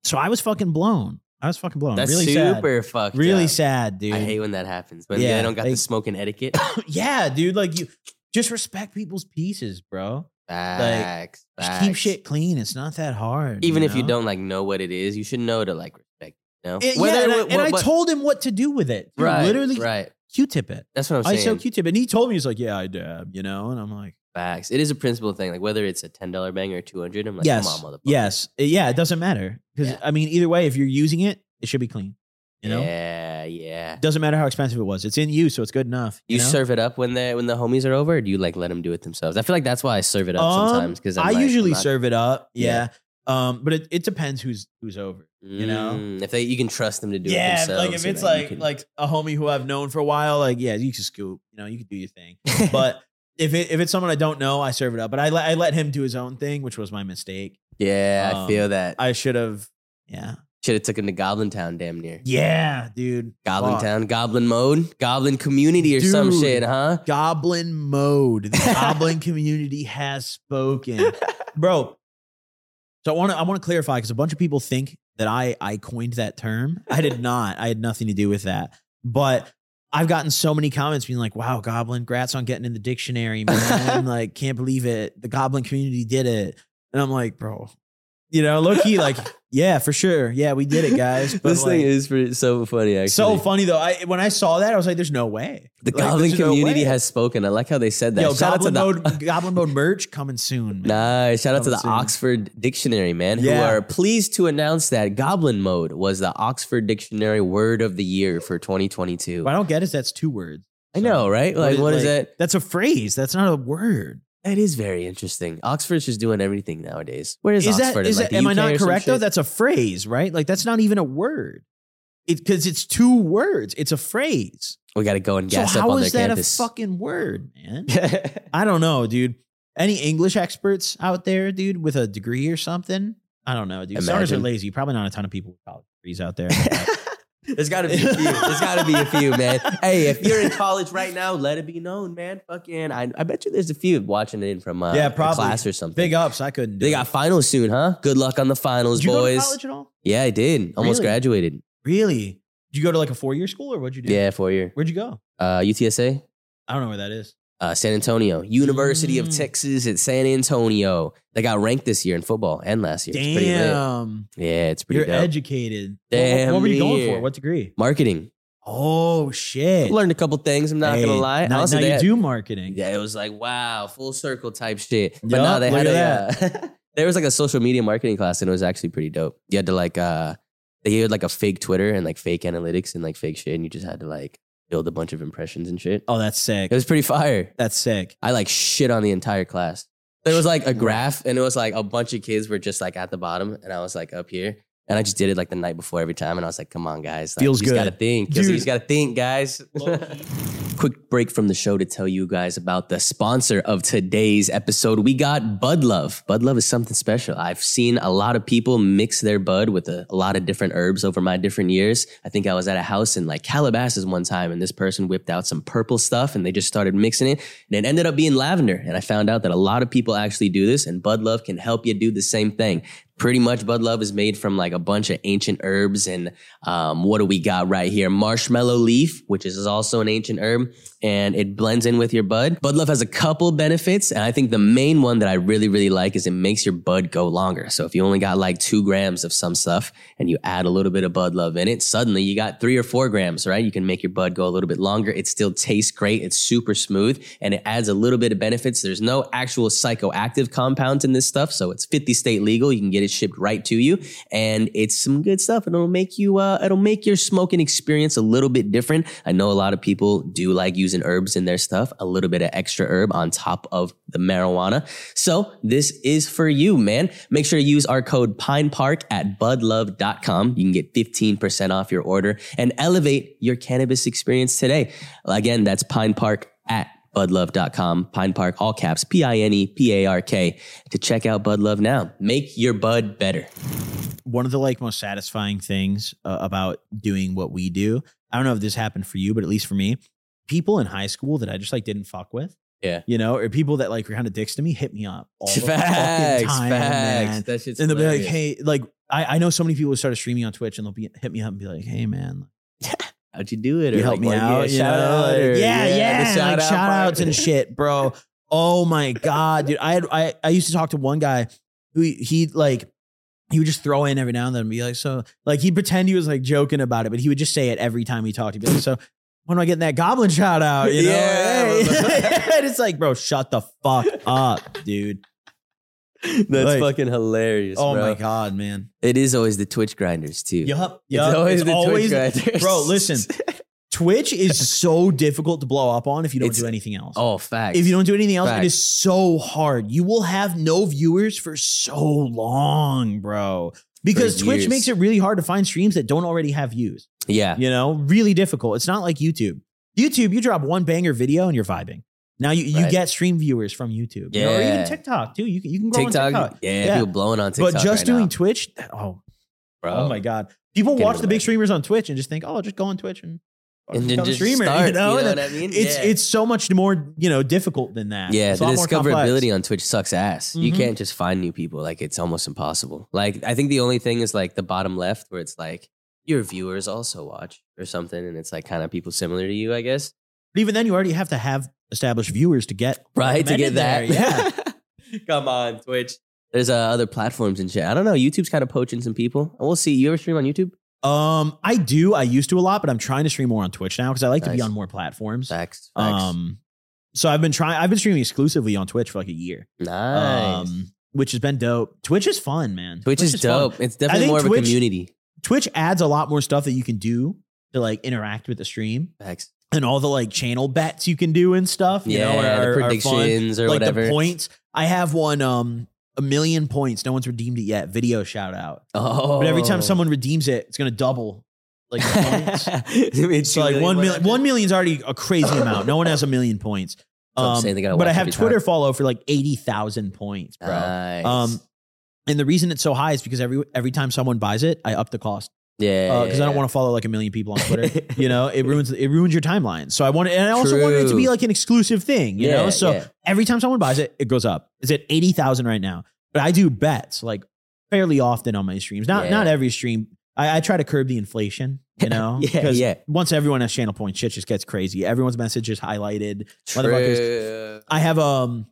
Speaker 1: so I was fucking blown. I was fucking blown.
Speaker 2: That's
Speaker 1: really sad.
Speaker 2: super fucked.
Speaker 1: Really
Speaker 2: up.
Speaker 1: sad, dude.
Speaker 2: I hate when that happens. When
Speaker 1: Yeah,
Speaker 2: they don't got the
Speaker 1: like-
Speaker 2: smoking etiquette.
Speaker 1: yeah, dude. Like you, just respect people's pieces, bro.
Speaker 2: Facts.
Speaker 1: Just
Speaker 2: facts.
Speaker 1: keep shit clean. It's not that hard.
Speaker 2: Even if you
Speaker 1: know?
Speaker 2: don't like know what it is, you should know to like respect. it, You know?
Speaker 1: It-
Speaker 2: Whether
Speaker 1: yeah, and I,
Speaker 2: it-
Speaker 1: and
Speaker 2: what-
Speaker 1: I
Speaker 2: what-
Speaker 1: told him what to do with it. Dude,
Speaker 2: right,
Speaker 1: literally,
Speaker 2: right.
Speaker 1: Q-tip it.
Speaker 2: That's what I'm
Speaker 1: I
Speaker 2: saying.
Speaker 1: saw Q-tip, it, and he told me he's like, "Yeah, I dab," you know, and I'm like.
Speaker 2: Facts. It is a principle thing. Like whether it's a ten dollar bang or two hundred, I'm like,
Speaker 1: yes.
Speaker 2: come on, motherfucker.
Speaker 1: Yes. Uh, Yeah, it doesn't matter. Because
Speaker 2: Yeah.
Speaker 1: I mean, either way, if you're using it, it should be clean. You know?
Speaker 2: Yeah, yeah.
Speaker 1: It doesn't matter how expensive it was. It's in use, so it's good enough.
Speaker 2: You
Speaker 1: know?
Speaker 2: serve it up when the when the homies are over, or do you like let them do it themselves? I feel like that's why I serve it up
Speaker 1: Um,
Speaker 2: sometimes because
Speaker 1: I usually serve it up. Yeah. Um, but it, it depends who's who's over. you know?
Speaker 2: Mm, if they you can trust them to do it themselves. you know, you can-
Speaker 1: like a homie who I've known for a while, like yeah, you can scoop. You know, you can do your thing. But if it if it's someone I don't know, I serve it up. But I let I let him do his own thing, which was my mistake.
Speaker 2: yeah, I
Speaker 1: um,
Speaker 2: feel that. I
Speaker 1: I should have. Yeah.
Speaker 2: should have took him to Goblin Town, damn near
Speaker 1: Yeah, dude.
Speaker 2: Goblin
Speaker 1: Fuck.
Speaker 2: Town, Goblin Mode, Goblin Community, or some
Speaker 1: Dude.
Speaker 2: shit, huh?
Speaker 1: Goblin mode. The goblin community has spoken. Bro. So I want to I want to clarify because a bunch of people think that I I coined that term. I did not. I had nothing to do with that. But I've gotten so many comments being like, wow, goblin, grats on getting in the dictionary, man. like, can't believe it. The goblin community did it. And I'm like, bro, you know, low key, like, yeah, for sure. Yeah, we did it, guys. But
Speaker 2: this thing
Speaker 1: like-
Speaker 2: is pretty, so funny. Actually,
Speaker 1: so funny though. I when I saw that, I was like, there's no way.
Speaker 2: The
Speaker 1: Like,
Speaker 2: Goblin
Speaker 1: there's no
Speaker 2: Community
Speaker 1: way.
Speaker 2: has spoken. I like how they said that.
Speaker 1: Yo,
Speaker 2: Shout out to
Speaker 1: Goblin
Speaker 2: the-
Speaker 1: Mode, Goblin Mode merch coming soon. man.
Speaker 2: Nice. Shout out to the
Speaker 1: Coming soon.
Speaker 2: Oxford Dictionary, man,
Speaker 1: Yeah.
Speaker 2: who are pleased to announce that Goblin Mode was the Oxford Dictionary word of the year for 2022.
Speaker 1: What I don't get is that's two words.
Speaker 2: I know, right? Like, what is, that?
Speaker 1: That's a phrase. That's not a word.
Speaker 2: That is very interesting. Oxford's just doing everything nowadays. Where is,
Speaker 1: Is that?
Speaker 2: Oxford? In,
Speaker 1: Is
Speaker 2: like,
Speaker 1: that?
Speaker 2: the
Speaker 1: Am I
Speaker 2: UK or
Speaker 1: not
Speaker 2: some
Speaker 1: correct though?
Speaker 2: shit?
Speaker 1: That's a phrase, right? Like that's not even a word. It because it's two words. It's a phrase.
Speaker 2: we got to go and
Speaker 1: So
Speaker 2: gas up
Speaker 1: how
Speaker 2: on their
Speaker 1: is that
Speaker 2: campus.
Speaker 1: a fucking word, man? I don't know, dude. Any English experts out there, dude, with a degree or something? I don't know, dude.
Speaker 2: Imagine.
Speaker 1: Stoners are lazy. Probably not a ton of people with college degrees out there.
Speaker 2: There's got to be a few. There's got to be a few, man. Hey, if you're in college right now, let it be known, man. Fucking, I, I bet you there's a few watching it in from uh,
Speaker 1: Yeah,
Speaker 2: a
Speaker 1: probably.
Speaker 2: class or something.
Speaker 1: Big ups. I couldn't. Do
Speaker 2: They
Speaker 1: it.
Speaker 2: got finals soon, huh? Good luck on the finals,
Speaker 1: Did you
Speaker 2: boys.
Speaker 1: go to college at all?
Speaker 2: Yeah, I did. Almost
Speaker 1: Really?
Speaker 2: graduated.
Speaker 1: Really? Did you go to like a four year school or what'd you do?
Speaker 2: Yeah, four year.
Speaker 1: Where'd you go?
Speaker 2: Uh, UTSA,
Speaker 1: I don't know where that is.
Speaker 2: uh, San Antonio, University of
Speaker 1: Mm.
Speaker 2: Texas at San Antonio. They got ranked this year in football and last year. It's pretty lit.
Speaker 1: Damn.
Speaker 2: Yeah, it's pretty
Speaker 1: You're
Speaker 2: dope.
Speaker 1: educated. What-
Speaker 2: Damn
Speaker 1: What, were you going
Speaker 2: near.
Speaker 1: for? What degree?
Speaker 2: Marketing.
Speaker 1: Oh, shit.
Speaker 2: Learned a couple things. I'm not
Speaker 1: Hey,
Speaker 2: gonna lie.
Speaker 1: Now,
Speaker 2: Also,
Speaker 1: now
Speaker 2: they
Speaker 1: you
Speaker 2: had-
Speaker 1: do marketing.
Speaker 2: Yeah, it was like wow, full circle type shit. But
Speaker 1: Yup,
Speaker 2: no, they
Speaker 1: look
Speaker 2: had a,
Speaker 1: at
Speaker 2: uh, there was like a social media marketing class, and it was actually pretty dope. You had to like uh, they had like a fake Twitter and like fake analytics and like fake shit, and you just had to like build a bunch of impressions and shit.
Speaker 1: Oh, that's sick.
Speaker 2: It was pretty fire.
Speaker 1: That's sick.
Speaker 2: I like shit on the entire class. There was like a graph, and it was like a bunch of kids were just like at the bottom, and I was like up here. And I just did it like the night before every time, and I was like, "Come on, guys! Like,
Speaker 1: Feels
Speaker 2: you just
Speaker 1: good.
Speaker 2: Gotta think, you just
Speaker 1: Dude.
Speaker 2: gotta think, guys." Quick break from the show to tell you guys about the sponsor of today's episode. We got Bud Love. Bud Love is something special. I've seen a lot of people mix their bud with a, a lot of different herbs over my different years. I think I was at a house in like Calabasas one time and this person whipped out some purple stuff and they just started mixing it and it ended up being lavender. And I found out that a lot of people actually do this and Bud Love can help you do the same thing. Pretty much Bud Love is made from like a bunch of ancient herbs and um, what do we got right here? Marshmallow leaf, which is also an ancient herb, and it blends in with your bud. Bud Love has a couple benefits, and I think the main one that I really, really like is it makes your bud go longer. So if you only got like two grams of some stuff and you add a little bit of Bud Love in it, suddenly you got three or four grams, right? You can make your bud go a little bit longer. It still tastes great. It's super smooth and it adds a little bit of benefits. There's no actual psychoactive compounds in this stuff. So it's 50 state legal. You can get it shipped right to you and it's some good stuff. It'll make you, uh, it'll make your smoking experience a little bit different. I know a lot of people do like using herbs in their stuff, a little bit of extra herb on top of the marijuana. So this is for you, man. Make sure to use our code Pine Park at budlove.com. You can get 15% off your order and elevate your cannabis experience today. Again, that's Pine Park at budlove.com, Pine Park, all caps, P I N E P A R K, to check out Bud Love now. Make your bud better.
Speaker 1: One of the like most satisfying things uh, about doing what we do, I don't know if this happened for you, but at least for me, people in high school that I just like didn't fuck with.
Speaker 2: Yeah.
Speaker 1: You know, or people that like were kind of dicks to me hit me up all the
Speaker 2: facts,
Speaker 1: fucking time,
Speaker 2: facts.
Speaker 1: man.
Speaker 2: That shit's
Speaker 1: and they'll be like,
Speaker 2: hilarious.
Speaker 1: hey, like I, I know so many people who started streaming on Twitch and they'll be hit me up and be like, hey man,
Speaker 2: how'd you do it?
Speaker 1: you
Speaker 2: Or
Speaker 1: help
Speaker 2: like,
Speaker 1: me
Speaker 2: well,
Speaker 1: out,
Speaker 2: yeah,
Speaker 1: you
Speaker 2: shout
Speaker 1: know?
Speaker 2: out, or,
Speaker 1: Like, yeah,
Speaker 2: the
Speaker 1: yeah,
Speaker 2: shout
Speaker 1: like
Speaker 2: out
Speaker 1: shout
Speaker 2: part.
Speaker 1: outs and shit, bro. Oh my god, dude, I had I, I used to talk to one guy who he, he like he would just throw in every now and then and be like, so like he'd pretend he was like joking about it, but he would just say it every time he talked. He'd be like, so. When am I getting that goblin shout out? You know,
Speaker 2: Yeah,
Speaker 1: Hey.
Speaker 2: bro.
Speaker 1: and it's like, bro, shut the fuck up, dude.
Speaker 2: That's
Speaker 1: Like,
Speaker 2: fucking hilarious,
Speaker 1: Oh
Speaker 2: bro.
Speaker 1: my god, man.
Speaker 2: It is always the Twitch grinders too.
Speaker 1: Yup,
Speaker 2: It's
Speaker 1: yup.
Speaker 2: always the
Speaker 1: always-
Speaker 2: Twitch grinders.
Speaker 1: bro. Listen, Twitch is so difficult to blow up on if you don't
Speaker 2: It's-
Speaker 1: do anything else.
Speaker 2: oh, facts.
Speaker 1: If you don't do anything else,
Speaker 2: Facts.
Speaker 1: it is so hard. You will have no viewers for so long, bro. Because
Speaker 2: For
Speaker 1: Twitch
Speaker 2: years.
Speaker 1: makes it really hard to find streams that don't already have views.
Speaker 2: yeah,
Speaker 1: You know, really difficult. It's not like YouTube. YouTube, you drop one banger video and you're vibing. Now you, you
Speaker 2: Right.
Speaker 1: get stream viewers from YouTube. You know, or
Speaker 2: Yeah.
Speaker 1: even TikTok too. You can, you can grow
Speaker 2: TikTok,
Speaker 1: on TikTok.
Speaker 2: Yeah,
Speaker 1: Yeah.
Speaker 2: people blowing on TikTok.
Speaker 1: but just
Speaker 2: right
Speaker 1: doing
Speaker 2: now,
Speaker 1: Twitch, oh,
Speaker 2: bro.
Speaker 1: oh my God. People
Speaker 2: Can't
Speaker 1: watch the
Speaker 2: even
Speaker 1: big
Speaker 2: imagine.
Speaker 1: streamers on Twitch and just think, oh, just go on Twitch and,
Speaker 2: and then
Speaker 1: become a
Speaker 2: just
Speaker 1: streamer.
Speaker 2: start,
Speaker 1: you know?
Speaker 2: what I mean?
Speaker 1: it's
Speaker 2: yeah.
Speaker 1: it's so much more you know difficult than that.
Speaker 2: Yeah,
Speaker 1: it's
Speaker 2: the
Speaker 1: a lot more complex.
Speaker 2: discoverability on Twitch sucks ass. You
Speaker 1: Mhm.
Speaker 2: can't just find new people. Like it's almost impossible. Like I think the only thing is like the bottom left where it's like your viewers also watch or something, and it's like kind of people similar to you, I guess.
Speaker 1: But even then, you already have to have established viewers to get
Speaker 2: Right to get
Speaker 1: recommended
Speaker 2: that.
Speaker 1: there, yeah.
Speaker 2: Yeah. Come on, Twitch. There's uh, other platforms and shit. I don't know. YouTube's kind of poaching some people. We'll see. You ever stream on YouTube?
Speaker 1: Um, I do. I used to a lot, but I'm trying to stream more on Twitch now because I like to be
Speaker 2: Nice.
Speaker 1: on more platforms.
Speaker 2: Facts. facts.
Speaker 1: Um, so I've been trying. I've been streaming exclusively on Twitch for like a year.
Speaker 2: nice.
Speaker 1: Um, which has been dope. Twitch is fun, man.
Speaker 2: Twitch, is
Speaker 1: fun.
Speaker 2: dope. It's definitely
Speaker 1: think
Speaker 2: more of a
Speaker 1: Twitch-
Speaker 2: community.
Speaker 1: Twitch adds a lot more stuff that you can do to like interact with the stream
Speaker 2: Facts.
Speaker 1: and all the like channel bets you can do and stuff. You
Speaker 2: Yeah,
Speaker 1: know, are,
Speaker 2: the
Speaker 1: are fun.
Speaker 2: predictions or
Speaker 1: like
Speaker 2: whatever.
Speaker 1: the points. I have one um a million points. No one's redeemed it yet. Video shout out.
Speaker 2: Oh.
Speaker 1: But every time someone redeems it, it's gonna double like the points.
Speaker 2: it's
Speaker 1: so like one million one million's already a crazy amount. No one has a million points.
Speaker 2: That's what I'm
Speaker 1: Um,
Speaker 2: saying. They gotta
Speaker 1: but I
Speaker 2: watch Ah.
Speaker 1: have
Speaker 2: every time.
Speaker 1: Twitter follow for like eighty thousand points, bro.
Speaker 2: Nice.
Speaker 1: Um And the reason it's so high is because every every time someone buys it, I up the cost
Speaker 2: Yeah.
Speaker 1: because uh, I don't want to follow like a million people on Twitter. you know, it ruins it ruins your timeline. So I want, and I also wanted it to
Speaker 2: True.
Speaker 1: be like an exclusive thing. You
Speaker 2: Yeah,
Speaker 1: know, so
Speaker 2: yeah.
Speaker 1: every time someone buys it, it goes up. It's at eighty thousand right now. But I do bets like fairly often on my streams. Not
Speaker 2: Yeah.
Speaker 1: not every stream. I, I try to curb the inflation. You know,
Speaker 2: Yeah,
Speaker 1: because
Speaker 2: yeah.
Speaker 1: once everyone has channel points, shit just gets crazy. Everyone's message is highlighted.
Speaker 2: True.
Speaker 1: I have um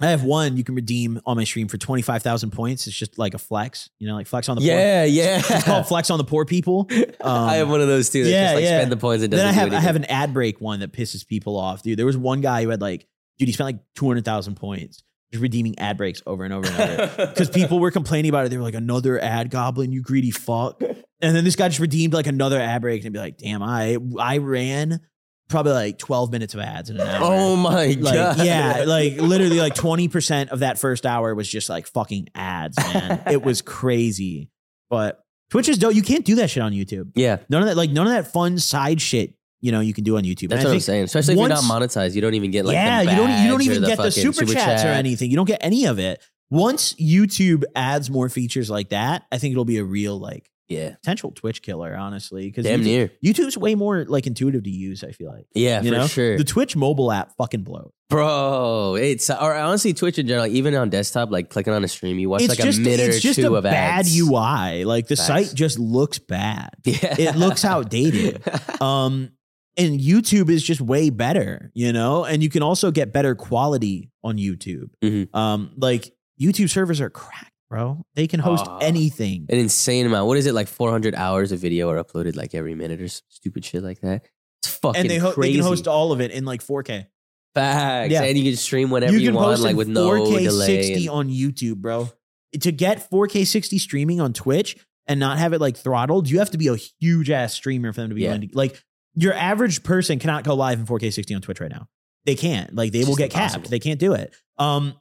Speaker 1: I have one you can redeem on my stream for 25,000 points. It's just like a flex, you know, like flex on the poor.
Speaker 2: Yeah, yeah.
Speaker 1: It's called flex on the poor people. Um,
Speaker 2: I have one of those too. That
Speaker 1: yeah,
Speaker 2: just like
Speaker 1: yeah.
Speaker 2: spend the points and doesn't
Speaker 1: then I have
Speaker 2: do
Speaker 1: I
Speaker 2: anything.
Speaker 1: have an ad break one that pisses people off, dude. There was one guy who had like dude, he spent like 200,000 points just redeeming ad breaks over and over and over. Because people were complaining about it. They were like, another ad goblin, you greedy fuck. And then this guy just redeemed like another ad break and be like, damn, I I ran probably like 12 minutes of ads in an hour.
Speaker 2: Oh my
Speaker 1: Like,
Speaker 2: god!
Speaker 1: yeah, like literally like 20% of that first hour was just like fucking ads, man. it was crazy. But Twitch is dope. You can't do that shit on YouTube.
Speaker 2: yeah.
Speaker 1: None of that, like none of that fun side shit, you know, you can do on YouTube. And
Speaker 2: That's
Speaker 1: I
Speaker 2: what I'm
Speaker 1: think-
Speaker 2: saying. Especially if you're not
Speaker 1: once-
Speaker 2: monetized, you don't even get like
Speaker 1: yeah,
Speaker 2: the
Speaker 1: you don't e, you don't
Speaker 2: badge or
Speaker 1: even get the
Speaker 2: fucking
Speaker 1: super, chats or
Speaker 2: chat.
Speaker 1: anything. You don't get any of it. Once YouTube adds more features like that, I think it'll be a real like
Speaker 2: Yeah,
Speaker 1: potential Twitch killer, honestly. Because
Speaker 2: damn near.
Speaker 1: YouTube's way more like intuitive to use, I feel like.
Speaker 2: Yeah,
Speaker 1: you
Speaker 2: for
Speaker 1: know?
Speaker 2: sure,
Speaker 1: The Twitch mobile app fucking blows.
Speaker 2: bro. It's or honestly Twitch in general, even on desktop, like clicking on a stream, you watch like a minute
Speaker 1: it's
Speaker 2: or
Speaker 1: just
Speaker 2: two
Speaker 1: a
Speaker 2: of
Speaker 1: bad
Speaker 2: ads.
Speaker 1: UI. Like the
Speaker 2: Facts.
Speaker 1: site just looks bad.
Speaker 2: Yeah,
Speaker 1: It looks outdated. Um, and YouTube is just way better, you know. And you can also get better quality on YouTube.
Speaker 2: Mhm.
Speaker 1: Um, like YouTube servers are cracked, bro. They can host
Speaker 2: Ah.
Speaker 1: anything.
Speaker 2: An insane amount. What is it like? 400 hours of video are uploaded like every minute or s- stupid shit like that. It's fucking
Speaker 1: And they, ho- they
Speaker 2: crazy.
Speaker 1: can host all of it in like 4K.
Speaker 2: Facts.
Speaker 1: Yeah.
Speaker 2: And you can stream whenever you,
Speaker 1: you can
Speaker 2: want,
Speaker 1: post
Speaker 2: like
Speaker 1: in
Speaker 2: with no
Speaker 1: 4K
Speaker 2: delay.
Speaker 1: 60
Speaker 2: and-
Speaker 1: on YouTube, bro. To get 4K 60 streaming on Twitch and not have it like throttled, you have to be a huge ass streamer for them to be
Speaker 2: Yeah.
Speaker 1: willing to- like your average person cannot go live in 4K 60 on Twitch right now. They can't. Like they
Speaker 2: It's
Speaker 1: will
Speaker 2: just
Speaker 1: get
Speaker 2: impossible.
Speaker 1: capped. They can't do it. Um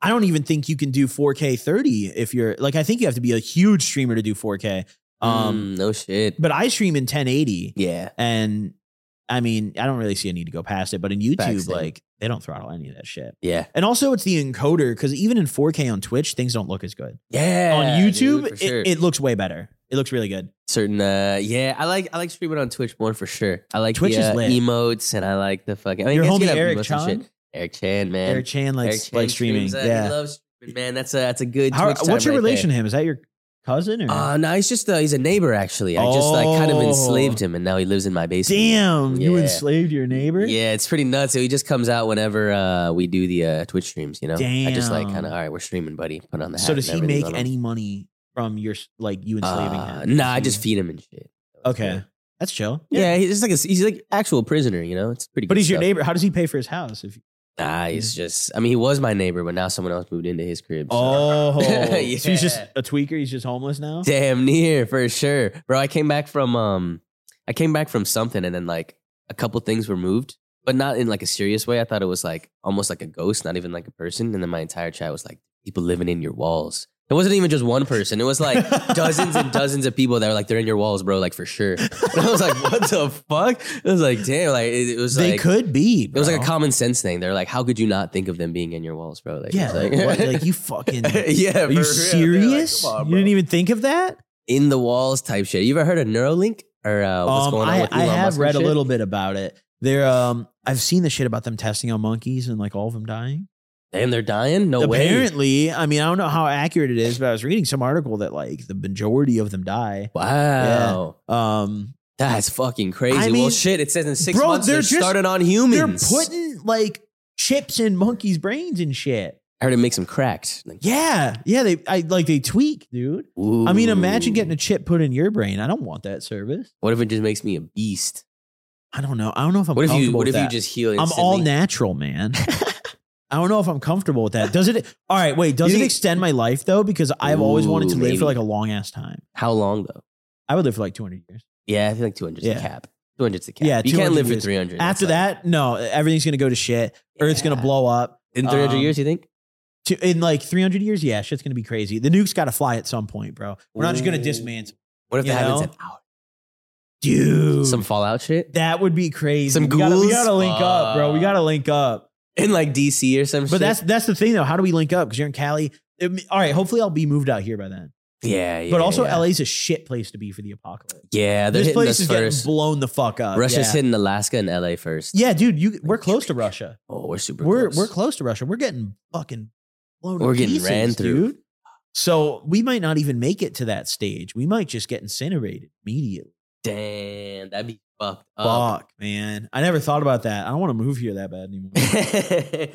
Speaker 1: I don't even think you can do 4K 30 if you're like I think you have to be a huge streamer to do 4K. Um
Speaker 2: Mm, no shit.
Speaker 1: but I stream in 1080
Speaker 2: Yeah.
Speaker 1: and I mean, I don't really see a need to go past it, but in YouTube
Speaker 2: Facts, dude.
Speaker 1: like they don't throttle any of that shit.
Speaker 2: Yeah.
Speaker 1: And also, it's the encoder because even in 4K on Twitch, things don't look as good.
Speaker 2: Yeah.
Speaker 1: on YouTube,
Speaker 2: dude, for sure.
Speaker 1: it, it looks way better. It looks really good.
Speaker 2: certain uh yeah, I like I like streaming on Twitch more for sure. I like
Speaker 1: Twitch
Speaker 2: the
Speaker 1: is
Speaker 2: uh,
Speaker 1: lit.
Speaker 2: emotes and I like the fucking I mean,
Speaker 1: Your
Speaker 2: I guess you
Speaker 1: homie
Speaker 2: could have
Speaker 1: Eric
Speaker 2: emotes and
Speaker 1: Chan?
Speaker 2: shit. Eric Chan, man.
Speaker 1: Eric Chan
Speaker 2: Eric
Speaker 1: likes
Speaker 2: Chan
Speaker 1: like streaming.
Speaker 2: streams, uh, He
Speaker 1: yeah.
Speaker 2: loves streaming, man. That's a that's a good
Speaker 1: How,
Speaker 2: Twitch time
Speaker 1: what's your
Speaker 2: right there.
Speaker 1: relation to him? Is that your cousin or?
Speaker 2: Uh, no, he's just uh, he's a neighbor actually. I just like kind of
Speaker 1: Oh.
Speaker 2: enslaved him, and now he lives in my basement.
Speaker 1: Damn, you
Speaker 2: yeah.
Speaker 1: enslaved your neighbor.
Speaker 2: Yeah, it's pretty nuts. So he just comes out whenever uh, we do the uh, Twitch streams. You know, I just like
Speaker 1: Damn.
Speaker 2: kind of all right, we're streaming, buddy. Put on the.
Speaker 1: So
Speaker 2: hat
Speaker 1: does
Speaker 2: and
Speaker 1: he
Speaker 2: everything's
Speaker 1: make
Speaker 2: on him.
Speaker 1: any money from your like you enslaving
Speaker 2: Uh,
Speaker 1: him?
Speaker 2: Nah, I just feed him and shit.
Speaker 1: Okay, that's chill.
Speaker 2: Yeah, he's just like a, he's like actual prisoner. You know, it's pretty.
Speaker 1: but
Speaker 2: good
Speaker 1: he's your
Speaker 2: stuff.
Speaker 1: neighbor. How does he pay for his house? If
Speaker 2: Nah,
Speaker 1: Mm.
Speaker 2: he's just. I mean, he was my neighbor, but now someone else moved into his crib. so-
Speaker 1: oh, so he's just
Speaker 2: Yeah.
Speaker 1: a tweaker. He's just homeless now.
Speaker 2: Damn near for sure, bro. I came back from um, I came back from something, and then like a couple things were moved, but not in like a serious way. I thought it was like almost like a ghost, not even like a person. And then my entire chat was like people living in your walls. It wasn't even just one person. It was like dozens and dozens of people that were like they're in your walls, bro. Like for sure. And I was like, what the fuck? It was like damn. Like it, it was
Speaker 1: they
Speaker 2: like
Speaker 1: could be.
Speaker 2: it was like a
Speaker 1: bro.
Speaker 2: common sense thing. They're like, how could you not think of them being in your walls, bro? Like,
Speaker 1: yeah,
Speaker 2: it's like,
Speaker 1: like, what? like you fucking.
Speaker 2: yeah.
Speaker 1: Are you serious? you didn't even think of that?
Speaker 2: in the walls type shit. You ever heard of Neuralink or uh, what's
Speaker 1: Um,
Speaker 2: going on
Speaker 1: I,
Speaker 2: with
Speaker 1: I
Speaker 2: Elon
Speaker 1: have
Speaker 2: Musk and
Speaker 1: read a
Speaker 2: shit?
Speaker 1: little bit about it. There, um, I've seen the shit about them testing on monkeys and like all of them dying.
Speaker 2: Damn, they're dying. No way.
Speaker 1: Apparently, I mean, I don't know how accurate it is, but I was reading some article that like the majority of them die.
Speaker 2: Wow,
Speaker 1: Um,
Speaker 2: that's fucking crazy.
Speaker 1: I
Speaker 2: well,
Speaker 1: mean,
Speaker 2: shit. It says in six
Speaker 1: bro,
Speaker 2: months they're,
Speaker 1: they're just-
Speaker 2: starting on
Speaker 1: they're
Speaker 2: humans.
Speaker 1: putting like chips in monkeys' brains and shit.
Speaker 2: I heard it makes them cracked. Like,
Speaker 1: Yeah, yeah, they I, like they tweak, dude. I mean, imagine
Speaker 2: ooh.
Speaker 1: getting a chip put in your brain. I don't want that service.
Speaker 2: What if it just makes me a beast?
Speaker 1: I don't know. I don't know if I'm
Speaker 2: What if you?
Speaker 1: comfortable
Speaker 2: What
Speaker 1: with
Speaker 2: if you
Speaker 1: that.
Speaker 2: just heal?
Speaker 1: I'm
Speaker 2: Instantly?
Speaker 1: all natural, man. I don't know if I'm comfortable with that. Does it? All right, wait. Does
Speaker 2: You
Speaker 1: it
Speaker 2: think-
Speaker 1: extend my life though? Because I've always wanted
Speaker 2: Ooh,
Speaker 1: to live
Speaker 2: maybe.
Speaker 1: for like a long ass time.
Speaker 2: How long though?
Speaker 1: I would live for like 200 years.
Speaker 2: Yeah, I think like 200 is
Speaker 1: Yeah.
Speaker 2: the cap. 200 is the cap.
Speaker 1: Yeah,
Speaker 2: you
Speaker 1: 200
Speaker 2: can't live for
Speaker 1: years.
Speaker 2: 300.
Speaker 1: After
Speaker 2: That's
Speaker 1: that, no, everything's gonna go to shit.
Speaker 2: like-
Speaker 1: Earth's gonna
Speaker 2: Yeah.
Speaker 1: blow up.
Speaker 2: in 300
Speaker 1: Um,
Speaker 2: years. You think?
Speaker 1: To, in like 300 years, yeah, shit's gonna be crazy. The nuke's got to fly at some point, bro. We're not just gonna
Speaker 2: Ooh.
Speaker 1: dismantle,
Speaker 2: What if
Speaker 1: you
Speaker 2: that happens
Speaker 1: know?
Speaker 2: an hour?
Speaker 1: dude.
Speaker 2: Some Fallout shit
Speaker 1: that would be crazy.
Speaker 2: Some
Speaker 1: we gotta, we
Speaker 2: ghouls?
Speaker 1: gotta link up, bro. We
Speaker 2: Fuck.
Speaker 1: gotta link up.
Speaker 2: in like DC or some shit.
Speaker 1: But that's that's the thing though. How do we link up? Because you're in Cali, It- all right, hopefully I'll be moved out here by then.
Speaker 2: Yeah, yeah.
Speaker 1: but also,
Speaker 2: yeah.
Speaker 1: LA's a shit place to be for the apocalypse.
Speaker 2: Yeah, they're
Speaker 1: This
Speaker 2: hitting
Speaker 1: place
Speaker 2: us
Speaker 1: is
Speaker 2: first.
Speaker 1: getting blown the fuck up.
Speaker 2: Russia's
Speaker 1: yeah.
Speaker 2: hitting Alaska and LA first.
Speaker 1: Yeah, dude, you we're close to Russia.
Speaker 2: Oh, we're super
Speaker 1: We're
Speaker 2: close.
Speaker 1: we're close to Russia. We're getting fucking blown. to
Speaker 2: We're getting
Speaker 1: pieces,
Speaker 2: ran through.
Speaker 1: dude. So we might not even make it to that stage. We might just get incinerated immediately.
Speaker 2: Damn, that'd be fucked up.
Speaker 1: Fuck, man. I never thought about that. I don't want to move here that bad anymore.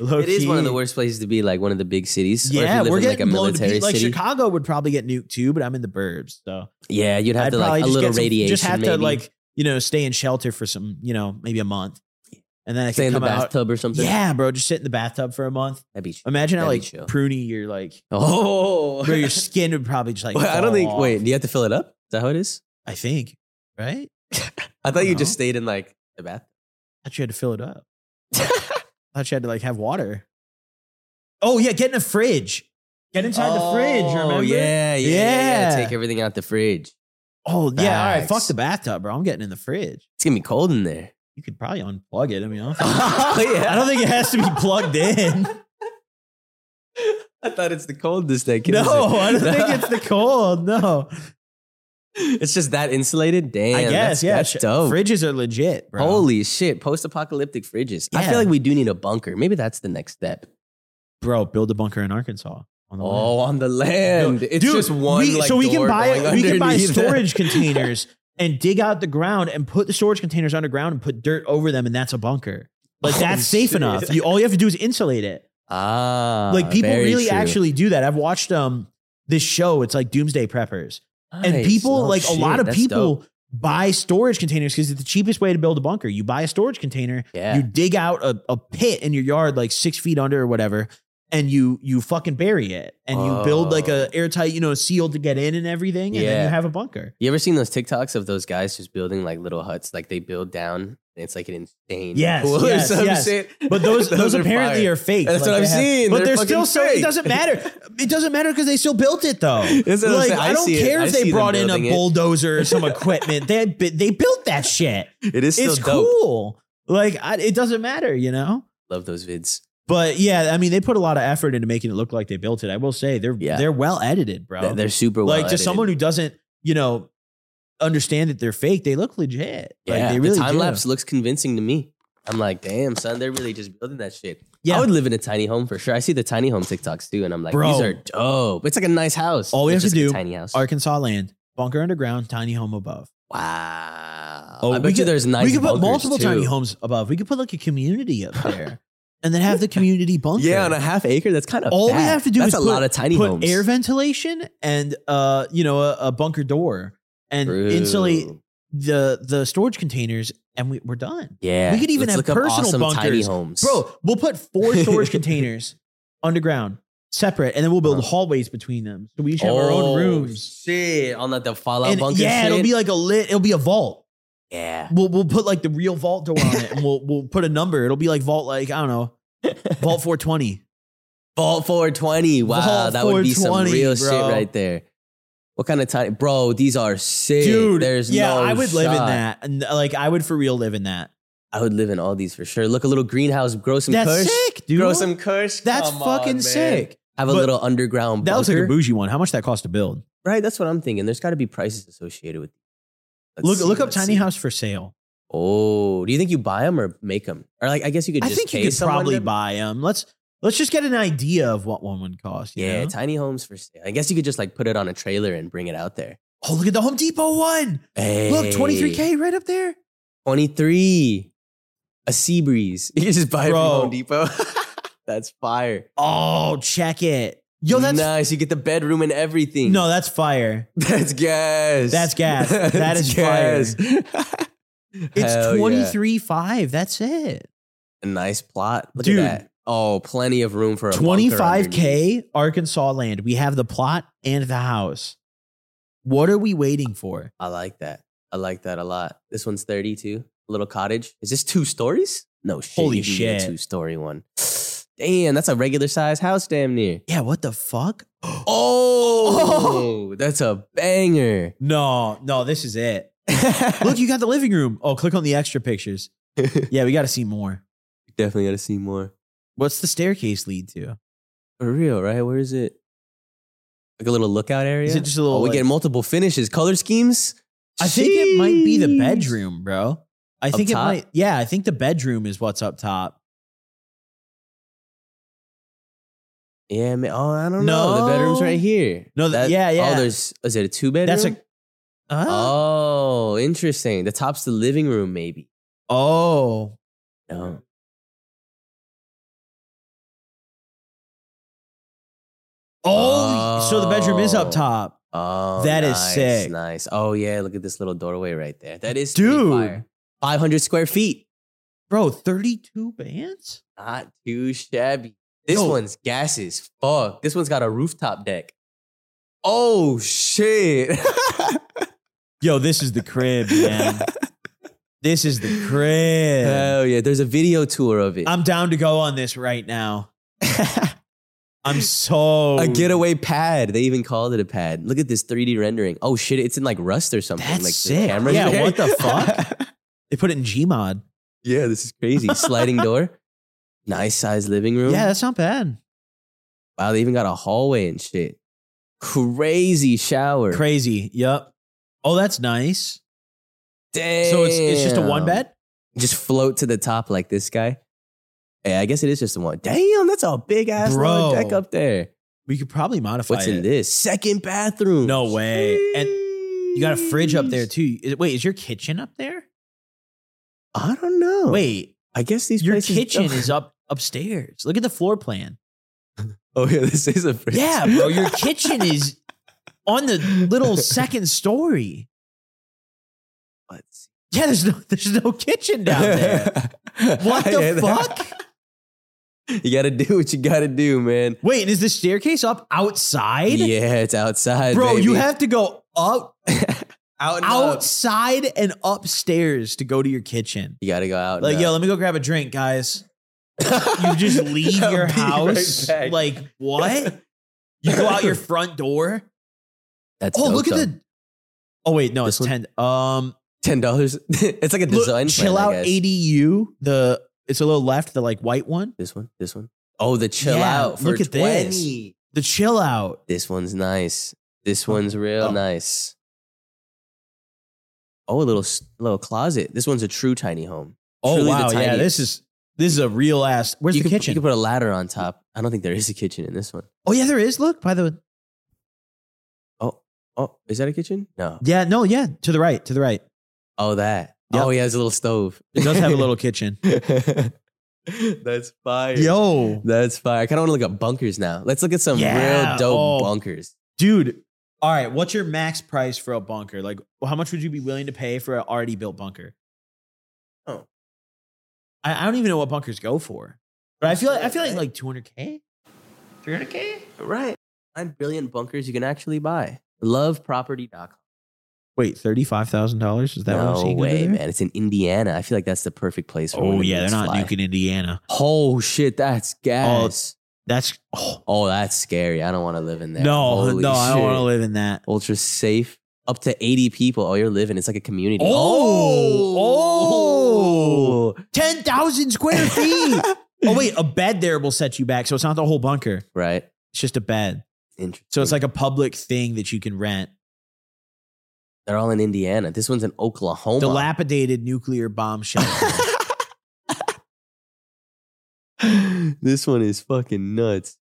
Speaker 1: Low
Speaker 2: it is one of the
Speaker 1: key.
Speaker 2: worst places to be, like one of the big cities. or if
Speaker 1: yeah,
Speaker 2: you live
Speaker 1: we're
Speaker 2: in, like a
Speaker 1: getting blown to
Speaker 2: military
Speaker 1: pieces. Like
Speaker 2: city.
Speaker 1: Chicago would probably get nuked too, but I'm in the burbs, so
Speaker 2: Yeah, you'd have
Speaker 1: I'd
Speaker 2: to
Speaker 1: probably
Speaker 2: like a
Speaker 1: just
Speaker 2: little
Speaker 1: get some-
Speaker 2: radiation.
Speaker 1: Just have to
Speaker 2: maybe.
Speaker 1: like you know stay in shelter for some you know maybe a month, and then I
Speaker 2: stay
Speaker 1: can
Speaker 2: in the
Speaker 1: come out.
Speaker 2: bathtub or something.
Speaker 1: Yeah, bro, just sit in the bathtub for a month.
Speaker 2: that'd be.
Speaker 1: Imagine how
Speaker 2: That'd
Speaker 1: like
Speaker 2: be chill.
Speaker 1: pruny you're like
Speaker 2: Oh,
Speaker 1: Bro, your skin would probably just like.
Speaker 2: Wait, I don't
Speaker 1: fall
Speaker 2: think.
Speaker 1: off.
Speaker 2: Wait, do you have to fill it up? Is that how it is?
Speaker 1: I think, right?
Speaker 2: I thought you
Speaker 1: No.
Speaker 2: just stayed in like the bath.
Speaker 1: thought you had to fill it up. thought you had to like have water. Oh yeah, get in a fridge. Get inside the fridge. Remember?
Speaker 2: Oh, Yeah, yeah, yeah, yeah.
Speaker 1: Oh, Yeah.
Speaker 2: Take everything out the fridge.
Speaker 1: Oh yeah. All right.
Speaker 2: Facts.
Speaker 1: Fuck the bathtub, bro. I'm getting in the fridge.
Speaker 2: It's gonna be cold in there.
Speaker 1: You could probably unplug it. I mean, I don't think,
Speaker 2: oh yeah.
Speaker 1: I don't think it has to be plugged in.
Speaker 2: I thought it's the coldness that kills
Speaker 1: no,
Speaker 2: it.
Speaker 1: I don't think it's the cold. No,
Speaker 2: It's just that insulated. Damn,
Speaker 1: I guess
Speaker 2: that's,
Speaker 1: yeah.
Speaker 2: that's
Speaker 1: sh-
Speaker 2: dope.
Speaker 1: Fridges are legit, bro.
Speaker 2: Holy shit! Post-apocalyptic fridges. I
Speaker 1: Yeah.
Speaker 2: feel like we do need a bunker. Maybe that's the next step.
Speaker 1: bro, build a bunker in Arkansas. On the way.
Speaker 2: Oh, on the land,
Speaker 1: No,
Speaker 2: it's just one.
Speaker 1: we-
Speaker 2: like,
Speaker 1: so we can
Speaker 2: door
Speaker 1: buy
Speaker 2: going
Speaker 1: we can buy
Speaker 2: underneath it.
Speaker 1: storage containers and dig out the ground and put the storage containers underground and put dirt over them, and that's a bunker. Like
Speaker 2: Oh,
Speaker 1: that's safe
Speaker 2: shit.
Speaker 1: enough. You, all you have to do is insulate it.
Speaker 2: Ah,
Speaker 1: like people
Speaker 2: very
Speaker 1: really
Speaker 2: true.
Speaker 1: actually do that. I've watched um this show. It's like Doomsday Preppers, and
Speaker 2: Nice.
Speaker 1: people
Speaker 2: Oh,
Speaker 1: like
Speaker 2: shit,
Speaker 1: a lot of
Speaker 2: that's
Speaker 1: people.
Speaker 2: dope.
Speaker 1: Buy storage containers because it's the cheapest way to build a bunker. You buy a storage container,
Speaker 2: Yeah,
Speaker 1: you dig out a, a pit in your yard like six feet under or whatever and you you fucking bury it and you build like a airtight you know sealed to get in and everything and then
Speaker 2: Oh. Yeah.
Speaker 1: you have a bunker
Speaker 2: You ever seen those TikToks of those guys just building like little huts? Like they build down and it's like an insane
Speaker 1: Yes,
Speaker 2: pool or
Speaker 1: yes,
Speaker 2: some
Speaker 1: yes.
Speaker 2: shit.
Speaker 1: but those those, apparently
Speaker 2: fire.
Speaker 1: are fake
Speaker 2: That's what
Speaker 1: they
Speaker 2: I'm seeing.
Speaker 1: but
Speaker 2: They're
Speaker 1: they're, still
Speaker 2: fucking
Speaker 1: so it
Speaker 2: fake.
Speaker 1: doesn't matter it doesn't matter because they still built it though
Speaker 2: That's what I'm
Speaker 1: like
Speaker 2: saying.
Speaker 1: i
Speaker 2: I
Speaker 1: don't
Speaker 2: see it.
Speaker 1: care
Speaker 2: I
Speaker 1: if they
Speaker 2: see them
Speaker 1: brought in a
Speaker 2: building it.
Speaker 1: bulldozer or some equipment they bu- they built that shit
Speaker 2: It is still
Speaker 1: it's
Speaker 2: dope.
Speaker 1: cool like I, it doesn't matter you know
Speaker 2: Love those vids.
Speaker 1: but yeah i mean they put a lot of effort into making it look like they built it i will say they're
Speaker 2: Yeah.
Speaker 1: they're well edited bro
Speaker 2: They're, they're super well
Speaker 1: like to someone who doesn't, you know, understand that they're fake, they look legit.
Speaker 2: yeah,
Speaker 1: like, they
Speaker 2: the
Speaker 1: really
Speaker 2: time
Speaker 1: do.
Speaker 2: lapse looks convincing to me. I'm like, damn, son, they're really just building that shit.
Speaker 1: Yeah.
Speaker 2: I would live in a tiny home for sure. I see the tiny home TikToks too, and I'm like,
Speaker 1: Bro.
Speaker 2: these are dope. It's like a nice house.
Speaker 1: All we
Speaker 2: It's
Speaker 1: have to
Speaker 2: just like
Speaker 1: do
Speaker 2: a tiny house.
Speaker 1: Arkansas land, bunker underground, tiny home above.
Speaker 2: wow.
Speaker 1: Oh,
Speaker 2: I
Speaker 1: we
Speaker 2: bet you
Speaker 1: could-
Speaker 2: there's nice.
Speaker 1: we could put
Speaker 2: bunkers,
Speaker 1: multiple
Speaker 2: too.
Speaker 1: tiny homes above. We could put like a community up there, and then have the community bunker.
Speaker 2: Yeah, on a half acre. That's kind of
Speaker 1: All we
Speaker 2: bad.
Speaker 1: have to do
Speaker 2: That's
Speaker 1: is
Speaker 2: a
Speaker 1: put-
Speaker 2: lot of tiny
Speaker 1: put
Speaker 2: homes.
Speaker 1: air ventilation and uh, you know, a, a bunker door and
Speaker 2: True.
Speaker 1: insulate the the storage containers, and we, we're done.
Speaker 2: Yeah,
Speaker 1: We could even
Speaker 2: Let's
Speaker 1: have
Speaker 2: look up
Speaker 1: personal
Speaker 2: awesome tiny
Speaker 1: bunkers.
Speaker 2: homes,
Speaker 1: Bro, we'll put four storage containers underground, separate, and then we'll build
Speaker 2: Uh-huh.
Speaker 1: hallways between them. So we each have our own
Speaker 2: Oh,
Speaker 1: rooms.
Speaker 2: Shit, on that the Fallout
Speaker 1: And
Speaker 2: bunker.
Speaker 1: yeah, it'll
Speaker 2: shit?
Speaker 1: be like a lit. It'll be a vault.
Speaker 2: yeah.
Speaker 1: We'll we'll put like the real vault door on it, and we'll we'll put a number. It'll be like vault like I don't know, vault four twenty.
Speaker 2: Vault 420. Wow,
Speaker 1: Vault
Speaker 2: that would be some
Speaker 1: 420,
Speaker 2: real shit
Speaker 1: bro.
Speaker 2: right there. What kind of tiny, bro? These are sick.
Speaker 1: Dude,
Speaker 2: There's
Speaker 1: yeah,
Speaker 2: no
Speaker 1: I would live in
Speaker 2: shot.
Speaker 1: that, and like I would for real live in that.
Speaker 2: I would live in all these for sure. Look, a little greenhouse, grow some
Speaker 1: That's
Speaker 2: kush,
Speaker 1: sick, dude.
Speaker 2: grow some kush.
Speaker 1: That's
Speaker 2: Come on,
Speaker 1: fucking
Speaker 2: man.
Speaker 1: sick.
Speaker 2: Have a
Speaker 1: But
Speaker 2: little underground.
Speaker 1: That looks like a
Speaker 2: bunker.
Speaker 1: bougie one. How much that cost to build?
Speaker 2: right? That's what I'm thinking. There's got to be prices associated with. Let's
Speaker 1: look
Speaker 2: see,
Speaker 1: look up
Speaker 2: let's
Speaker 1: tiny
Speaker 2: see.
Speaker 1: house for sale.
Speaker 2: Oh, do you think you buy them or make them? Or like, I guess you could.
Speaker 1: I
Speaker 2: Just
Speaker 1: think
Speaker 2: pay
Speaker 1: you could
Speaker 2: someone
Speaker 1: probably
Speaker 2: to-
Speaker 1: buy them. Let's let's just get an idea of what one would cost. you
Speaker 2: Yeah,
Speaker 1: know?
Speaker 2: tiny homes for sale. I guess you could just like put it on a trailer and bring it out there.
Speaker 1: Oh, look at the Home Depot one. Look,
Speaker 2: Hey,
Speaker 1: 23K right up there.
Speaker 2: 23, a sea breeze. You just buy it from
Speaker 1: Bro.
Speaker 2: Home Depot. that's fire.
Speaker 1: Oh, check it. Yo, that's
Speaker 2: nice. You get the bedroom and everything.
Speaker 1: no, that's fire.
Speaker 2: that's gas.
Speaker 1: That's gas. That is fire.
Speaker 2: fire.
Speaker 1: It's twenty three five. That's it.
Speaker 2: A nice plot. Look
Speaker 1: Dude.
Speaker 2: at that. Oh, plenty of room for a bunker
Speaker 1: Twenty five
Speaker 2: underneath.
Speaker 1: K Arkansas land. We have the plot and the house. What are we waiting for?
Speaker 2: I like that. I like that a lot. This one's 32, a little cottage. Is this two stories? No shit.
Speaker 1: Holy
Speaker 2: you can get
Speaker 1: shit.
Speaker 2: A two story one. Damn, that's a regular size house, damn near.
Speaker 1: Yeah, what the fuck?
Speaker 2: Oh, that's a banger.
Speaker 1: No, no, this is it. Look, you got the living room. Oh, click on the extra pictures. Yeah, we got to see more.
Speaker 2: definitely gotta see more.
Speaker 1: What's the staircase lead to?
Speaker 2: For real, right? Where is it? Like a little lookout area.
Speaker 1: Is it just a little,
Speaker 2: Oh, we
Speaker 1: like-
Speaker 2: get multiple finishes, color schemes.
Speaker 1: I think it might be the
Speaker 2: Sheesh.
Speaker 1: bedroom, bro. I
Speaker 2: Up
Speaker 1: think it
Speaker 2: top?
Speaker 1: might. Yeah, I think the bedroom is what's up top.
Speaker 2: Yeah, man. Oh, I don't know. The bedroom's
Speaker 1: No.
Speaker 2: right here.
Speaker 1: No, th- yeah, yeah.
Speaker 2: Oh, there's is it a two bedroom?
Speaker 1: That's a. uh.
Speaker 2: Oh, interesting. The top's the living room, maybe.
Speaker 1: Oh.
Speaker 2: No.
Speaker 1: Oh, so the bedroom is up
Speaker 2: Oh.
Speaker 1: top.
Speaker 2: Oh,
Speaker 1: That is
Speaker 2: nice,
Speaker 1: sick.
Speaker 2: Nice. Oh yeah, look at this little doorway right there. That is
Speaker 1: Dude.
Speaker 2: Five hundred square feet.
Speaker 1: Bro, 32 bands?
Speaker 2: Not too shabby. This
Speaker 1: Yo.
Speaker 2: one's gas as fuck. This one's got a rooftop deck. Oh shit.
Speaker 1: Yo, this is the crib, man. this is the crib.
Speaker 2: Hell yeah. There's a video tour of it.
Speaker 1: I'm down to go on this right now. I'm so
Speaker 2: a getaway pad. They even called it a pad. Look at this 3D rendering. Oh shit, it's in like Rust or something.
Speaker 1: That's
Speaker 2: like the
Speaker 1: sick.
Speaker 2: camera's
Speaker 1: Yeah,
Speaker 2: there.
Speaker 1: what the fuck? They put it in Gmod.
Speaker 2: yeah, this is crazy. Sliding door. Nice sized living room.
Speaker 1: Yeah, that's not bad.
Speaker 2: Wow, they even got a hallway and shit. Crazy shower.
Speaker 1: Crazy. Yep. Oh, that's nice.
Speaker 2: Damn.
Speaker 1: So it's it's just a one bed?
Speaker 2: Just float to the top like this guy. Yeah, I guess it is just a one. Damn, that's a big ass
Speaker 1: Bro.
Speaker 2: deck up there.
Speaker 1: We could probably modify
Speaker 2: What's
Speaker 1: it.
Speaker 2: in this? Second bathroom.
Speaker 1: No way. And You got a fridge up there too.
Speaker 2: Jeez.
Speaker 1: Is- Wait, is your kitchen up there?
Speaker 2: I don't know.
Speaker 1: Wait,
Speaker 2: I guess these
Speaker 1: your
Speaker 2: places
Speaker 1: kitchen
Speaker 2: don't-
Speaker 1: is up upstairs. Look at the floor plan.
Speaker 2: Oh yeah, this is a fridge.
Speaker 1: Yeah, bro, your kitchen is on the little second story.
Speaker 2: Let's
Speaker 1: Yeah, there's no there's no kitchen
Speaker 2: see.
Speaker 1: down there. What
Speaker 2: Yeah,
Speaker 1: the
Speaker 2: that-
Speaker 1: fuck?
Speaker 2: You gotta do what you gotta do, man.
Speaker 1: Wait, and is the staircase up outside?
Speaker 2: Yeah, it's outside,
Speaker 1: bro, you
Speaker 2: baby.
Speaker 1: have to go up
Speaker 2: out and up.
Speaker 1: outside and upstairs to go to your kitchen.
Speaker 2: You gotta go out.
Speaker 1: Like,
Speaker 2: and
Speaker 1: yo,
Speaker 2: up.
Speaker 1: let me go grab a drink, guys. You just leave
Speaker 2: I'll
Speaker 1: your
Speaker 2: be right
Speaker 1: house.
Speaker 2: back.
Speaker 1: like, what? You go out your front door.
Speaker 2: That's
Speaker 1: Oh,
Speaker 2: dope,
Speaker 1: look at
Speaker 2: though.
Speaker 1: the. Oh wait, no,
Speaker 2: This
Speaker 1: it's ten. Um,
Speaker 2: ten dollars. it's like a
Speaker 1: look,
Speaker 2: design.
Speaker 1: chill
Speaker 2: plan, I
Speaker 1: out
Speaker 2: guess.
Speaker 1: ADU. The it's a little left, the like white one.
Speaker 2: This one. This one. Oh, the chill
Speaker 1: Yeah,
Speaker 2: out. For
Speaker 1: look at this.
Speaker 2: 20.
Speaker 1: The chill out.
Speaker 2: This one's nice. This one's real
Speaker 1: Oh.
Speaker 2: nice. Oh, a little s- little closet. This one's a true tiny home.
Speaker 1: Oh
Speaker 2: Truly the
Speaker 1: wow, yeah,
Speaker 2: tiniest.
Speaker 1: this is this is a real ass. Where's
Speaker 2: you
Speaker 1: the
Speaker 2: could,
Speaker 1: kitchen?
Speaker 2: You could put a ladder on top. I don't think there is a kitchen in this one.
Speaker 1: oh yeah, there is. Look by the.
Speaker 2: Oh, is that a kitchen? No.
Speaker 1: Yeah, no, yeah, to the right, to the right.
Speaker 2: Oh, that.
Speaker 1: Yep.
Speaker 2: Oh, yeah, it's a little stove.
Speaker 1: It does have a little kitchen.
Speaker 2: That's fire.
Speaker 1: Yo,
Speaker 2: That's fire. I kind of want to look at bunkers now. Let's look at some
Speaker 1: Yeah,
Speaker 2: real dope
Speaker 1: oh.
Speaker 2: bunkers.
Speaker 1: dude. All right, what's your max price for a bunker? Like, how much would you be willing to pay for an already built bunker?
Speaker 2: Oh.
Speaker 1: I, I don't even know what bunkers go for, but I feel like I feel like like two hundred k, three hundred k.
Speaker 2: Right. Nine billion bunkers you can actually buy. Loveproperty.com.
Speaker 1: Wait, thirty-five thousand dollars? Is that what I'm
Speaker 2: No
Speaker 1: seeing?
Speaker 2: way, man. It's in Indiana. I feel like that's the perfect place for one
Speaker 1: Oh
Speaker 2: of
Speaker 1: yeah,
Speaker 2: these
Speaker 1: they're not
Speaker 2: fly.
Speaker 1: nuking Indiana.
Speaker 2: Oh, shit. That's gas.
Speaker 1: That's oh,
Speaker 2: Oh, that's scary. I don't want to live in there.
Speaker 1: no,
Speaker 2: Holy
Speaker 1: no. I don't
Speaker 2: shit.
Speaker 1: want to live in that.
Speaker 2: Ultra safe. Up to 80 people. Oh, you're living. It's like a community.
Speaker 1: Oh.
Speaker 2: Oh.
Speaker 1: Ten thousand square feet. oh wait, a bed there will set you back, so it's not the whole bunker.
Speaker 2: Right.
Speaker 1: It's just a bed.
Speaker 2: Interesting.
Speaker 1: So it's like a public thing that you can rent.
Speaker 2: They're all in Indiana. This one's in Oklahoma.
Speaker 1: Dilapidated nuclear bomb shelter.
Speaker 2: this one is fucking nuts.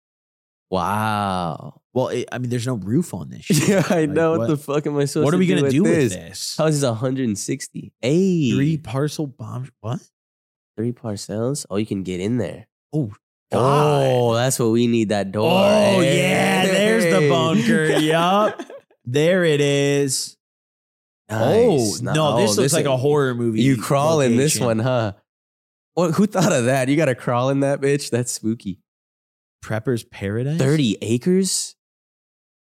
Speaker 2: Wow.
Speaker 1: well, it, I mean, there's no roof on this. Shit.
Speaker 2: Yeah, I
Speaker 1: Like,
Speaker 2: know. What,
Speaker 1: what-
Speaker 2: the fuck am I supposed
Speaker 1: What are
Speaker 2: to
Speaker 1: we gonna do with
Speaker 2: this?
Speaker 1: this?
Speaker 2: House is 160. Hey.
Speaker 1: Three parcel bomb. What?
Speaker 2: three parcels. Oh, you can get in there.
Speaker 1: God.
Speaker 2: Oh, that's what we need that door. eh?
Speaker 1: Oh, yeah, there's the
Speaker 2: Hey.
Speaker 1: bunker. Yup. There it is.
Speaker 2: Nice.
Speaker 1: Oh no, this
Speaker 2: oh,
Speaker 1: looks like a horror movie.
Speaker 2: You crawl in this
Speaker 1: location.
Speaker 2: one, huh? What, who thought of that? You got to crawl in that bitch. That's spooky.
Speaker 1: Prepper's Paradise.
Speaker 2: 30 acres?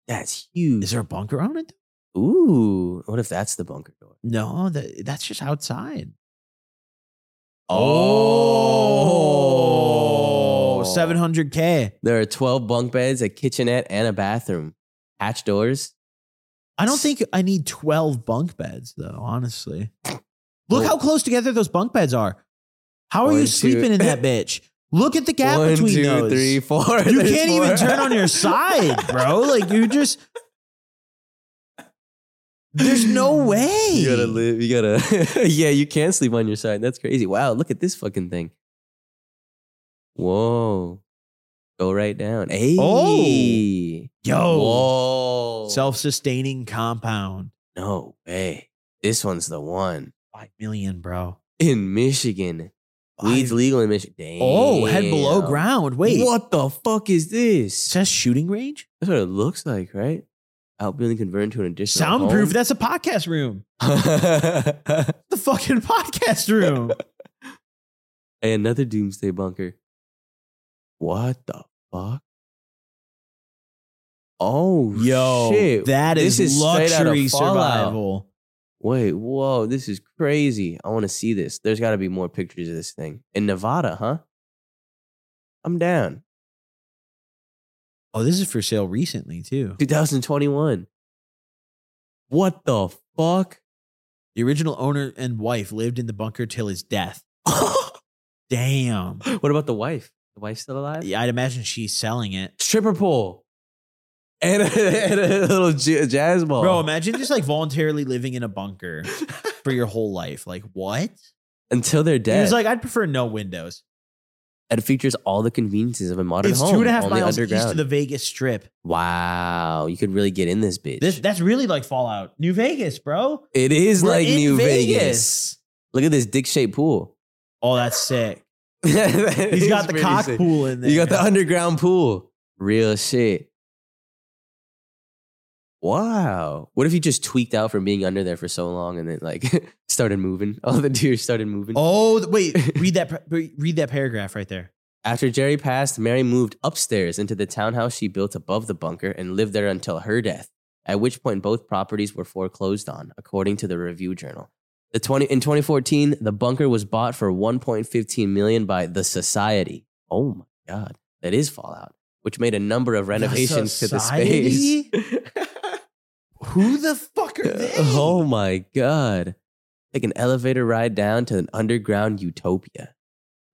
Speaker 2: That's huge.
Speaker 1: Is there a bunker on it?
Speaker 2: Ooh, what if that's the bunker door?
Speaker 1: No, that, that's just outside.
Speaker 2: Oh,
Speaker 1: 700k.
Speaker 2: There are 12 bunk beds, a kitchenette, and a bathroom. Hatch doors.
Speaker 1: I don't think I need 12 bunk beds though, honestly. Look
Speaker 2: Oh.
Speaker 1: how close together those bunk beds are. How are
Speaker 2: One,
Speaker 1: you
Speaker 2: two.
Speaker 1: sleeping in that bitch? Look at the gap
Speaker 2: One,
Speaker 1: between
Speaker 2: two,
Speaker 1: those.
Speaker 2: three, four.
Speaker 1: You
Speaker 2: There's
Speaker 1: can't even
Speaker 2: four.
Speaker 1: turn on your side, bro. Like you just There's no way.
Speaker 2: You gotta live. You gotta. yeah, you can sleep on your side. That's crazy. Wow, look at this fucking thing. Whoa. Go right down. Hey.
Speaker 1: Oh! Yo.
Speaker 2: Whoa.
Speaker 1: Self-sustaining compound.
Speaker 2: No way. This one's the one.
Speaker 1: 5 million, bro.
Speaker 2: In Michigan. Weed's
Speaker 1: Five-
Speaker 2: legal in Michigan. Damn.
Speaker 1: Oh, head below ground. Wait.
Speaker 2: What the fuck is
Speaker 1: It
Speaker 2: this?
Speaker 1: says shooting range?
Speaker 2: That's what it looks like, right? Outbuilding converted into an additional
Speaker 1: Soundproof.
Speaker 2: home.
Speaker 1: That's a podcast room. The fucking podcast room.
Speaker 2: And another doomsday bunker. What the fuck? Oh
Speaker 1: Yo,
Speaker 2: shit.
Speaker 1: that is,
Speaker 2: This is straight outta
Speaker 1: luxury
Speaker 2: Fallout.
Speaker 1: survival.
Speaker 2: Wait, whoa, this is crazy. I want to see this. There's got to be more pictures of this thing. In Nevada, huh? I'm down.
Speaker 1: Oh, this is for sale recently too.
Speaker 2: 2021. What the fuck?
Speaker 1: The original owner and wife lived in the bunker till his death. Damn.
Speaker 2: what about the wife? The wife's still alive?
Speaker 1: Yeah, I'd imagine she's selling it.
Speaker 2: Stripper pole. And a, and a little j- jazz ball.
Speaker 1: Bro, imagine just like voluntarily living in a bunker for your whole life. Like what?
Speaker 2: Until they're
Speaker 1: He
Speaker 2: dead.
Speaker 1: was like, I'd prefer no windows.
Speaker 2: it features all the conveniences of a modern
Speaker 1: it's
Speaker 2: home.
Speaker 1: two and a half
Speaker 2: only
Speaker 1: miles
Speaker 2: underground.
Speaker 1: east of the Vegas Strip.
Speaker 2: wow, you could really get in this bitch.
Speaker 1: This that's really like Fallout. New Vegas, bro.
Speaker 2: it is
Speaker 1: We're
Speaker 2: like
Speaker 1: in
Speaker 2: New Vegas. Look at this dick-shaped pool.
Speaker 1: Oh, that's sick.
Speaker 2: He's
Speaker 1: He's got the cock pool in there.
Speaker 2: You got the underground pool. Real shit. Wow. What if you just tweaked out from being under there for so long and then like started moving? All the deer started moving.
Speaker 1: Oh, th- wait. Read that. pre- Read that paragraph right there.
Speaker 2: After Jerry passed, Mary moved upstairs into the townhouse she built above the bunker and lived there until her death, at which point both properties were foreclosed on, according to the Review Journal. The 20, in 2014, the bunker was bought for 1.15 million by the Society. Oh my god, that is Fallout, which made a number of renovations to the space.
Speaker 1: Society? Who the fuck are they?
Speaker 2: oh my god. Like an elevator ride down to an underground utopia.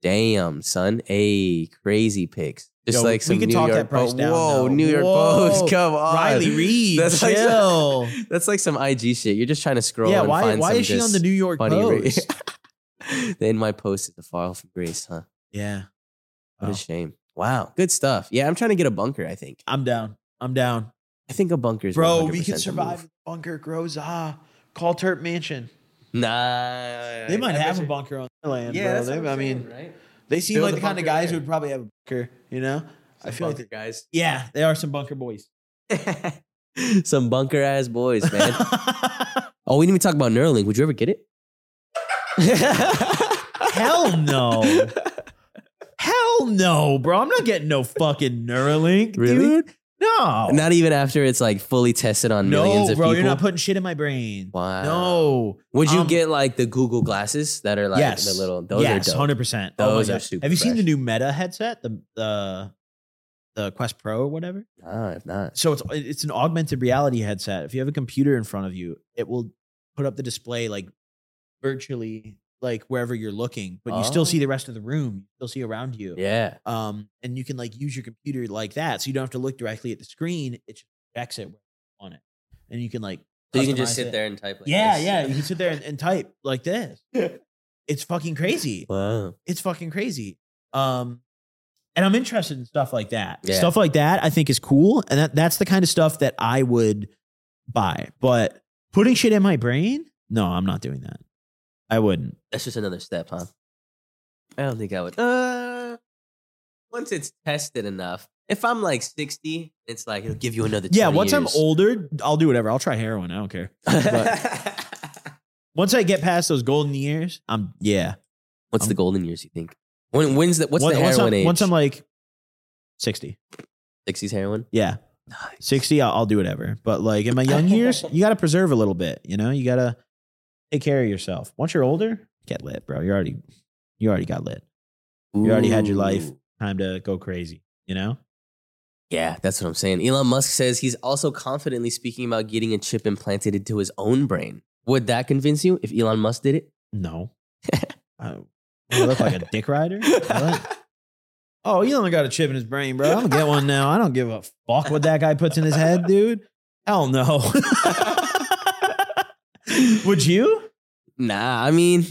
Speaker 2: Damn, son. Hey, crazy pics. Just
Speaker 1: Yo,
Speaker 2: like
Speaker 1: we
Speaker 2: some
Speaker 1: could
Speaker 2: New
Speaker 1: talk
Speaker 2: York
Speaker 1: that price
Speaker 2: Po-
Speaker 1: down,
Speaker 2: Whoa,
Speaker 1: though.
Speaker 2: New York
Speaker 1: Whoa.
Speaker 2: Post. Come on.
Speaker 1: Riley Reed.
Speaker 2: That's like-
Speaker 1: chill.
Speaker 2: That's like some IG shit. You're just trying to scroll.
Speaker 1: yeah,
Speaker 2: and
Speaker 1: why
Speaker 2: find
Speaker 1: why
Speaker 2: some
Speaker 1: is she on
Speaker 2: just
Speaker 1: the New York
Speaker 2: funny re-
Speaker 1: Post?
Speaker 2: then my post is the far off grace, huh?
Speaker 1: yeah.
Speaker 2: What
Speaker 1: Wow.
Speaker 2: a shame. Wow, good stuff. Yeah, I'm trying to get a bunker. I think.
Speaker 1: I'm down. I'm down.
Speaker 2: I think a bunker is.
Speaker 1: Bro,
Speaker 2: 100%
Speaker 1: we can
Speaker 2: the
Speaker 1: survive
Speaker 2: move.
Speaker 1: the bunker. Grows ah. Call Turp Mansion.
Speaker 2: Nah,
Speaker 1: They might
Speaker 2: I
Speaker 1: have a
Speaker 2: bet
Speaker 1: bunker on their
Speaker 2: you-
Speaker 1: land,
Speaker 2: Yeah,
Speaker 1: bro.
Speaker 2: that's
Speaker 1: They-
Speaker 2: what I'm
Speaker 1: I mean,
Speaker 2: saying, right?
Speaker 1: they seem
Speaker 2: Build
Speaker 1: like
Speaker 2: a
Speaker 1: the kind of
Speaker 2: bunker
Speaker 1: guys
Speaker 2: there.
Speaker 1: who would probably have a bunker, you know? I feel like,
Speaker 2: guys.
Speaker 1: yeah, they are some bunker boys.
Speaker 2: Some bunker ass boys, man. oh, we didn't even talk about Neuralink. Would you ever get it?
Speaker 1: Hell no. Hell no, bro. I'm not getting no fucking Neuralink,
Speaker 2: Really?
Speaker 1: dude. No.
Speaker 2: Not even after it's like fully tested on millions
Speaker 1: no,
Speaker 2: of
Speaker 1: bro,
Speaker 2: people.
Speaker 1: you're not putting shit in my brain.
Speaker 2: wow.
Speaker 1: No.
Speaker 2: Would you
Speaker 1: Um,
Speaker 2: get like the Google glasses that are like
Speaker 1: yes.
Speaker 2: the little? Those
Speaker 1: yes,
Speaker 2: are dope.
Speaker 1: 100%.
Speaker 2: Those
Speaker 1: my
Speaker 2: are
Speaker 1: God.
Speaker 2: super
Speaker 1: Have you seen the
Speaker 2: fresh.
Speaker 1: new Meta headset? The the the Quest Pro or whatever?
Speaker 2: Nah, if not.
Speaker 1: so it's it's an augmented reality headset. If you have a computer in front of you, it will put up the display like virtually like wherever you're looking, but you
Speaker 2: Oh.
Speaker 1: still see the rest of the room. You still see around you.
Speaker 2: Yeah.
Speaker 1: Um, and you can like use your computer like that, so you don't have to look directly at the screen. It just checks it on it, and you can like
Speaker 2: So you can
Speaker 1: customize
Speaker 2: just sit
Speaker 1: it.
Speaker 2: there and type. Like
Speaker 1: yeah,
Speaker 2: this.
Speaker 1: yeah, you can sit there and, and type like this. It's fucking crazy
Speaker 2: Wow.
Speaker 1: it's fucking crazy. Um, and I'm interested in stuff like that.
Speaker 2: Yeah.
Speaker 1: Stuff like that I think is cool, and that that's the kind of stuff that I would buy. But putting shit in my brain, no, I'm not doing that. I wouldn't.
Speaker 2: That's just another step, huh? I don't think I would. Uh, once it's tested enough, if I'm like 60, it's like it'll give you another.
Speaker 1: Yeah,
Speaker 2: 20
Speaker 1: once I'm
Speaker 2: years.
Speaker 1: older, I'll do whatever. I'll try heroin. I don't care. Once I get past those golden years, I'm yeah.
Speaker 2: what's the
Speaker 1: Um,
Speaker 2: golden years? You think? When when's the what's
Speaker 1: Once-
Speaker 2: the
Speaker 1: once
Speaker 2: heroin
Speaker 1: I'm,
Speaker 2: age?
Speaker 1: Once I'm like sixty,
Speaker 2: 60s heroin.
Speaker 1: yeah,
Speaker 2: Nice.
Speaker 1: sixty, I'll, I'll do whatever. But like in my young years, you got to preserve a little bit. You know, you got to take care of yourself. Once you're older, get lit, bro. You already, you already got lit. You already had your life.
Speaker 2: Ooh.
Speaker 1: Time to go crazy. You know?
Speaker 2: Yeah, that's what I'm saying. Elon Musk says he's also confidently speaking about getting a chip implanted into his own brain. Would that convince you if Elon Musk did it?
Speaker 1: Uh, No. I, I look like a dick rider. What? Oh, Elon got a chip in his brain, bro. I'm gonna get one now. I don't give a fuck what that guy puts in his head, dude. Hell no. Would you?
Speaker 2: Nah, I mean,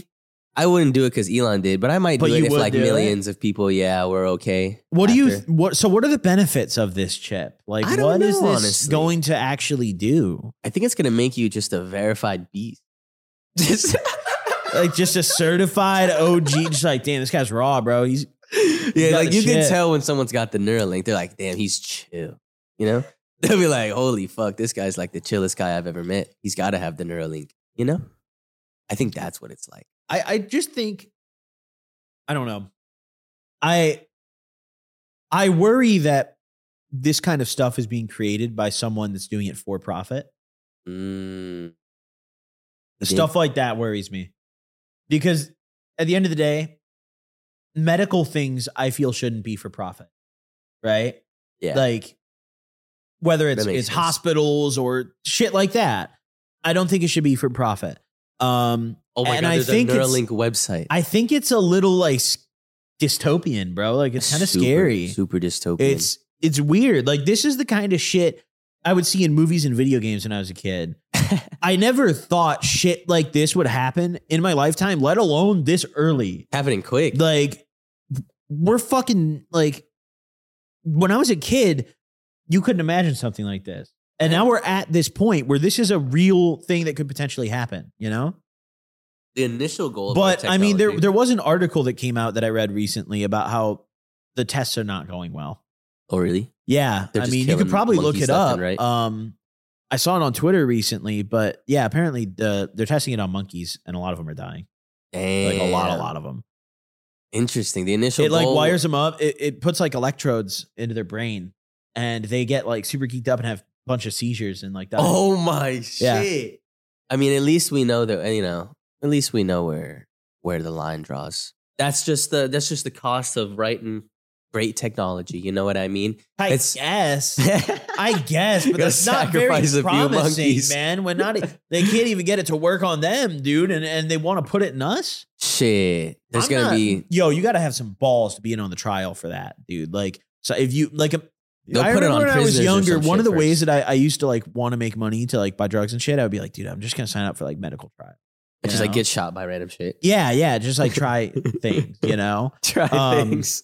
Speaker 2: I wouldn't do it because Elon did, but I might
Speaker 1: But
Speaker 2: do it
Speaker 1: you
Speaker 2: if
Speaker 1: would
Speaker 2: like
Speaker 1: do it?
Speaker 2: millions of people, yeah, were okay.
Speaker 1: What do you
Speaker 2: after.
Speaker 1: what so what are the benefits of this chip? Like
Speaker 2: I don't
Speaker 1: what is
Speaker 2: know,
Speaker 1: this
Speaker 2: honestly.
Speaker 1: going to actually do?
Speaker 2: I think it's gonna make you just a verified beast. Just
Speaker 1: Like just a certified OG just like damn, this guy's raw, bro. He's
Speaker 2: yeah,
Speaker 1: got
Speaker 2: like
Speaker 1: the
Speaker 2: you
Speaker 1: shit.
Speaker 2: can tell when someone's got the Neuralink. They're like, damn, he's chill. You know, they'll be like, holy fuck, this guy's like the chillest guy I've ever met. He's got to have the Neuralink. You know, I think that's what it's like.
Speaker 1: I, I just think I don't know. I I worry that this kind of stuff is being created by someone that's doing it for profit.
Speaker 2: Mm, Yeah.
Speaker 1: Stuff like that worries me. Because at the end of the day, medical things I feel shouldn't be for profit. Right?
Speaker 2: yeah,
Speaker 1: Like whether it's
Speaker 2: That makes
Speaker 1: it's
Speaker 2: sense.
Speaker 1: hospitals or shit like that. I don't think it should be for profit. Um
Speaker 2: oh my
Speaker 1: and
Speaker 2: god,
Speaker 1: I
Speaker 2: there's
Speaker 1: think
Speaker 2: a
Speaker 1: it's-
Speaker 2: Neuralink website.
Speaker 1: I think it's a little like s- dystopian, bro. Like it's kind of
Speaker 2: Super,
Speaker 1: scary.
Speaker 2: super dystopian.
Speaker 1: It's it's weird. Like this is the kind of shit I would see in movies and video games when I was a kid. I never thought shit like this would happen in my lifetime, let alone this early.
Speaker 2: happening quick.
Speaker 1: Like we're fucking like when I was a kid, you couldn't imagine something like this. And now we're at this point where this is a real thing that could potentially happen, you know?
Speaker 2: the initial goal, of
Speaker 1: but
Speaker 2: our
Speaker 1: I mean, there
Speaker 2: technology-
Speaker 1: there was an article that came out that I read recently about how the tests are not going well.
Speaker 2: oh really?
Speaker 1: Yeah,
Speaker 2: They're
Speaker 1: I
Speaker 2: just
Speaker 1: mean, you could
Speaker 2: killing
Speaker 1: probably look
Speaker 2: monkeys
Speaker 1: it
Speaker 2: left
Speaker 1: up.
Speaker 2: and right.
Speaker 1: Um, I saw it on Twitter recently, but yeah, apparently the they're testing it on monkeys, and a lot of them are dying.
Speaker 2: Damn.
Speaker 1: Like a lot, a lot of them.
Speaker 2: Interesting. The initial
Speaker 1: it like
Speaker 2: goal-
Speaker 1: wires them up. It, it puts like electrodes into their brain, and they get like super geeked up and have a bunch of seizures and like that.
Speaker 2: Oh my
Speaker 1: Yeah.
Speaker 2: shit! I mean, at least we know that you know. At least we know where where the line draws. That's just the that's just the cost of writing great technology. You know what I mean?
Speaker 1: I
Speaker 2: it's-
Speaker 1: guess.
Speaker 2: I
Speaker 1: I guess, but
Speaker 2: Gotta
Speaker 1: that's not very
Speaker 2: sacrifice a few
Speaker 1: promising,
Speaker 2: monkeys.
Speaker 1: man. When not e-, they can't even get it to work on them, dude, and, and they want to put it in us.
Speaker 2: shit. There's
Speaker 1: I'm
Speaker 2: gonna
Speaker 1: not-
Speaker 2: be
Speaker 1: yo, you got to have some balls to be in on the trial for that, dude. Like, so if you like, um,
Speaker 2: They'll
Speaker 1: I
Speaker 2: put it
Speaker 1: remember
Speaker 2: on
Speaker 1: when I was
Speaker 2: prisoners or
Speaker 1: younger,
Speaker 2: some
Speaker 1: one of the
Speaker 2: shit
Speaker 1: ways
Speaker 2: first.
Speaker 1: that I, I used to like want to make money to like buy drugs and shit, I would be like, dude, I'm just gonna sign up for like medical trial. you
Speaker 2: just like
Speaker 1: know?
Speaker 2: get shot by random shit.
Speaker 1: yeah, yeah, just like try things, you know.
Speaker 2: Try
Speaker 1: Um,
Speaker 2: things.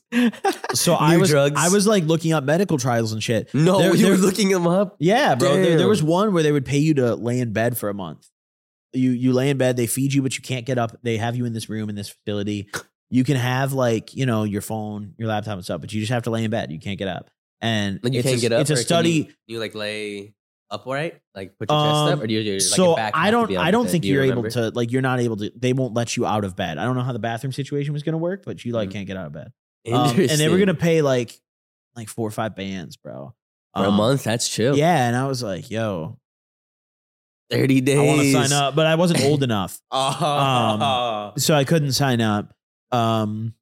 Speaker 1: So I
Speaker 2: New
Speaker 1: was,
Speaker 2: drugs.
Speaker 1: I was like looking up medical trials and shit.
Speaker 2: no,
Speaker 1: there-
Speaker 2: you were
Speaker 1: there-
Speaker 2: looking them up.
Speaker 1: Yeah, bro. There, there
Speaker 2: Damn.
Speaker 1: was one where they would pay you to lay in bed for a month. You you lay in bed, they feed you, but you can't get up. They have you in this room in this facility. You can have like you know your phone, your laptop, and stuff, but you just have to lay in bed. You can't get up, and
Speaker 2: Like you
Speaker 1: it's
Speaker 2: can't
Speaker 1: a,
Speaker 2: get up.
Speaker 1: It's a
Speaker 2: or can
Speaker 1: study.
Speaker 2: You, you, like lay upright, like put your chest
Speaker 1: Um,
Speaker 2: up, or do you, you're like
Speaker 1: so
Speaker 2: your back have
Speaker 1: I
Speaker 2: to
Speaker 1: don't
Speaker 2: be on
Speaker 1: I
Speaker 2: the
Speaker 1: don't
Speaker 2: bed?
Speaker 1: think
Speaker 2: Do you
Speaker 1: you're
Speaker 2: remember?
Speaker 1: able to like you're not able to. They won't let you out of bed. I don't know how the bathroom situation was going to work, but you like
Speaker 2: Mhm.
Speaker 1: can't get out of bed. Um, and they were
Speaker 2: Interesting.
Speaker 1: going to pay like like four or five bands, bro,
Speaker 2: for a
Speaker 1: Um,
Speaker 2: month. That's chill.
Speaker 1: Yeah, and I was like, yo,
Speaker 2: thirty days.
Speaker 1: I want to sign up, but I wasn't old enough.
Speaker 2: Oh.
Speaker 1: so I couldn't sign up. Um,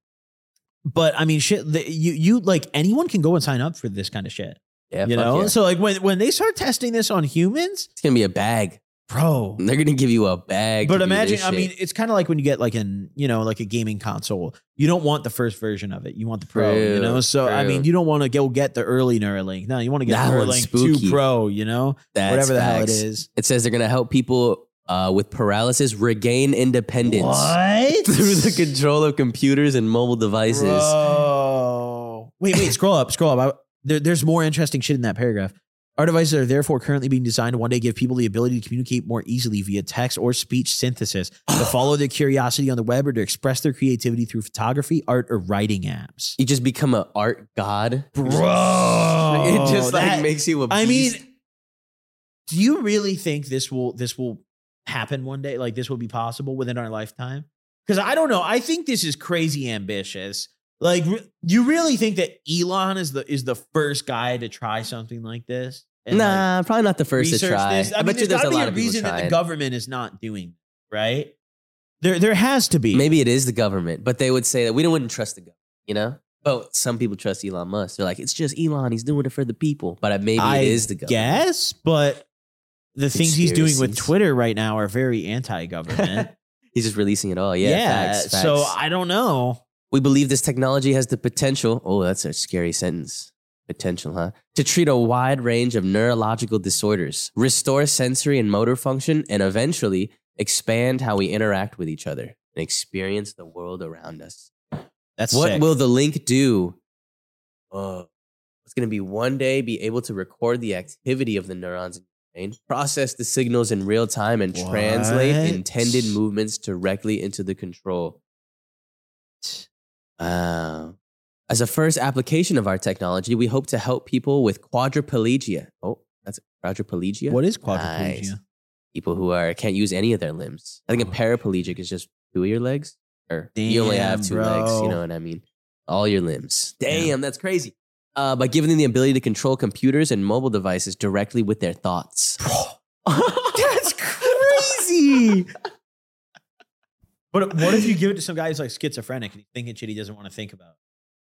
Speaker 1: but I mean, shit, the, you you like anyone can go and sign up for this kind of shit,
Speaker 2: yeah,
Speaker 1: you
Speaker 2: fuck
Speaker 1: know.
Speaker 2: yeah.
Speaker 1: So like when when they start testing this on humans,
Speaker 2: it's gonna be a bag.
Speaker 1: bro.
Speaker 2: They're gonna give you a bag. to
Speaker 1: But
Speaker 2: do
Speaker 1: imagine,
Speaker 2: this
Speaker 1: I
Speaker 2: shit.
Speaker 1: mean, it's kind of like when you get like an you know like a gaming console. You don't want the first version of it. You want the pro, you
Speaker 2: True,
Speaker 1: know. So I
Speaker 2: true.
Speaker 1: mean, you don't want to go get the early Neuralink. No, you want to get
Speaker 2: That one's
Speaker 1: Neuralink two
Speaker 2: spooky.
Speaker 1: Pro, you know,
Speaker 2: That's
Speaker 1: whatever the hell it
Speaker 2: facts.
Speaker 1: is.
Speaker 2: It says they're gonna help people uh, with paralysis regain independence
Speaker 1: What
Speaker 2: through the control of computers and mobile devices.
Speaker 1: Bro. Wait, wait, scroll up, scroll up. I, there, there's more interesting shit in that paragraph. Our devices are therefore currently being designed to one day give people the ability to communicate more easily via text or speech synthesis, to follow their curiosity on the web, or to express their creativity through photography, art, or writing apps.
Speaker 2: You just become an art god,
Speaker 1: Bro,
Speaker 2: it just like
Speaker 1: that-
Speaker 2: makes you a.
Speaker 1: I mean,
Speaker 2: beast.
Speaker 1: do you really think this will this will happen one day? Like this will be possible within our lifetime? Because I don't know. I think this is crazy ambitious. Like re- you really think that Elon is the is the first guy to try something like this? And, like,
Speaker 2: nah, probably not the first to
Speaker 1: research
Speaker 2: try.
Speaker 1: This? I, mean,
Speaker 2: bet you
Speaker 1: there's
Speaker 2: there's
Speaker 1: got to
Speaker 2: a
Speaker 1: be
Speaker 2: lot
Speaker 1: a
Speaker 2: of people
Speaker 1: reason that the
Speaker 2: trying.
Speaker 1: government is not doing it, right. There there has to be.
Speaker 2: Maybe it is the government, but they would say that we don't wouldn't trust the government, you know? But some people trust Elon Musk. They're like, it's just Elon. He's doing it for the people. But uh, maybe
Speaker 1: I
Speaker 2: it is the government.
Speaker 1: Yes, but the things he's doing with
Speaker 2: Conspiracies.
Speaker 1: Twitter right now are very anti-government.
Speaker 2: He's just releasing it all. Yeah.
Speaker 1: yeah.
Speaker 2: facts,
Speaker 1: So
Speaker 2: facts.
Speaker 1: I don't know.
Speaker 2: We believe this technology has the potential. Oh, that's a scary sentence. Potential, huh? To treat a wide range of neurological disorders, restore sensory and motor function, and eventually expand how we interact with each other and experience the world around us.
Speaker 1: That's
Speaker 2: what
Speaker 1: sick.
Speaker 2: will the link do? Uh, it's going to be one day be able to record the activity of the neurons in your brain, process the signals in real time, and translate
Speaker 1: What?
Speaker 2: intended movements directly into the control. Wow. As a first application of our technology, we hope to help people with quadriplegia. Oh, that's quadriplegia.
Speaker 1: what is quadriplegia?
Speaker 2: Nice. People who are can't use any of their limbs. I think a paraplegic is just two of your legs, or you only have
Speaker 1: Damn,
Speaker 2: two legs. You
Speaker 1: bro.
Speaker 2: know what I mean? All your limbs. Damn,
Speaker 1: Yeah.
Speaker 2: that's crazy. Uh, by giving them the ability to control computers and mobile devices directly with their thoughts.
Speaker 1: That's crazy. but what if you give it to some guy who's like schizophrenic and he's thinking shit he doesn't want to think about?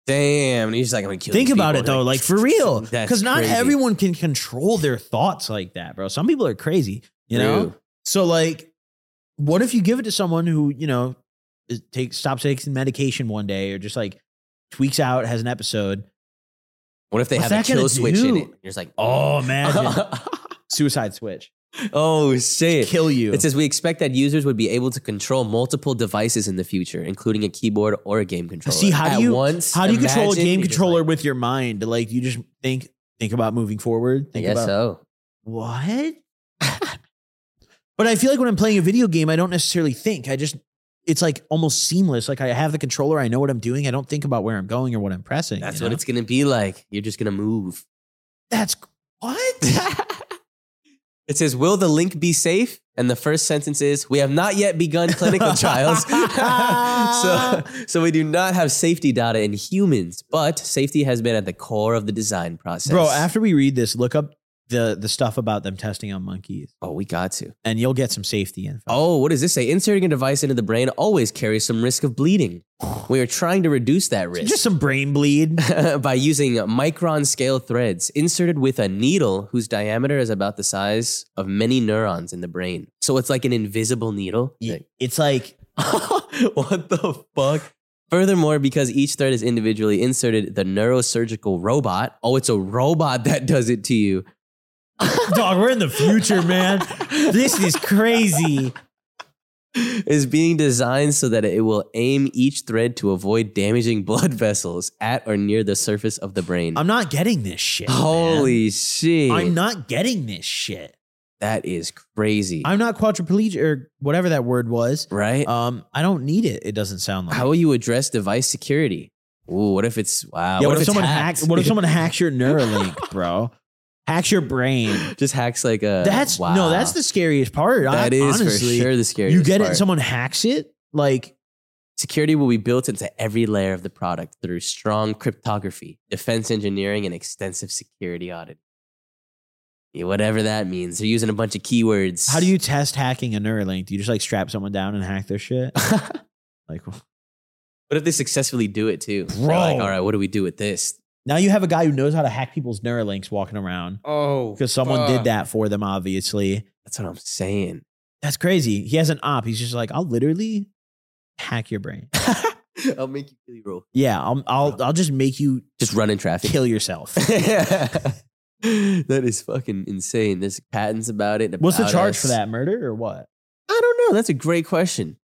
Speaker 2: Damn, and he's just like, I'm gonna kill.
Speaker 1: Think
Speaker 2: these
Speaker 1: about
Speaker 2: people.
Speaker 1: it though, like for real,
Speaker 2: That's
Speaker 1: because not
Speaker 2: crazy.
Speaker 1: everyone can control their thoughts like that, bro. Some people are crazy, you know.
Speaker 2: True.
Speaker 1: So like, what if you give it to someone who you know is, take stops taking medication one day or just like tweaks out, has an episode?
Speaker 2: What if they
Speaker 1: What's
Speaker 2: have a
Speaker 1: that gonna
Speaker 2: kill switch in
Speaker 1: do?
Speaker 2: it? You're just like,
Speaker 1: Oh, imagine suicide switch,
Speaker 2: oh shit.
Speaker 1: kill you.
Speaker 2: It says we expect that users would be able to control multiple devices in the future, including a keyboard or a game controller.
Speaker 1: See, how do
Speaker 2: At
Speaker 1: you-
Speaker 2: once,
Speaker 1: How do you control a
Speaker 2: imagine
Speaker 1: game
Speaker 2: you're just
Speaker 1: controller
Speaker 2: Like,
Speaker 1: with your mind? Like you just think think about moving forward.
Speaker 2: I
Speaker 1: Think
Speaker 2: guess
Speaker 1: about
Speaker 2: so.
Speaker 1: what? but I feel like when I'm playing a video game, I don't necessarily think. I just it's like almost seamless. Like I have the controller, I know what I'm doing. I don't think about where I'm going or what I'm pressing.
Speaker 2: That's
Speaker 1: you
Speaker 2: what
Speaker 1: know?
Speaker 2: it's gonna be like. You're just gonna move.
Speaker 1: That's what?
Speaker 2: it says, "Will the link be safe?" And the first sentence is, "We have not yet begun clinical trials, so so we do not have safety data in humans, but safety has been at the core of the design process."
Speaker 1: Bro, after we read this, look up the the stuff about them testing on monkeys
Speaker 2: oh, we got to.
Speaker 1: and you'll get some safety info.
Speaker 2: Oh, what does this say? Inserting a device into the brain always carries some risk of bleeding. We are trying to reduce that risk
Speaker 1: Just some brain bleed.
Speaker 2: by using micron scale threads inserted with a needle whose diameter is about the size of many neurons in the brain. So it's like an invisible needle. Like-
Speaker 1: It's like
Speaker 2: what the fuck? Furthermore, because each thread is individually inserted, the neurosurgical robot, oh, it's a robot that does it to you.
Speaker 1: dog, we're in the future, man. This is crazy.
Speaker 2: is being designed so that it will aim each thread to avoid damaging blood vessels at or near the surface of the brain.
Speaker 1: I'm not getting this shit. man.
Speaker 2: Holy shit.
Speaker 1: I'm not getting this shit.
Speaker 2: that is crazy.
Speaker 1: I'm not quadriplegic or whatever that word was.
Speaker 2: right?
Speaker 1: Um, I don't need it. It doesn't sound like.
Speaker 2: How will you address device security? Ooh, what if it's wow?
Speaker 1: yeah, what, if
Speaker 2: it's
Speaker 1: someone
Speaker 2: hacked?
Speaker 1: hacks? What if someone hacks your Neuralink, bro? Hacks your brain.
Speaker 2: just hacks like a?
Speaker 1: That's
Speaker 2: Uh, wow.
Speaker 1: no. That's the scariest part. I-
Speaker 2: that is
Speaker 1: honestly,
Speaker 2: for sure the scariest.
Speaker 1: you get it.
Speaker 2: part.
Speaker 1: and Someone hacks it. Like
Speaker 2: Security will be built into every layer of the product through strong cryptography, defense engineering, and extensive security audit. Yeah, whatever that means. They're using a bunch of keywords.
Speaker 1: How do you test hacking a Neuralink? Do you just like strap someone down and hack their shit? Like
Speaker 2: What if they successfully do it too? They're
Speaker 1: Bro.
Speaker 2: Like, all right, what do we do with this?
Speaker 1: now you have a guy who knows how to hack people's Neuralinks walking around
Speaker 2: Oh,
Speaker 1: because someone did that for them. Obviously,
Speaker 2: That's what I'm saying.
Speaker 1: that's crazy. He has an op. He's just like, I'll literally hack your brain.
Speaker 2: I'll make you really roll.
Speaker 1: Yeah, I'll I'll, I'll just make you
Speaker 2: Just run in traffic.
Speaker 1: kill yourself.
Speaker 2: that is fucking insane. There's patents about it.
Speaker 1: What's the
Speaker 2: about
Speaker 1: charge
Speaker 2: us.
Speaker 1: for that? Murder or what?
Speaker 2: I don't know. That's a great question.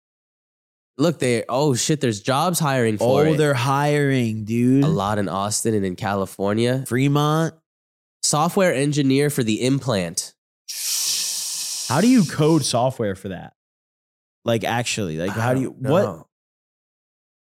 Speaker 2: Look, they oh shit. There's jobs hiring
Speaker 1: Oh,
Speaker 2: for it.
Speaker 1: they're hiring, dude.
Speaker 2: a lot in Austin and in California.
Speaker 1: Fremont.
Speaker 2: Software engineer for the implant.
Speaker 1: How do you code software for that? Like actually, like
Speaker 2: I
Speaker 1: how do you
Speaker 2: don't
Speaker 1: what?
Speaker 2: know.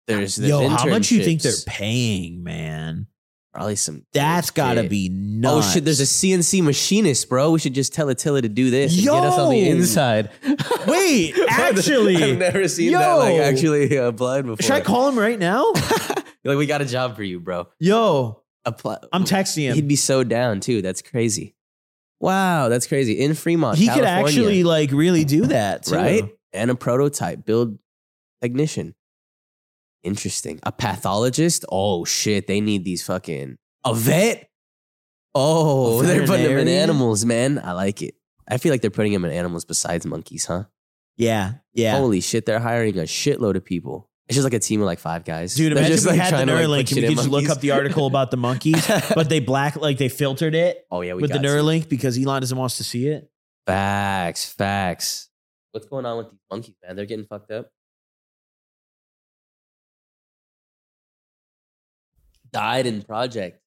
Speaker 2: There's, there's
Speaker 1: Yo, how much you think they're
Speaker 2: internships.
Speaker 1: paying, man?
Speaker 2: probably some?
Speaker 1: That's got to
Speaker 2: shit.
Speaker 1: be nuts.
Speaker 2: Oh shit! There's a CNC machinist, bro. We should just tell Attila to do this and get us on the
Speaker 1: Yo!
Speaker 2: inside.
Speaker 1: Wait,
Speaker 2: I've
Speaker 1: actually,
Speaker 2: never seen that like
Speaker 1: Yo!
Speaker 2: actually applied before.
Speaker 1: should I call him right now?
Speaker 2: like we got a job for you, bro.
Speaker 1: Yo,
Speaker 2: Apply.
Speaker 1: I'm texting
Speaker 2: He'd
Speaker 1: him.
Speaker 2: be so down too. That's crazy. Wow, that's crazy. In Fremont,
Speaker 1: He could
Speaker 2: California,
Speaker 1: actually like really do that, too.
Speaker 2: right and a prototype build technician. Interesting. A pathologist. Oh shit! They need these fucking a vet. Oh,
Speaker 1: A
Speaker 2: they're putting them in
Speaker 1: veterinarian?
Speaker 2: animals, man. I like it. I feel like they're putting them in animals besides monkeys, huh?
Speaker 1: Yeah, yeah.
Speaker 2: Holy shit! They're hiring a shitload of people. It's just like a team of like five guys.
Speaker 1: Dude,
Speaker 2: They're
Speaker 1: imagine
Speaker 2: just
Speaker 1: we had the
Speaker 2: trying to,
Speaker 1: Neuralink
Speaker 2: put
Speaker 1: and
Speaker 2: shit
Speaker 1: we
Speaker 2: in
Speaker 1: could just look
Speaker 2: monkeys.
Speaker 1: up the article about the monkeys, but they black like they filtered it
Speaker 2: Oh yeah, we
Speaker 1: with the
Speaker 2: got some
Speaker 1: Neuralink because Elon doesn't want us to see it.
Speaker 2: facts, facts. What's going on with these monkeys, man? They're getting fucked up. Died in project.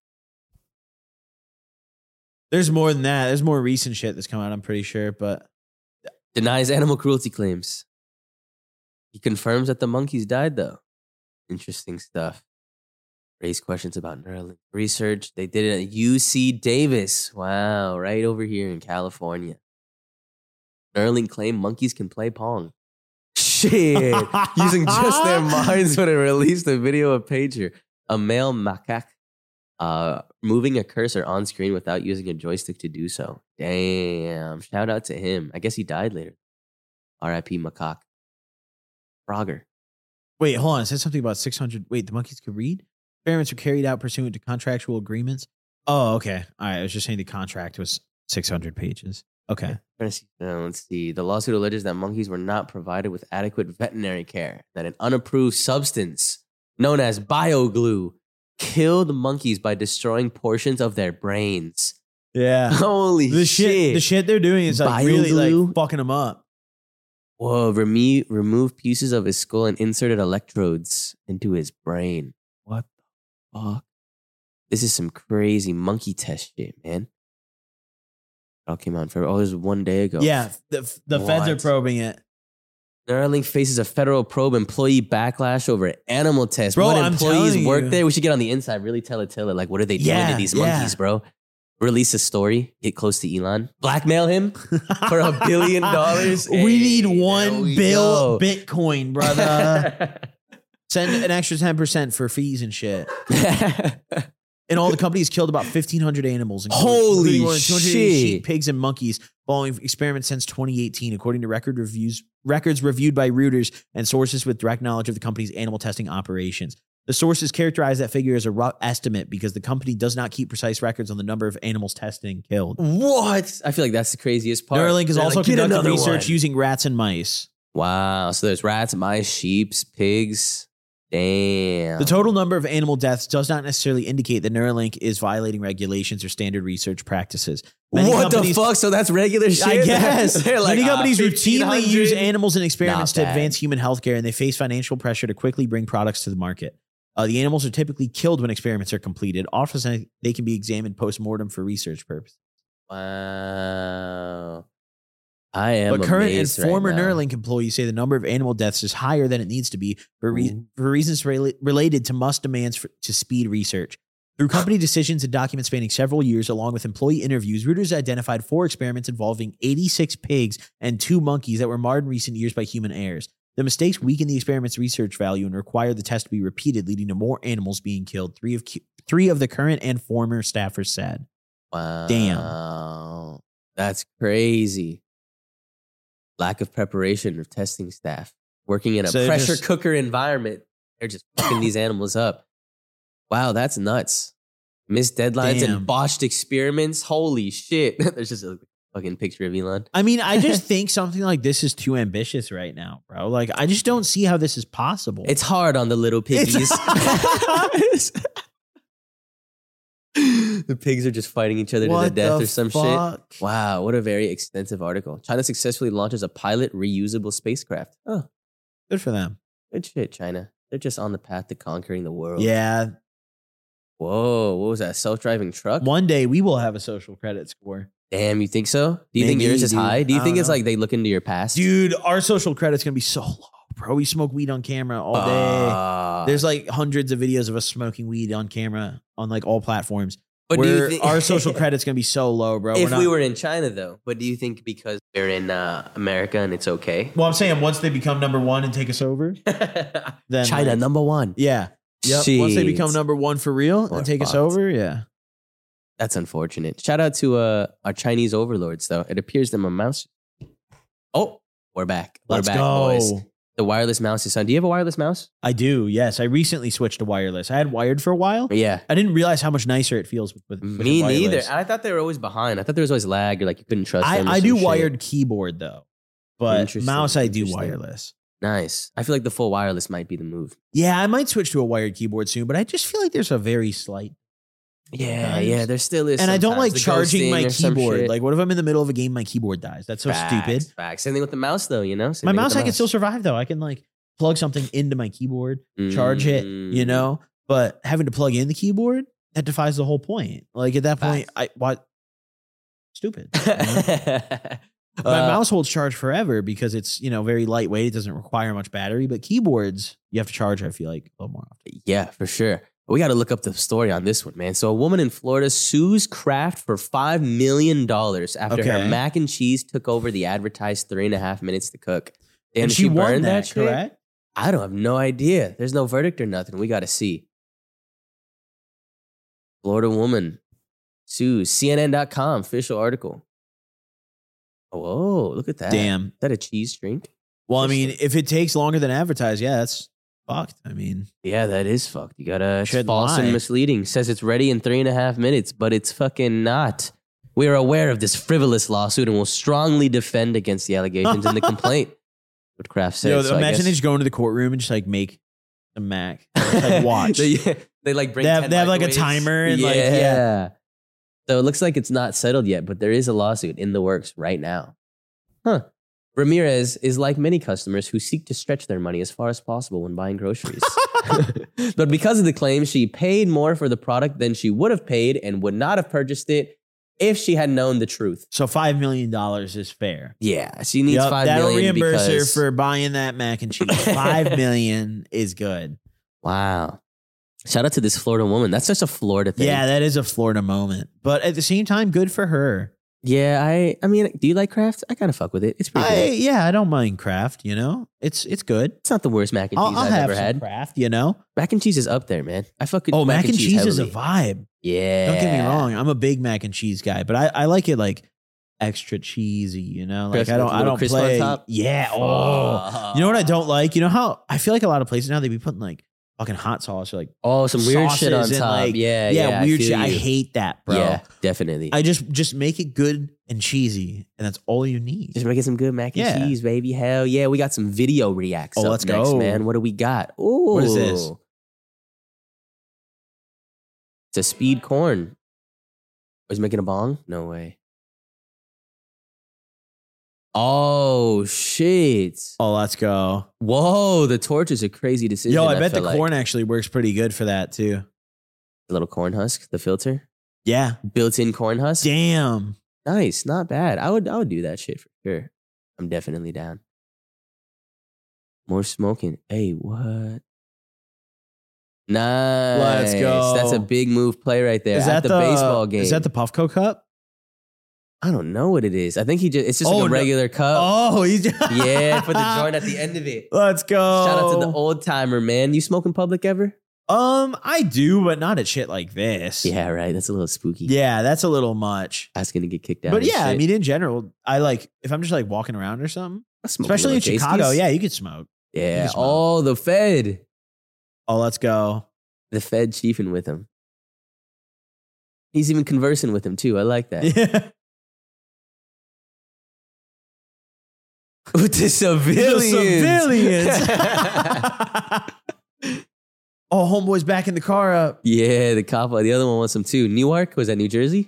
Speaker 1: There's more than that. There's more recent shit that's come out. I'm pretty sure, but
Speaker 2: Denies animal cruelty claims. He confirms that the monkeys died though. Interesting stuff. Raise questions about Neuralink research. They did it at UC Davis. Wow, right over here in California. Neuralink claim monkeys can play pong. Shit. using
Speaker 1: Ah,
Speaker 2: just their minds when it released a video of Pager, a male macaque, uh, moving a cursor on screen without using a joystick to do so. Damn. Shout out to him. I guess he died later. RIP macaque. Frogger.
Speaker 1: Wait, hold on. It said something about 600. Wait, the monkeys could read? Experiments were carried out pursuant to contractual agreements. Oh, okay. All right. I was just saying the contract was 600 pages. Okay.
Speaker 2: Trying to see- uh, Let's see. The lawsuit alleges that monkeys were not provided with adequate veterinary care, that an unapproved substance known as bioglue killed monkeys by destroying portions of their brains.
Speaker 1: Yeah.
Speaker 2: Holy
Speaker 1: The shit, the shit they're doing is like really like
Speaker 2: Bioglue.
Speaker 1: fucking them up.
Speaker 2: Whoa, reme- remove pieces of his skull and inserted electrodes into his brain. What the fuck? This is some crazy monkey test shit, man. It all came out in February. Oh, this was one day ago.
Speaker 1: Yeah. The, the feds are
Speaker 2: What?
Speaker 1: probing it.
Speaker 2: Neuralink faces a federal probe employee backlash over animal test.
Speaker 1: Bro,
Speaker 2: what
Speaker 1: I'm
Speaker 2: employees
Speaker 1: telling
Speaker 2: work
Speaker 1: you.
Speaker 2: there? We should get on the inside, really tell it, tell it. Like, what are they doing
Speaker 1: Yeah,
Speaker 2: to these
Speaker 1: yeah.
Speaker 2: monkeys, bro? Release a story, get close to Elon, blackmail him. For a billion dollars?
Speaker 1: we
Speaker 2: Hey,
Speaker 1: need
Speaker 2: there
Speaker 1: one
Speaker 2: we
Speaker 1: bill
Speaker 2: go.
Speaker 1: Bitcoin, brother. Send an extra 10% for fees and shit. And all the companies killed about 1,500 animals. including-
Speaker 2: Holy
Speaker 1: including more than 280
Speaker 2: shit.
Speaker 1: sheep, pigs, and monkeys following experiments since 2018, according to record reviews, records reviewed by Reuters and sources with direct knowledge of the company's animal testing operations. The sources characterize that figure as a rough estimate because the company does not keep precise records on the number of animals tested and killed.
Speaker 2: what? I feel like that's the craziest part.
Speaker 1: Neuralink is
Speaker 2: They're
Speaker 1: also
Speaker 2: like, "Get
Speaker 1: conducting
Speaker 2: another
Speaker 1: research
Speaker 2: one."
Speaker 1: using rats and mice.
Speaker 2: Wow. So there's rats, mice, sheeps, pigs. Damn.
Speaker 1: The total number of animal deaths does not necessarily indicate that Neuralink is violating regulations or standard research practices. Many
Speaker 2: what the
Speaker 1: companies-
Speaker 2: fuck? So that's regular shit.
Speaker 1: I guess.
Speaker 2: They're like,
Speaker 1: Many
Speaker 2: "Ah,
Speaker 1: companies routinely
Speaker 2: 1500?
Speaker 1: use animals in experiments
Speaker 2: Not
Speaker 1: to
Speaker 2: bad.
Speaker 1: advance human healthcare, and they face financial pressure to quickly bring products to the market. Uh, the animals are typically killed when experiments are completed. Often they can be examined post mortem for research purposes.
Speaker 2: Wow. I am.
Speaker 1: but current and
Speaker 2: amazed right
Speaker 1: former
Speaker 2: now.
Speaker 1: Neuralink employees say the number of animal deaths is higher than it needs to be for, re-
Speaker 2: Ooh.
Speaker 1: for reasons rela- related to must demands for, to speed research. Through company decisions and documents spanning several years, along with employee interviews, Reuters identified four experiments involving 86 pigs and two monkeys that were marred in recent years by human errors. The mistakes weakened the experiment's research value and required the test to be repeated, leading to more animals being killed. Three of cu- three of the current and former staffers said.
Speaker 2: Wow.
Speaker 1: Damn.
Speaker 2: That's crazy. Lack of preparation of testing staff. Working in a
Speaker 1: So they're
Speaker 2: pressure
Speaker 1: just-
Speaker 2: cooker environment. They're just fucking these animals up. Wow, that's nuts. Missed deadlines
Speaker 1: Damn.
Speaker 2: and botched experiments. Holy shit. There's just a fucking picture of Elon.
Speaker 1: I mean, I just think something like this is too ambitious right now, bro. Like, I just don't see how this is possible.
Speaker 2: It's hard on the little piggies.
Speaker 1: It's-
Speaker 2: the pigs are just fighting each other to the death or some shit.
Speaker 1: shit.
Speaker 2: Wow, what a very extensive article. China successfully launches a pilot reusable spacecraft. Oh,
Speaker 1: Good for them.
Speaker 2: good shit, China. They're just on the path to conquering the world.
Speaker 1: Yeah.
Speaker 2: Whoa, what was that? Self driving truck?
Speaker 1: One day we will have a social credit score.
Speaker 2: Damn, you think so? Do you think
Speaker 1: Maybe,
Speaker 2: yours is
Speaker 1: dude.
Speaker 2: high? Do you
Speaker 1: I
Speaker 2: think
Speaker 1: don't
Speaker 2: it's
Speaker 1: know.
Speaker 2: like they look into your past?
Speaker 1: Dude, our social credit's going to be so low, bro. We smoke weed on camera all day.
Speaker 2: Ah.
Speaker 1: There's like hundreds of videos of us smoking weed on camera on like all platforms.
Speaker 2: but do you
Speaker 1: We're-
Speaker 2: think-
Speaker 1: our social credit's going to be so low, bro.
Speaker 2: if
Speaker 1: not-
Speaker 2: we were in China though, but do you think because we're in uh, America and it's okay?
Speaker 1: well, I'm saying once they become number one and take us over,
Speaker 2: China
Speaker 1: then like-
Speaker 2: number one.
Speaker 1: yeah. Yep. Once they
Speaker 2: Shit.
Speaker 1: become number one for real
Speaker 2: We're
Speaker 1: and take us
Speaker 2: fucked.
Speaker 1: over, yeah.
Speaker 2: That's unfortunate. Shout out to uh, our Chinese overlords, though. It appears that my mouse. Oh, we're back. We're
Speaker 1: Let's
Speaker 2: back,
Speaker 1: go.
Speaker 2: boys. The wireless mouse is on. Do you have a wireless mouse?
Speaker 1: I do. Yes, I recently switched to wireless. I had wired for a while.
Speaker 2: Yeah.
Speaker 1: I didn't realize how much nicer it feels with, with with
Speaker 2: Me
Speaker 1: wireless.
Speaker 2: neither. And I thought they were always behind. I thought there was always lag or like you couldn't trust
Speaker 1: I,
Speaker 2: them. or
Speaker 1: I
Speaker 2: some
Speaker 1: do
Speaker 2: shit.
Speaker 1: wired keyboard though, but
Speaker 2: Interesting,
Speaker 1: mouse I do
Speaker 2: interesting.
Speaker 1: wireless.
Speaker 2: Nice. I feel like the full wireless might be the move.
Speaker 1: Yeah, I might switch to a wired keyboard soon, but I just feel like there's a very slight.
Speaker 2: Yeah,
Speaker 1: Nice.
Speaker 2: yeah. There still is.
Speaker 1: and I don't
Speaker 2: sometimes
Speaker 1: like
Speaker 2: the
Speaker 1: charging
Speaker 2: ghosting
Speaker 1: my
Speaker 2: or some
Speaker 1: keyboard.
Speaker 2: shit.
Speaker 1: Like, what if I'm in the middle of a game, my keyboard dies? That's so stupid.
Speaker 2: Facts, Facts. Same thing with the mouse, though. You know, Same
Speaker 1: my
Speaker 2: thing with
Speaker 1: mouse,
Speaker 2: the
Speaker 1: I can still survive though. I can like plug something into my keyboard, charge it, you
Speaker 2: Mm.
Speaker 1: know. But having to plug in the keyboard that defies the whole point. Like at that point, I what stupid. you know? My
Speaker 2: Uh,
Speaker 1: mouse holds charge forever because it's you know very lightweight. It doesn't require much battery. But keyboards, you have to charge. I feel like a little more often.
Speaker 2: Yeah, for sure. We got to look up the story on this one, man. So, a woman in Florida sues Kraft for $5 million after
Speaker 1: Okay.
Speaker 2: her mac and cheese took over the advertised three and a half minutes to cook. Damn,
Speaker 1: and
Speaker 2: did
Speaker 1: she, won
Speaker 2: burn
Speaker 1: that,
Speaker 2: shit?
Speaker 1: correct?
Speaker 2: I don't have no idea. There's no verdict or nothing. We got to see. Florida woman sues CNN.com, official article. Oh, look at that.
Speaker 1: Damn.
Speaker 2: Is that a cheese drink?
Speaker 1: Well, I mean,
Speaker 2: Interesting.
Speaker 1: if it takes longer than advertised, yeah, that's fucked. I mean,
Speaker 2: Yeah, that is fucked. You gotta it's
Speaker 1: Shouldn't
Speaker 2: false
Speaker 1: lie.
Speaker 2: and misleading. Says it's ready in three and a half minutes, but it's fucking not. We are aware of this frivolous lawsuit and will strongly defend against the allegations in the complaint. What Kraft said.
Speaker 1: yo,
Speaker 2: so I
Speaker 1: imagine
Speaker 2: guess-
Speaker 1: they just go into the courtroom and just like make the Mac just, like, watch.
Speaker 2: they, they, like bring.
Speaker 1: They have-
Speaker 2: 10
Speaker 1: they have, like, a
Speaker 2: microwaves.
Speaker 1: timer and, like, yeah.
Speaker 2: So it looks like it's not settled yet, but there is a lawsuit in the works right now. Huh. Ramirez is like many customers who seek to stretch their money as far as possible when buying groceries. but because of the claim, she paid more for the product than she would have paid and would not have purchased it if she had known the truth.
Speaker 1: so five million dollars is fair.
Speaker 2: Yeah, she needs
Speaker 1: Yup,
Speaker 2: five
Speaker 1: that'll
Speaker 2: million
Speaker 1: reimburse
Speaker 2: because-
Speaker 1: her for buying that mac and cheese. five million is good.
Speaker 2: wow. Shout out to this Florida woman. That's just a Florida thing.
Speaker 1: Yeah, that is a Florida moment, but at the same time, good for her.
Speaker 2: Yeah, I I mean, do you like Kraft? I kind of fuck with it. It's pretty
Speaker 1: I,
Speaker 2: good.
Speaker 1: yeah, I don't mind craft. You know, it's it's good.
Speaker 2: It's not the worst mac and cheese
Speaker 1: I'll, I'll
Speaker 2: have
Speaker 1: have
Speaker 2: ever
Speaker 1: some
Speaker 2: had.
Speaker 1: craft. You know,
Speaker 2: Mac and cheese is up there, man. I fucking
Speaker 1: oh, mac, and cheese, is a
Speaker 2: heavily.
Speaker 1: vibe.
Speaker 2: Yeah.
Speaker 1: Don't get me wrong. I'm a big mac and cheese guy, but I, I like it like extra cheesy. You know, like
Speaker 2: Crisp
Speaker 1: I
Speaker 2: with
Speaker 1: don't
Speaker 2: a
Speaker 1: I
Speaker 2: little
Speaker 1: don't
Speaker 2: crisp on
Speaker 1: play.
Speaker 2: top?
Speaker 1: Yeah. Oh, you know what I don't like? You know how I feel like a lot of places now they be putting like fucking hot sauce or like
Speaker 2: Oh, some weird shit on
Speaker 1: sauces and,
Speaker 2: top.
Speaker 1: like-
Speaker 2: yeah,
Speaker 1: yeah,
Speaker 2: yeah,
Speaker 1: weird shit.
Speaker 2: feel
Speaker 1: I
Speaker 2: you.
Speaker 1: hate that, bro.
Speaker 2: Yeah, definitely.
Speaker 1: I just just make it good and cheesy, and that's all you need.
Speaker 2: Just making some good mac and
Speaker 1: Yeah.
Speaker 2: cheese, baby. Hell yeah, we got some video reacts.
Speaker 1: Oh,
Speaker 2: up
Speaker 1: let's
Speaker 2: next,
Speaker 1: go.
Speaker 2: man. What do we got? Ooh,
Speaker 1: is this?
Speaker 2: It's a speed corn. Was he making a bong? No way. Oh shit!
Speaker 1: Oh, let's go.
Speaker 2: Whoa, the torch is a crazy decision.
Speaker 1: Yo, I bet the
Speaker 2: feel like.
Speaker 1: corn actually works pretty good for that too.
Speaker 2: the little corn husk, the filter,
Speaker 1: Yeah.
Speaker 2: built-in corn husk.
Speaker 1: Damn.
Speaker 2: Nice, not bad. I would I would do that shit for sure. I'm definitely down. More smoking. Hey, what? Nice.
Speaker 1: go.
Speaker 2: That's a big move play right there.
Speaker 1: Is
Speaker 2: At
Speaker 1: that
Speaker 2: the, baseball game.
Speaker 1: Is that the Puffco cup?
Speaker 2: I don't know what it is. I think he just it's just
Speaker 1: Oh,
Speaker 2: like a
Speaker 1: no.
Speaker 2: regular cup.
Speaker 1: Oh, he's
Speaker 2: Uh, Yeah, put the joint at the end of it.
Speaker 1: Let's go.
Speaker 2: Shout out to
Speaker 1: Oh.
Speaker 2: the old timer, man. You smoke in public ever?
Speaker 1: Um, I do, but not at shit like this.
Speaker 2: Yeah, right. That's a little spooky.
Speaker 1: Yeah, that's a little much.
Speaker 2: That's gonna get kicked out.
Speaker 1: but
Speaker 2: and
Speaker 1: yeah, I
Speaker 2: shit.
Speaker 1: mean, in general, I like if I'm just like walking around or something,
Speaker 2: I smoke a
Speaker 1: especially in
Speaker 2: little Jaycees.
Speaker 1: Chicago. Yeah, you could smoke.
Speaker 2: Yeah.
Speaker 1: can smoke.
Speaker 2: Oh, the Fed.
Speaker 1: Oh, let's go.
Speaker 2: the Fed chiefing with him. He's even conversing with him too. I like that.
Speaker 1: Yeah.
Speaker 2: with the civilians.
Speaker 1: The civilians. oh, homeboy's backing the car up.
Speaker 2: yeah, the cop. The other one wants him too. Newark was that New Jersey?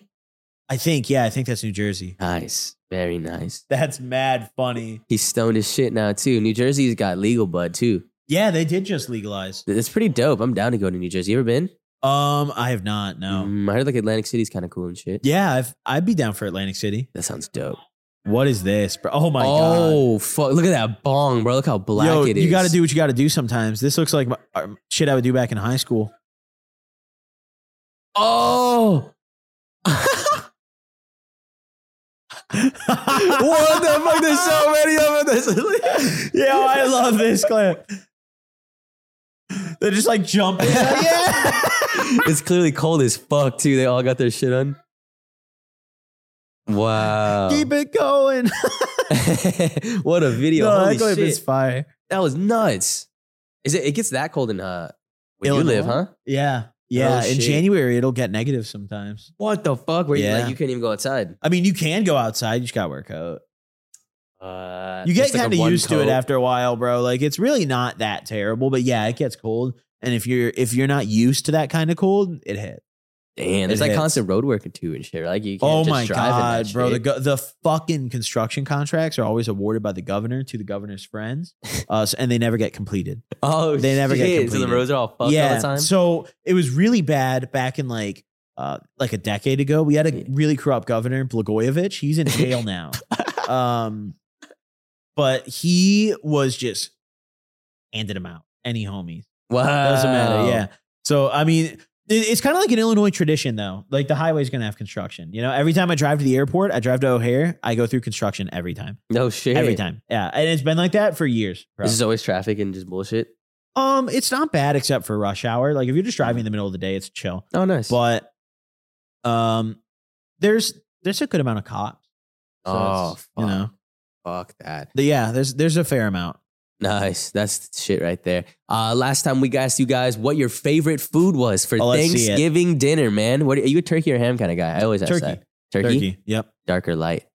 Speaker 1: I think, yeah, I think that's New Jersey.
Speaker 2: Nice, very nice.
Speaker 1: That's mad funny.
Speaker 2: He's stoned as shit now too. New Jersey's got legal bud too.
Speaker 1: Yeah, they did just legalize.
Speaker 2: That's pretty dope. I'm down to go to New Jersey. You ever been?
Speaker 1: Um, I have not. No.
Speaker 2: Mm, I heard like Atlantic City's kind of cool and shit.
Speaker 1: Yeah, I've, I'd be down for Atlantic City.
Speaker 2: That sounds dope.
Speaker 1: What is this, bro? Oh my god.
Speaker 2: oh fuck! Look at that bong, bro. Look how black
Speaker 1: Yo,
Speaker 2: it is.
Speaker 1: you got to do what you got to do sometimes. This looks like my, uh, shit I would do back in high school.
Speaker 2: Oh. what the fuck? There's so many of them. There's-
Speaker 1: Yo, I love this clip. They're just like jumping. yeah.
Speaker 2: it's clearly cold as fuck too. They all got their shit on. Wow.
Speaker 1: Keep it going.
Speaker 2: what a video.
Speaker 1: no,
Speaker 2: Holy
Speaker 1: that clip
Speaker 2: shit.
Speaker 1: is fire.
Speaker 2: that was nuts. Is it it gets that cold in uh where
Speaker 1: Illinois?
Speaker 2: you live, huh?
Speaker 1: Yeah. Yeah.
Speaker 2: Oh,
Speaker 1: in
Speaker 2: shit.
Speaker 1: January, it'll get negative sometimes.
Speaker 2: What the fuck? Where you
Speaker 1: Yeah.
Speaker 2: like you couldn't even go outside.
Speaker 1: I mean, you can go outside. You just got to wear a coat.
Speaker 2: Uh,
Speaker 1: You get
Speaker 2: just like a
Speaker 1: kind of
Speaker 2: one
Speaker 1: used to it
Speaker 2: coat.
Speaker 1: after a while, bro. Like it's really not that terrible, but yeah, it gets cold. And if you're if you're not used to that kind of cold, it hits.
Speaker 2: Damn, there's
Speaker 1: It
Speaker 2: like
Speaker 1: hits.
Speaker 2: constant road work too and shit. Like you can't
Speaker 1: Oh
Speaker 2: just
Speaker 1: my
Speaker 2: drive in
Speaker 1: god,
Speaker 2: that
Speaker 1: bro! The
Speaker 2: shit.
Speaker 1: go- the fucking construction contracts are always awarded by the governor to the governor's friends, uh, so- and they never get completed.
Speaker 2: oh,
Speaker 1: they never get
Speaker 2: shit, so the
Speaker 1: completed.
Speaker 2: roads are all fucked all the time.
Speaker 1: So it was really bad back in like uh, like a decade ago. We had
Speaker 2: Yeah.
Speaker 1: a really corrupt governor, Blagojevich. He's in jail now. um, but he was just handed him out. Any homies.
Speaker 2: wow,
Speaker 1: Doesn't matter. Yeah. So I mean, it, it's kind of like an Illinois tradition, though. Like the highway's gonna have construction. You know, every time I drive to the airport, I drive to O'Hare, I go through construction every time.
Speaker 2: No shit.
Speaker 1: Every time. Yeah, and it's been like that for years. Bro.
Speaker 2: This is always traffic and just bullshit.
Speaker 1: um, it's not bad except for rush hour. Like if you're just driving in the middle of the day, it's chill.
Speaker 2: Oh, nice.
Speaker 1: But um, there's there's a good amount of cops. So
Speaker 2: oh,
Speaker 1: it's,
Speaker 2: fuck,
Speaker 1: you know,
Speaker 2: fuck that.
Speaker 1: But yeah, there's there's a fair amount.
Speaker 2: Nice. That's the shit right there. Uh, last time we asked you guys what your favorite food was for
Speaker 1: Oh, let's see it.
Speaker 2: Thanksgiving dinner, man. What are you a turkey or ham kind of guy? I always ask
Speaker 1: Turkey.
Speaker 2: that.
Speaker 1: Turkey.
Speaker 2: Turkey,
Speaker 1: Yep.
Speaker 2: dark or light,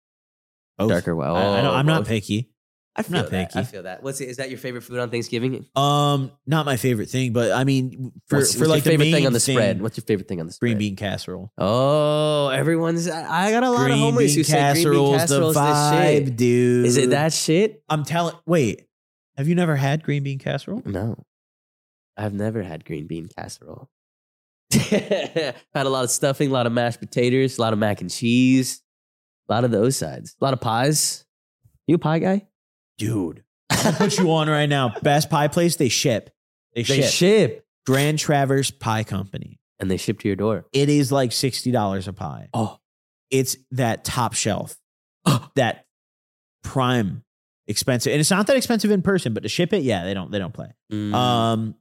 Speaker 1: Both.
Speaker 2: dark or well.
Speaker 1: I, I don't, I'm not
Speaker 2: Oh, both.
Speaker 1: picky.
Speaker 2: I feel
Speaker 1: not
Speaker 2: that. I
Speaker 1: picky.
Speaker 2: feel that. What's it? Is that your favorite food on Thanksgiving?
Speaker 1: Um, not my favorite thing, but I mean, for
Speaker 2: what's,
Speaker 1: for
Speaker 2: what's
Speaker 1: like
Speaker 2: your favorite
Speaker 1: the main
Speaker 2: thing on the spread? What's your favorite thing on the spread?
Speaker 1: green bean casserole.
Speaker 2: Oh, everyone's. I I got a lot of
Speaker 1: Green
Speaker 2: homies
Speaker 1: bean
Speaker 2: who say green
Speaker 1: casserole's the
Speaker 2: bean casseroles. this
Speaker 1: vibe,
Speaker 2: shit.
Speaker 1: dude.
Speaker 2: Is it that shit?
Speaker 1: I'm telling. Wait, have you never had green bean casserole?
Speaker 2: No, I've never had green bean casserole. had a lot of stuffing, a lot of mashed potatoes, a lot of mac and cheese, a lot of those sides, a lot of pies. You a pie guy?
Speaker 1: Dude, I'll put you on right now. Best pie place they ship. They,
Speaker 2: they
Speaker 1: ship.
Speaker 2: ship
Speaker 1: Grand Traverse Pie Company.
Speaker 2: and they ship to your door.
Speaker 1: It is like sixty dollars a pie.
Speaker 2: Oh,
Speaker 1: It's that top shelf,
Speaker 2: Oh.
Speaker 1: that prime expensive, and it's not that expensive in person, but to ship it, yeah, they don't they don't play.
Speaker 2: mm,
Speaker 1: Um,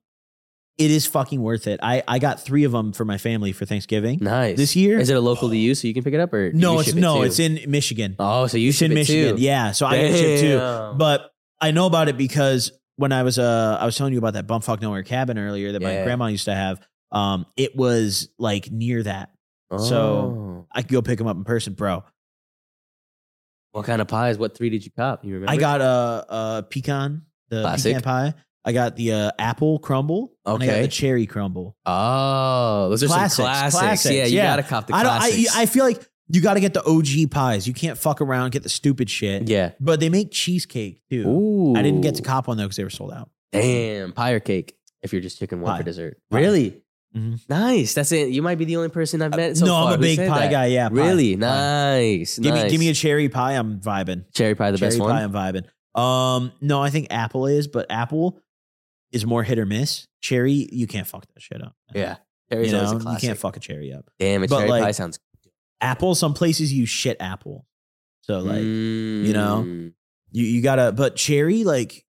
Speaker 1: it is fucking worth it. I I got three of them for my family for Thanksgiving.
Speaker 2: nice.
Speaker 1: this year-
Speaker 2: is it a local to you, so you can pick it up, or do
Speaker 1: No,
Speaker 2: you
Speaker 1: it's
Speaker 2: ship it
Speaker 1: no,
Speaker 2: too?
Speaker 1: it's in Michigan.
Speaker 2: Oh, so you
Speaker 1: It's
Speaker 2: ship
Speaker 1: in
Speaker 2: it
Speaker 1: Michigan.
Speaker 2: too?
Speaker 1: Yeah, so I got shipped too.
Speaker 2: Damn.
Speaker 1: But I know about it because when I was uh I was telling you about that bumfuck nowhere cabin earlier that
Speaker 2: Yeah.
Speaker 1: my grandma used to have. Um, it was like near that.
Speaker 2: Oh.
Speaker 1: so- I could go pick them up in person, bro.
Speaker 2: what kind of pies? What three did you cop? You remember?
Speaker 1: I got a, a pecan, the
Speaker 2: Classic.
Speaker 1: pecan pie. I got the uh, apple crumble. and I got
Speaker 2: Okay.
Speaker 1: the cherry crumble.
Speaker 2: Oh, those are
Speaker 1: Classics,
Speaker 2: some classics.
Speaker 1: classics,
Speaker 2: Yeah, you
Speaker 1: yeah.
Speaker 2: gotta cop the
Speaker 1: I don't. I,
Speaker 2: classics.
Speaker 1: I feel like you got to get the OG pies. You can't fuck around, get the stupid shit.
Speaker 2: yeah.
Speaker 1: But they make cheesecake too.
Speaker 2: Ooh.
Speaker 1: I didn't get to cop one though because they were sold out.
Speaker 2: Damn, pie or cake if you're just picking one
Speaker 1: Pie.
Speaker 2: for dessert.
Speaker 1: Pie.
Speaker 2: Really?
Speaker 1: Mhm.
Speaker 2: Nice. That's it. You might be the only person I've met. So
Speaker 1: Uh, no,
Speaker 2: far
Speaker 1: I'm a
Speaker 2: who
Speaker 1: big
Speaker 2: said
Speaker 1: pie
Speaker 2: that.
Speaker 1: guy. Yeah, pie.
Speaker 2: Really?
Speaker 1: Pie.
Speaker 2: Nice.
Speaker 1: Give me
Speaker 2: nice.
Speaker 1: give me a cherry pie. I'm vibing.
Speaker 2: cherry pie, the
Speaker 1: cherry
Speaker 2: best
Speaker 1: pie.
Speaker 2: one.
Speaker 1: I'm vibing. Um, no, I think apple is, but apple is more hit or miss. Cherry, you can't fuck that shit up.
Speaker 2: Yeah.
Speaker 1: you
Speaker 2: Cherry's always
Speaker 1: know
Speaker 2: a
Speaker 1: you
Speaker 2: classic.
Speaker 1: can't fuck a cherry up.
Speaker 2: Damn, a
Speaker 1: but,
Speaker 2: cherry
Speaker 1: like,
Speaker 2: pie sounds
Speaker 1: Apple, some places you shit apple, so like
Speaker 2: Mm. you
Speaker 1: know? you you gotta. But cherry, like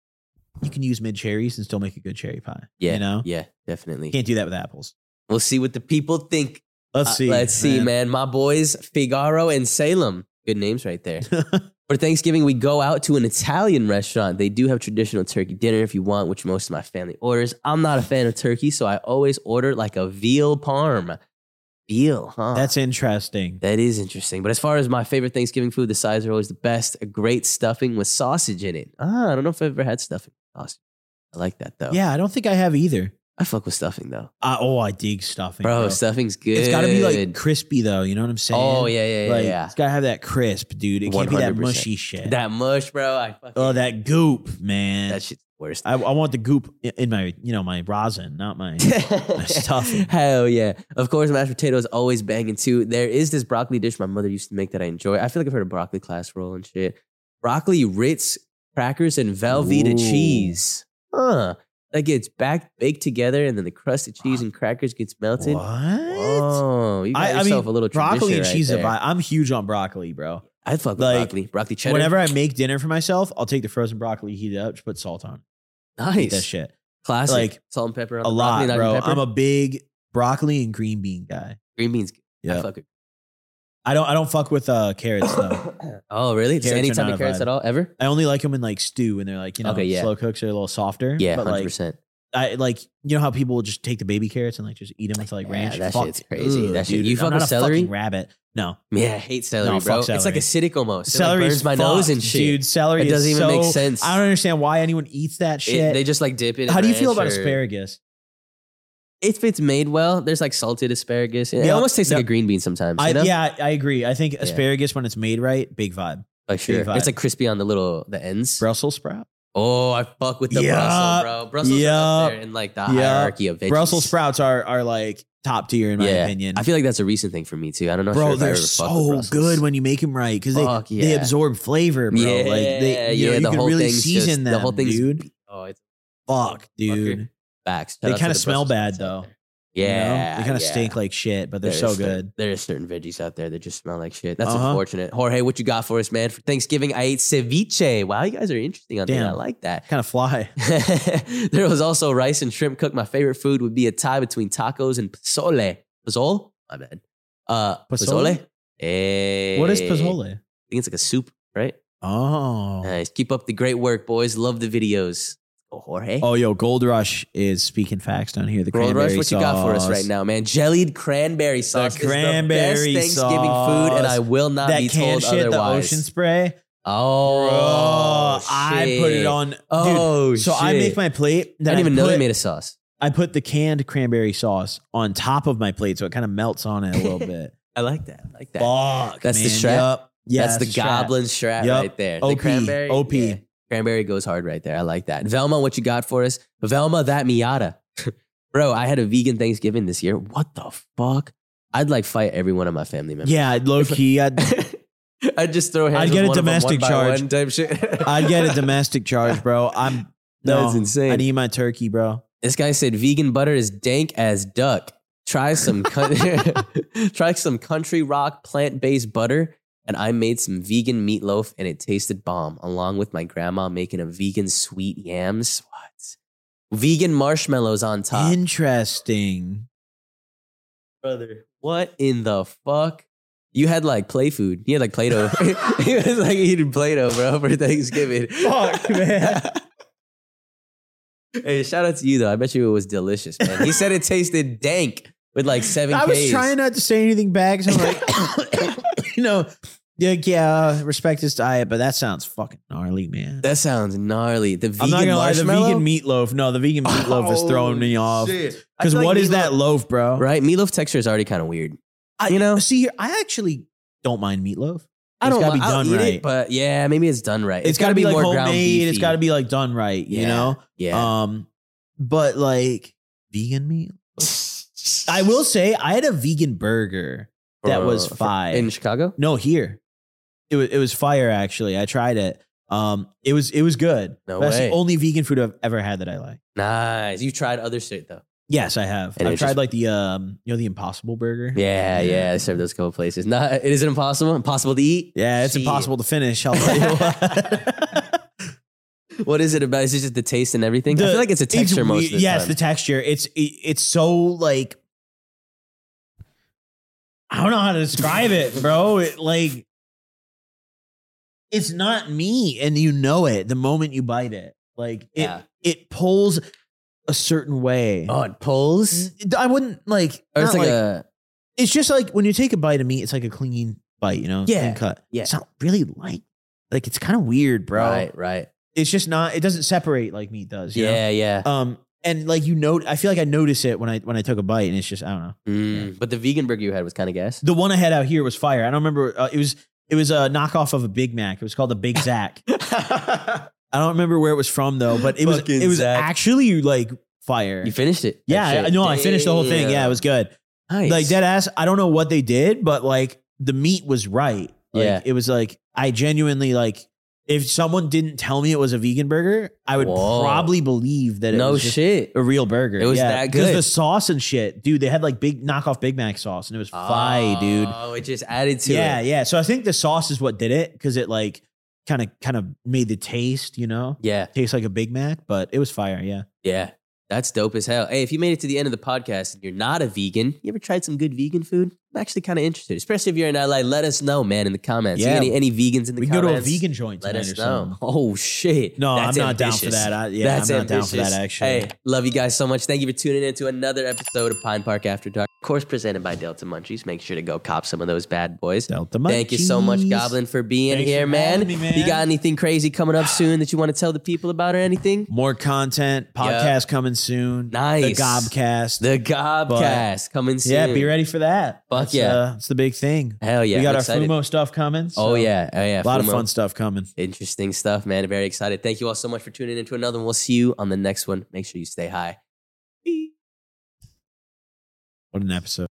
Speaker 1: you can use mid cherries and still make a good cherry pie.
Speaker 2: Yeah.
Speaker 1: you know
Speaker 2: Yeah, definitely.
Speaker 1: you can't do that with apples.
Speaker 2: We'll see what the people think.
Speaker 1: Let's
Speaker 2: Uh,
Speaker 1: see.
Speaker 2: let's see, man. My boys, Figaro and Salem. Good names right there. For Thanksgiving, we go out to an Italian restaurant. They do have traditional turkey dinner if you want, which most of my family orders. I'm not a fan of turkey, so I always order like a veal parm. Veal, huh?
Speaker 1: That's interesting.
Speaker 2: that is interesting. But as far as my favorite Thanksgiving food, the sides are always the best. A great stuffing with sausage in it. Ah, I don't know if I've ever had stuffing with sausage. I like that though.
Speaker 1: Yeah, I don't think I have either.
Speaker 2: I fuck with stuffing though.
Speaker 1: I, oh, I dig stuffing,
Speaker 2: Bro,
Speaker 1: bro.
Speaker 2: stuffing's good.
Speaker 1: It's got to be like crispy though. You know what I'm saying?
Speaker 2: Oh yeah, yeah, yeah,
Speaker 1: like,
Speaker 2: yeah.
Speaker 1: It's got to have that crisp, dude. It can't be that
Speaker 2: 100%.
Speaker 1: mushy shit.
Speaker 2: That mush, bro. I fucking,
Speaker 1: oh, that goop, man.
Speaker 2: that shit's the worst.
Speaker 1: I, I want the goop i- in my, you know, my rosin, not my. stuffing.
Speaker 2: Hell yeah. Of course, mashed potatoes always banging too. There is this broccoli dish my mother used to make that I enjoy. I feel like I've heard of broccoli casserole and shit. Broccoli Ritz crackers and Velveeta
Speaker 1: Ooh.
Speaker 2: cheese. Huh. That gets back baked together and then the crust of cheese and crackers gets melted.
Speaker 1: what?
Speaker 2: Oh, you got
Speaker 1: I, I mean,
Speaker 2: yourself a little
Speaker 1: broccoli
Speaker 2: tradition
Speaker 1: and
Speaker 2: right
Speaker 1: cheese. is a
Speaker 2: there.
Speaker 1: vibe. I'm huge on broccoli, bro.
Speaker 2: I'd fuck with
Speaker 1: Like,
Speaker 2: broccoli. Broccoli cheddar.
Speaker 1: Whenever I make dinner for myself, I'll take the frozen broccoli, heat it up, just put salt on. it. That
Speaker 2: nice.
Speaker 1: shit
Speaker 2: Classic.
Speaker 1: like,
Speaker 2: salt and pepper on
Speaker 1: a
Speaker 2: the broccoli
Speaker 1: lot,
Speaker 2: and onion
Speaker 1: bro.
Speaker 2: pepper.
Speaker 1: I'm a big broccoli and green bean guy.
Speaker 2: green beans. I
Speaker 1: Yeah.
Speaker 2: fuck with-
Speaker 1: I don't. I don't fuck with uh, carrots though.
Speaker 2: Oh, really? Just
Speaker 1: Carrots are
Speaker 2: any
Speaker 1: not
Speaker 2: type
Speaker 1: a
Speaker 2: of carrots
Speaker 1: vibe.
Speaker 2: at all? Ever?
Speaker 1: I only like them in like stew, and they're like you know
Speaker 2: Okay, yeah.
Speaker 1: slow cooks are a little softer.
Speaker 2: Yeah,
Speaker 1: but
Speaker 2: hundred
Speaker 1: like
Speaker 2: percent.
Speaker 1: I like you know how people will just take the baby carrots and like just eat them with like
Speaker 2: Yeah,
Speaker 1: ranch.
Speaker 2: that
Speaker 1: Fuck
Speaker 2: shit's
Speaker 1: it.
Speaker 2: crazy. That shit-
Speaker 1: dude,
Speaker 2: you
Speaker 1: I'm
Speaker 2: fuck
Speaker 1: not
Speaker 2: with
Speaker 1: a
Speaker 2: celery?
Speaker 1: fucking rabbit. No,
Speaker 2: Yeah, I hate celery,
Speaker 1: No,
Speaker 2: bro.
Speaker 1: fuck
Speaker 2: It's like acidic almost.
Speaker 1: celery
Speaker 2: it like, burns my nose and shit.
Speaker 1: Dude, celery
Speaker 2: It doesn't
Speaker 1: is
Speaker 2: even make
Speaker 1: so-
Speaker 2: sense.
Speaker 1: I don't understand why anyone eats that
Speaker 2: It-
Speaker 1: shit.
Speaker 2: they just like dip it. in
Speaker 1: how do you feel
Speaker 2: ranch
Speaker 1: about
Speaker 2: or-
Speaker 1: asparagus?
Speaker 2: If it's made well, there's like salted asparagus. It
Speaker 1: Yeah.
Speaker 2: almost tastes like
Speaker 1: Yeah.
Speaker 2: a green bean sometimes.
Speaker 1: I,
Speaker 2: you know?
Speaker 1: yeah, I agree. I think asparagus when it's made right, big vibe.
Speaker 2: Like, Oh, sure.
Speaker 1: Big vibe.
Speaker 2: It's like crispy on the little the ends.
Speaker 1: Brussels sprout.
Speaker 2: Oh, I fuck with the
Speaker 1: Yup.
Speaker 2: Brussels, bro. Brussels are
Speaker 1: Yup.
Speaker 2: up there in like the
Speaker 1: Yup.
Speaker 2: hierarchy of veggies.
Speaker 1: Brussels sprouts are are like top tier in my
Speaker 2: Yeah.
Speaker 1: opinion.
Speaker 2: I feel like that's a recent thing for me too. I don't know.
Speaker 1: bro,
Speaker 2: sure if I
Speaker 1: they're
Speaker 2: ever fucked with
Speaker 1: so
Speaker 2: Brussels.
Speaker 1: good when you make them right because they
Speaker 2: Fuck,
Speaker 1: they
Speaker 2: yeah.
Speaker 1: absorb flavor, bro.
Speaker 2: Yeah,
Speaker 1: like they, you know,
Speaker 2: yeah,
Speaker 1: you
Speaker 2: the
Speaker 1: can
Speaker 2: whole
Speaker 1: really
Speaker 2: thing's
Speaker 1: season
Speaker 2: just- the
Speaker 1: them,
Speaker 2: whole thing's-
Speaker 1: dude.
Speaker 2: Oh, it's
Speaker 1: Fuck, dude.
Speaker 2: Fucker. facts.
Speaker 1: They
Speaker 2: Shout out to
Speaker 1: kinda
Speaker 2: the
Speaker 1: smell
Speaker 2: Brussels
Speaker 1: bad,
Speaker 2: sprouts
Speaker 1: though.
Speaker 2: out there.
Speaker 1: You know?
Speaker 2: Yeah,
Speaker 1: they kind of
Speaker 2: yeah.
Speaker 1: stink like shit, but they're
Speaker 2: There
Speaker 1: so
Speaker 2: is certain-
Speaker 1: good.
Speaker 2: there are certain veggies out there that just smell like shit. That's
Speaker 1: Uh-huh.
Speaker 2: unfortunate. Jorge, what you got for us, man? For Thanksgiving, I ate ceviche. Wow, you guys are interesting on that.
Speaker 1: Damn.
Speaker 2: I like that.
Speaker 1: Kind of fly.
Speaker 2: there was also rice and shrimp cooked. My favorite food would be a tie between tacos and pozole. Pozole? My bad. Uh,
Speaker 1: Pozole?
Speaker 2: pozole? Hey.
Speaker 1: What is
Speaker 2: I
Speaker 1: pozole?
Speaker 2: think it's like a soup, right?
Speaker 1: Oh,
Speaker 2: Nice. Keep up the great work, boys. Love the videos. Oh, Jorge.
Speaker 1: oh, yo, Gold Rush is speaking facts down here. The
Speaker 2: Gold
Speaker 1: cranberry
Speaker 2: Rush, what you got for us
Speaker 1: sauce.
Speaker 2: right now, man? Jellied cranberry sauce. is the
Speaker 1: cranberry
Speaker 2: best Thanksgiving
Speaker 1: sauce.
Speaker 2: food, and I will not
Speaker 1: That
Speaker 2: be
Speaker 1: canned
Speaker 2: told
Speaker 1: shit, the
Speaker 2: otherwise.
Speaker 1: ocean spray.
Speaker 2: oh,
Speaker 1: Bro, I put it
Speaker 2: shit.
Speaker 1: on. Dude,
Speaker 2: Oh,
Speaker 1: so I
Speaker 2: shit.
Speaker 1: make my plate.
Speaker 2: I
Speaker 1: Then
Speaker 2: didn't even
Speaker 1: put,
Speaker 2: know they made a sauce.
Speaker 1: I put the canned cranberry sauce on top of my plate, so it kind of melts on it a little bit.
Speaker 2: I like that. I like that.
Speaker 1: Fuck,
Speaker 2: That's the
Speaker 1: man.
Speaker 2: strap?
Speaker 1: Yup. Yeah,
Speaker 2: that's the
Speaker 1: strap.
Speaker 2: goblin strap
Speaker 1: Yup.
Speaker 2: right there.
Speaker 1: OP,
Speaker 2: The cranberry.
Speaker 1: OP.
Speaker 2: yeah. Cranberry goes hard right there. I like that. Velma, what you got for us? Velma, that Miata. Bro, I had a vegan Thanksgiving this year. What the fuck? I'd like fight every one of my family members.
Speaker 1: Yeah, low key. I'd,
Speaker 2: I'd just throw hands.
Speaker 1: I'd
Speaker 2: with
Speaker 1: get a
Speaker 2: one of them
Speaker 1: domestic
Speaker 2: one by
Speaker 1: charge.
Speaker 2: one type shit.
Speaker 1: I'd get a domestic charge, bro. I'm no,
Speaker 2: That's insane.
Speaker 1: I need my turkey, bro.
Speaker 2: this guy said vegan butter is dank as duck. Try some coun- try some country rock plant based butter, and I made some vegan meatloaf, and it tasted bomb. Along with my grandma making a vegan sweet yams. What? Vegan marshmallows on top.
Speaker 1: Interesting.
Speaker 2: brother. What in the fuck? You had like play food. You had like Play Doh. he was like eating Play Doh, bro, for Thanksgiving.
Speaker 1: Fuck, man.
Speaker 2: hey, shout out to you, though. I bet you it was delicious, man. He said it tasted dank with like seven
Speaker 1: I was
Speaker 2: Ks.
Speaker 1: trying not to say anything back. So I'm like, you know, like, yeah, respect his diet, but that sounds fucking gnarly, man.
Speaker 2: That sounds gnarly. The
Speaker 1: I'm
Speaker 2: vegan
Speaker 1: not gonna lie, the
Speaker 2: marshmallow.
Speaker 1: vegan meatloaf. No, the vegan meatloaf is throwing me off. Because what is that loaf, bro?
Speaker 2: Right? Meatloaf texture is already kind of weird. you know?
Speaker 1: See here, I actually don't mind meatloaf.
Speaker 2: I
Speaker 1: It's
Speaker 2: don't
Speaker 1: gotta
Speaker 2: want
Speaker 1: be done
Speaker 2: I'll eat
Speaker 1: right.
Speaker 2: it, but yeah, maybe it's done right.
Speaker 1: it's got to be, like
Speaker 2: ground
Speaker 1: homemade. It's
Speaker 2: beefy.
Speaker 1: got to be like done right, you
Speaker 2: Yeah.
Speaker 1: know.
Speaker 2: Yeah.
Speaker 1: Um, but like vegan meat. I will say I had a vegan burger that was
Speaker 2: For- for-
Speaker 1: fire.
Speaker 2: In Chicago?
Speaker 1: No, here. It was it was fire actually. I tried it. Um, it was it was good.
Speaker 2: No
Speaker 1: That's
Speaker 2: way.
Speaker 1: the only vegan food I've ever had that I like.
Speaker 2: Nice. You've tried other shit though.
Speaker 1: Yes, I have.
Speaker 2: And
Speaker 1: I've
Speaker 2: it's
Speaker 1: tried
Speaker 2: just-
Speaker 1: like the um, you know, the Impossible Burger.
Speaker 2: Yeah, yeah. I served those couple places. Not. It is it impossible. Impossible to eat.
Speaker 1: Yeah, it's
Speaker 2: Shit.
Speaker 1: impossible to finish. I'll tell you what.
Speaker 2: What is it about? Is it just the taste and everything? I
Speaker 1: The-
Speaker 2: feel like it's a texture
Speaker 1: It's
Speaker 2: most
Speaker 1: weird-
Speaker 2: of the
Speaker 1: yes,
Speaker 2: time.
Speaker 1: the texture. It's it, it's so like I don't know how to describe it, bro. It like it's not me, and you know it the moment you bite it. Like it
Speaker 2: Yeah.
Speaker 1: it pulls a certain way.
Speaker 2: oh, it pulls.
Speaker 1: I wouldn't like.
Speaker 2: Or it's
Speaker 1: not like-
Speaker 2: like, a
Speaker 1: it's just like when you take a bite of meat, it's like a clean bite, you know?
Speaker 2: Yeah,
Speaker 1: clean cut.
Speaker 2: yeah.
Speaker 1: It's not really like like it's kind of weird, bro.
Speaker 2: right, right.
Speaker 1: It's just not. It doesn't separate like meat does. you know?
Speaker 2: Yeah, yeah.
Speaker 1: Um, and like you know, I feel like I notice it when I when I took a bite, and it's just I don't know.
Speaker 2: Mm. But the vegan burger you had was kind of gas.
Speaker 1: The one I had out here was fire. I don't remember. Uh, it was it was a knockoff of a Big Mac. It was called the Big Zack. I don't remember where it was from though, but it was
Speaker 2: Fucking
Speaker 1: it was
Speaker 2: Zac.
Speaker 1: actually like fire.
Speaker 2: you finished it.
Speaker 1: yeah, I, no, I finished the whole thing. Yeah, it was good.
Speaker 2: nice.
Speaker 1: Like dead ass. I don't know what they did, but like the meat was right. Like,
Speaker 2: Yeah.
Speaker 1: it was like I genuinely like. If someone didn't tell me it was a vegan burger, I would
Speaker 2: Whoa.
Speaker 1: probably believe that it
Speaker 2: No
Speaker 1: was just
Speaker 2: shit.
Speaker 1: a real burger.
Speaker 2: It was
Speaker 1: yeah.
Speaker 2: that
Speaker 1: 'Cause
Speaker 2: good.
Speaker 1: the sauce and shit, dude. They had like big knockoff Big Mac sauce, and it was fire, dude.
Speaker 2: Oh, it just added to
Speaker 1: yeah,
Speaker 2: it.
Speaker 1: yeah. So I think the sauce is what did it because it like kind of kind of made the taste, you know,
Speaker 2: Yeah,
Speaker 1: tastes like a Big Mac, but it was fire. Yeah,
Speaker 2: yeah. That's dope as hell. Hey, if you made it to the end of the podcast and you're not a vegan, you ever tried some good vegan food? I'm actually kind of interested, especially if you're in LA. Let us know, man, in the comments.
Speaker 1: Yeah.
Speaker 2: Any, any vegans in the
Speaker 1: We can go to a
Speaker 2: comments?
Speaker 1: vegan joint
Speaker 2: Let
Speaker 1: tonight
Speaker 2: us
Speaker 1: or something.
Speaker 2: know. Oh shit!
Speaker 1: No,
Speaker 2: That's
Speaker 1: I'm not down for
Speaker 2: ambitious.
Speaker 1: that. I, yeah, I'm not down for
Speaker 2: ambitious.
Speaker 1: that actually.
Speaker 2: Hey, love you guys so much. Thank you for tuning in to another episode of Pine Park After Dark. Of course, presented by Delta Munchies. Make sure to go cop some of those bad boys.
Speaker 1: Delta
Speaker 2: Thank you so much,
Speaker 1: Munchies.
Speaker 2: Goblin, for being
Speaker 1: Thanks
Speaker 2: here,
Speaker 1: for
Speaker 2: man.
Speaker 1: having me, man.
Speaker 2: You got anything crazy coming up soon that you want to tell the people about or anything?
Speaker 1: More content, podcast coming soon.
Speaker 2: Nice.
Speaker 1: The Gobcast.
Speaker 2: The Gobcast coming soon.
Speaker 1: yeah, be ready for that.
Speaker 2: Fuck
Speaker 1: That's,
Speaker 2: yeah.
Speaker 1: uh, it's the big thing.
Speaker 2: Hell yeah.
Speaker 1: we got
Speaker 2: I'm
Speaker 1: our
Speaker 2: excited.
Speaker 1: Fumo stuff coming. so
Speaker 2: Oh, yeah. Oh,
Speaker 1: a
Speaker 2: yeah.
Speaker 1: lot of
Speaker 2: Fumo.
Speaker 1: fun stuff coming.
Speaker 2: Interesting stuff, man. Very excited. Thank you all so much for tuning into another one. We'll see you on the next one. Make sure you stay high.
Speaker 1: What an episode.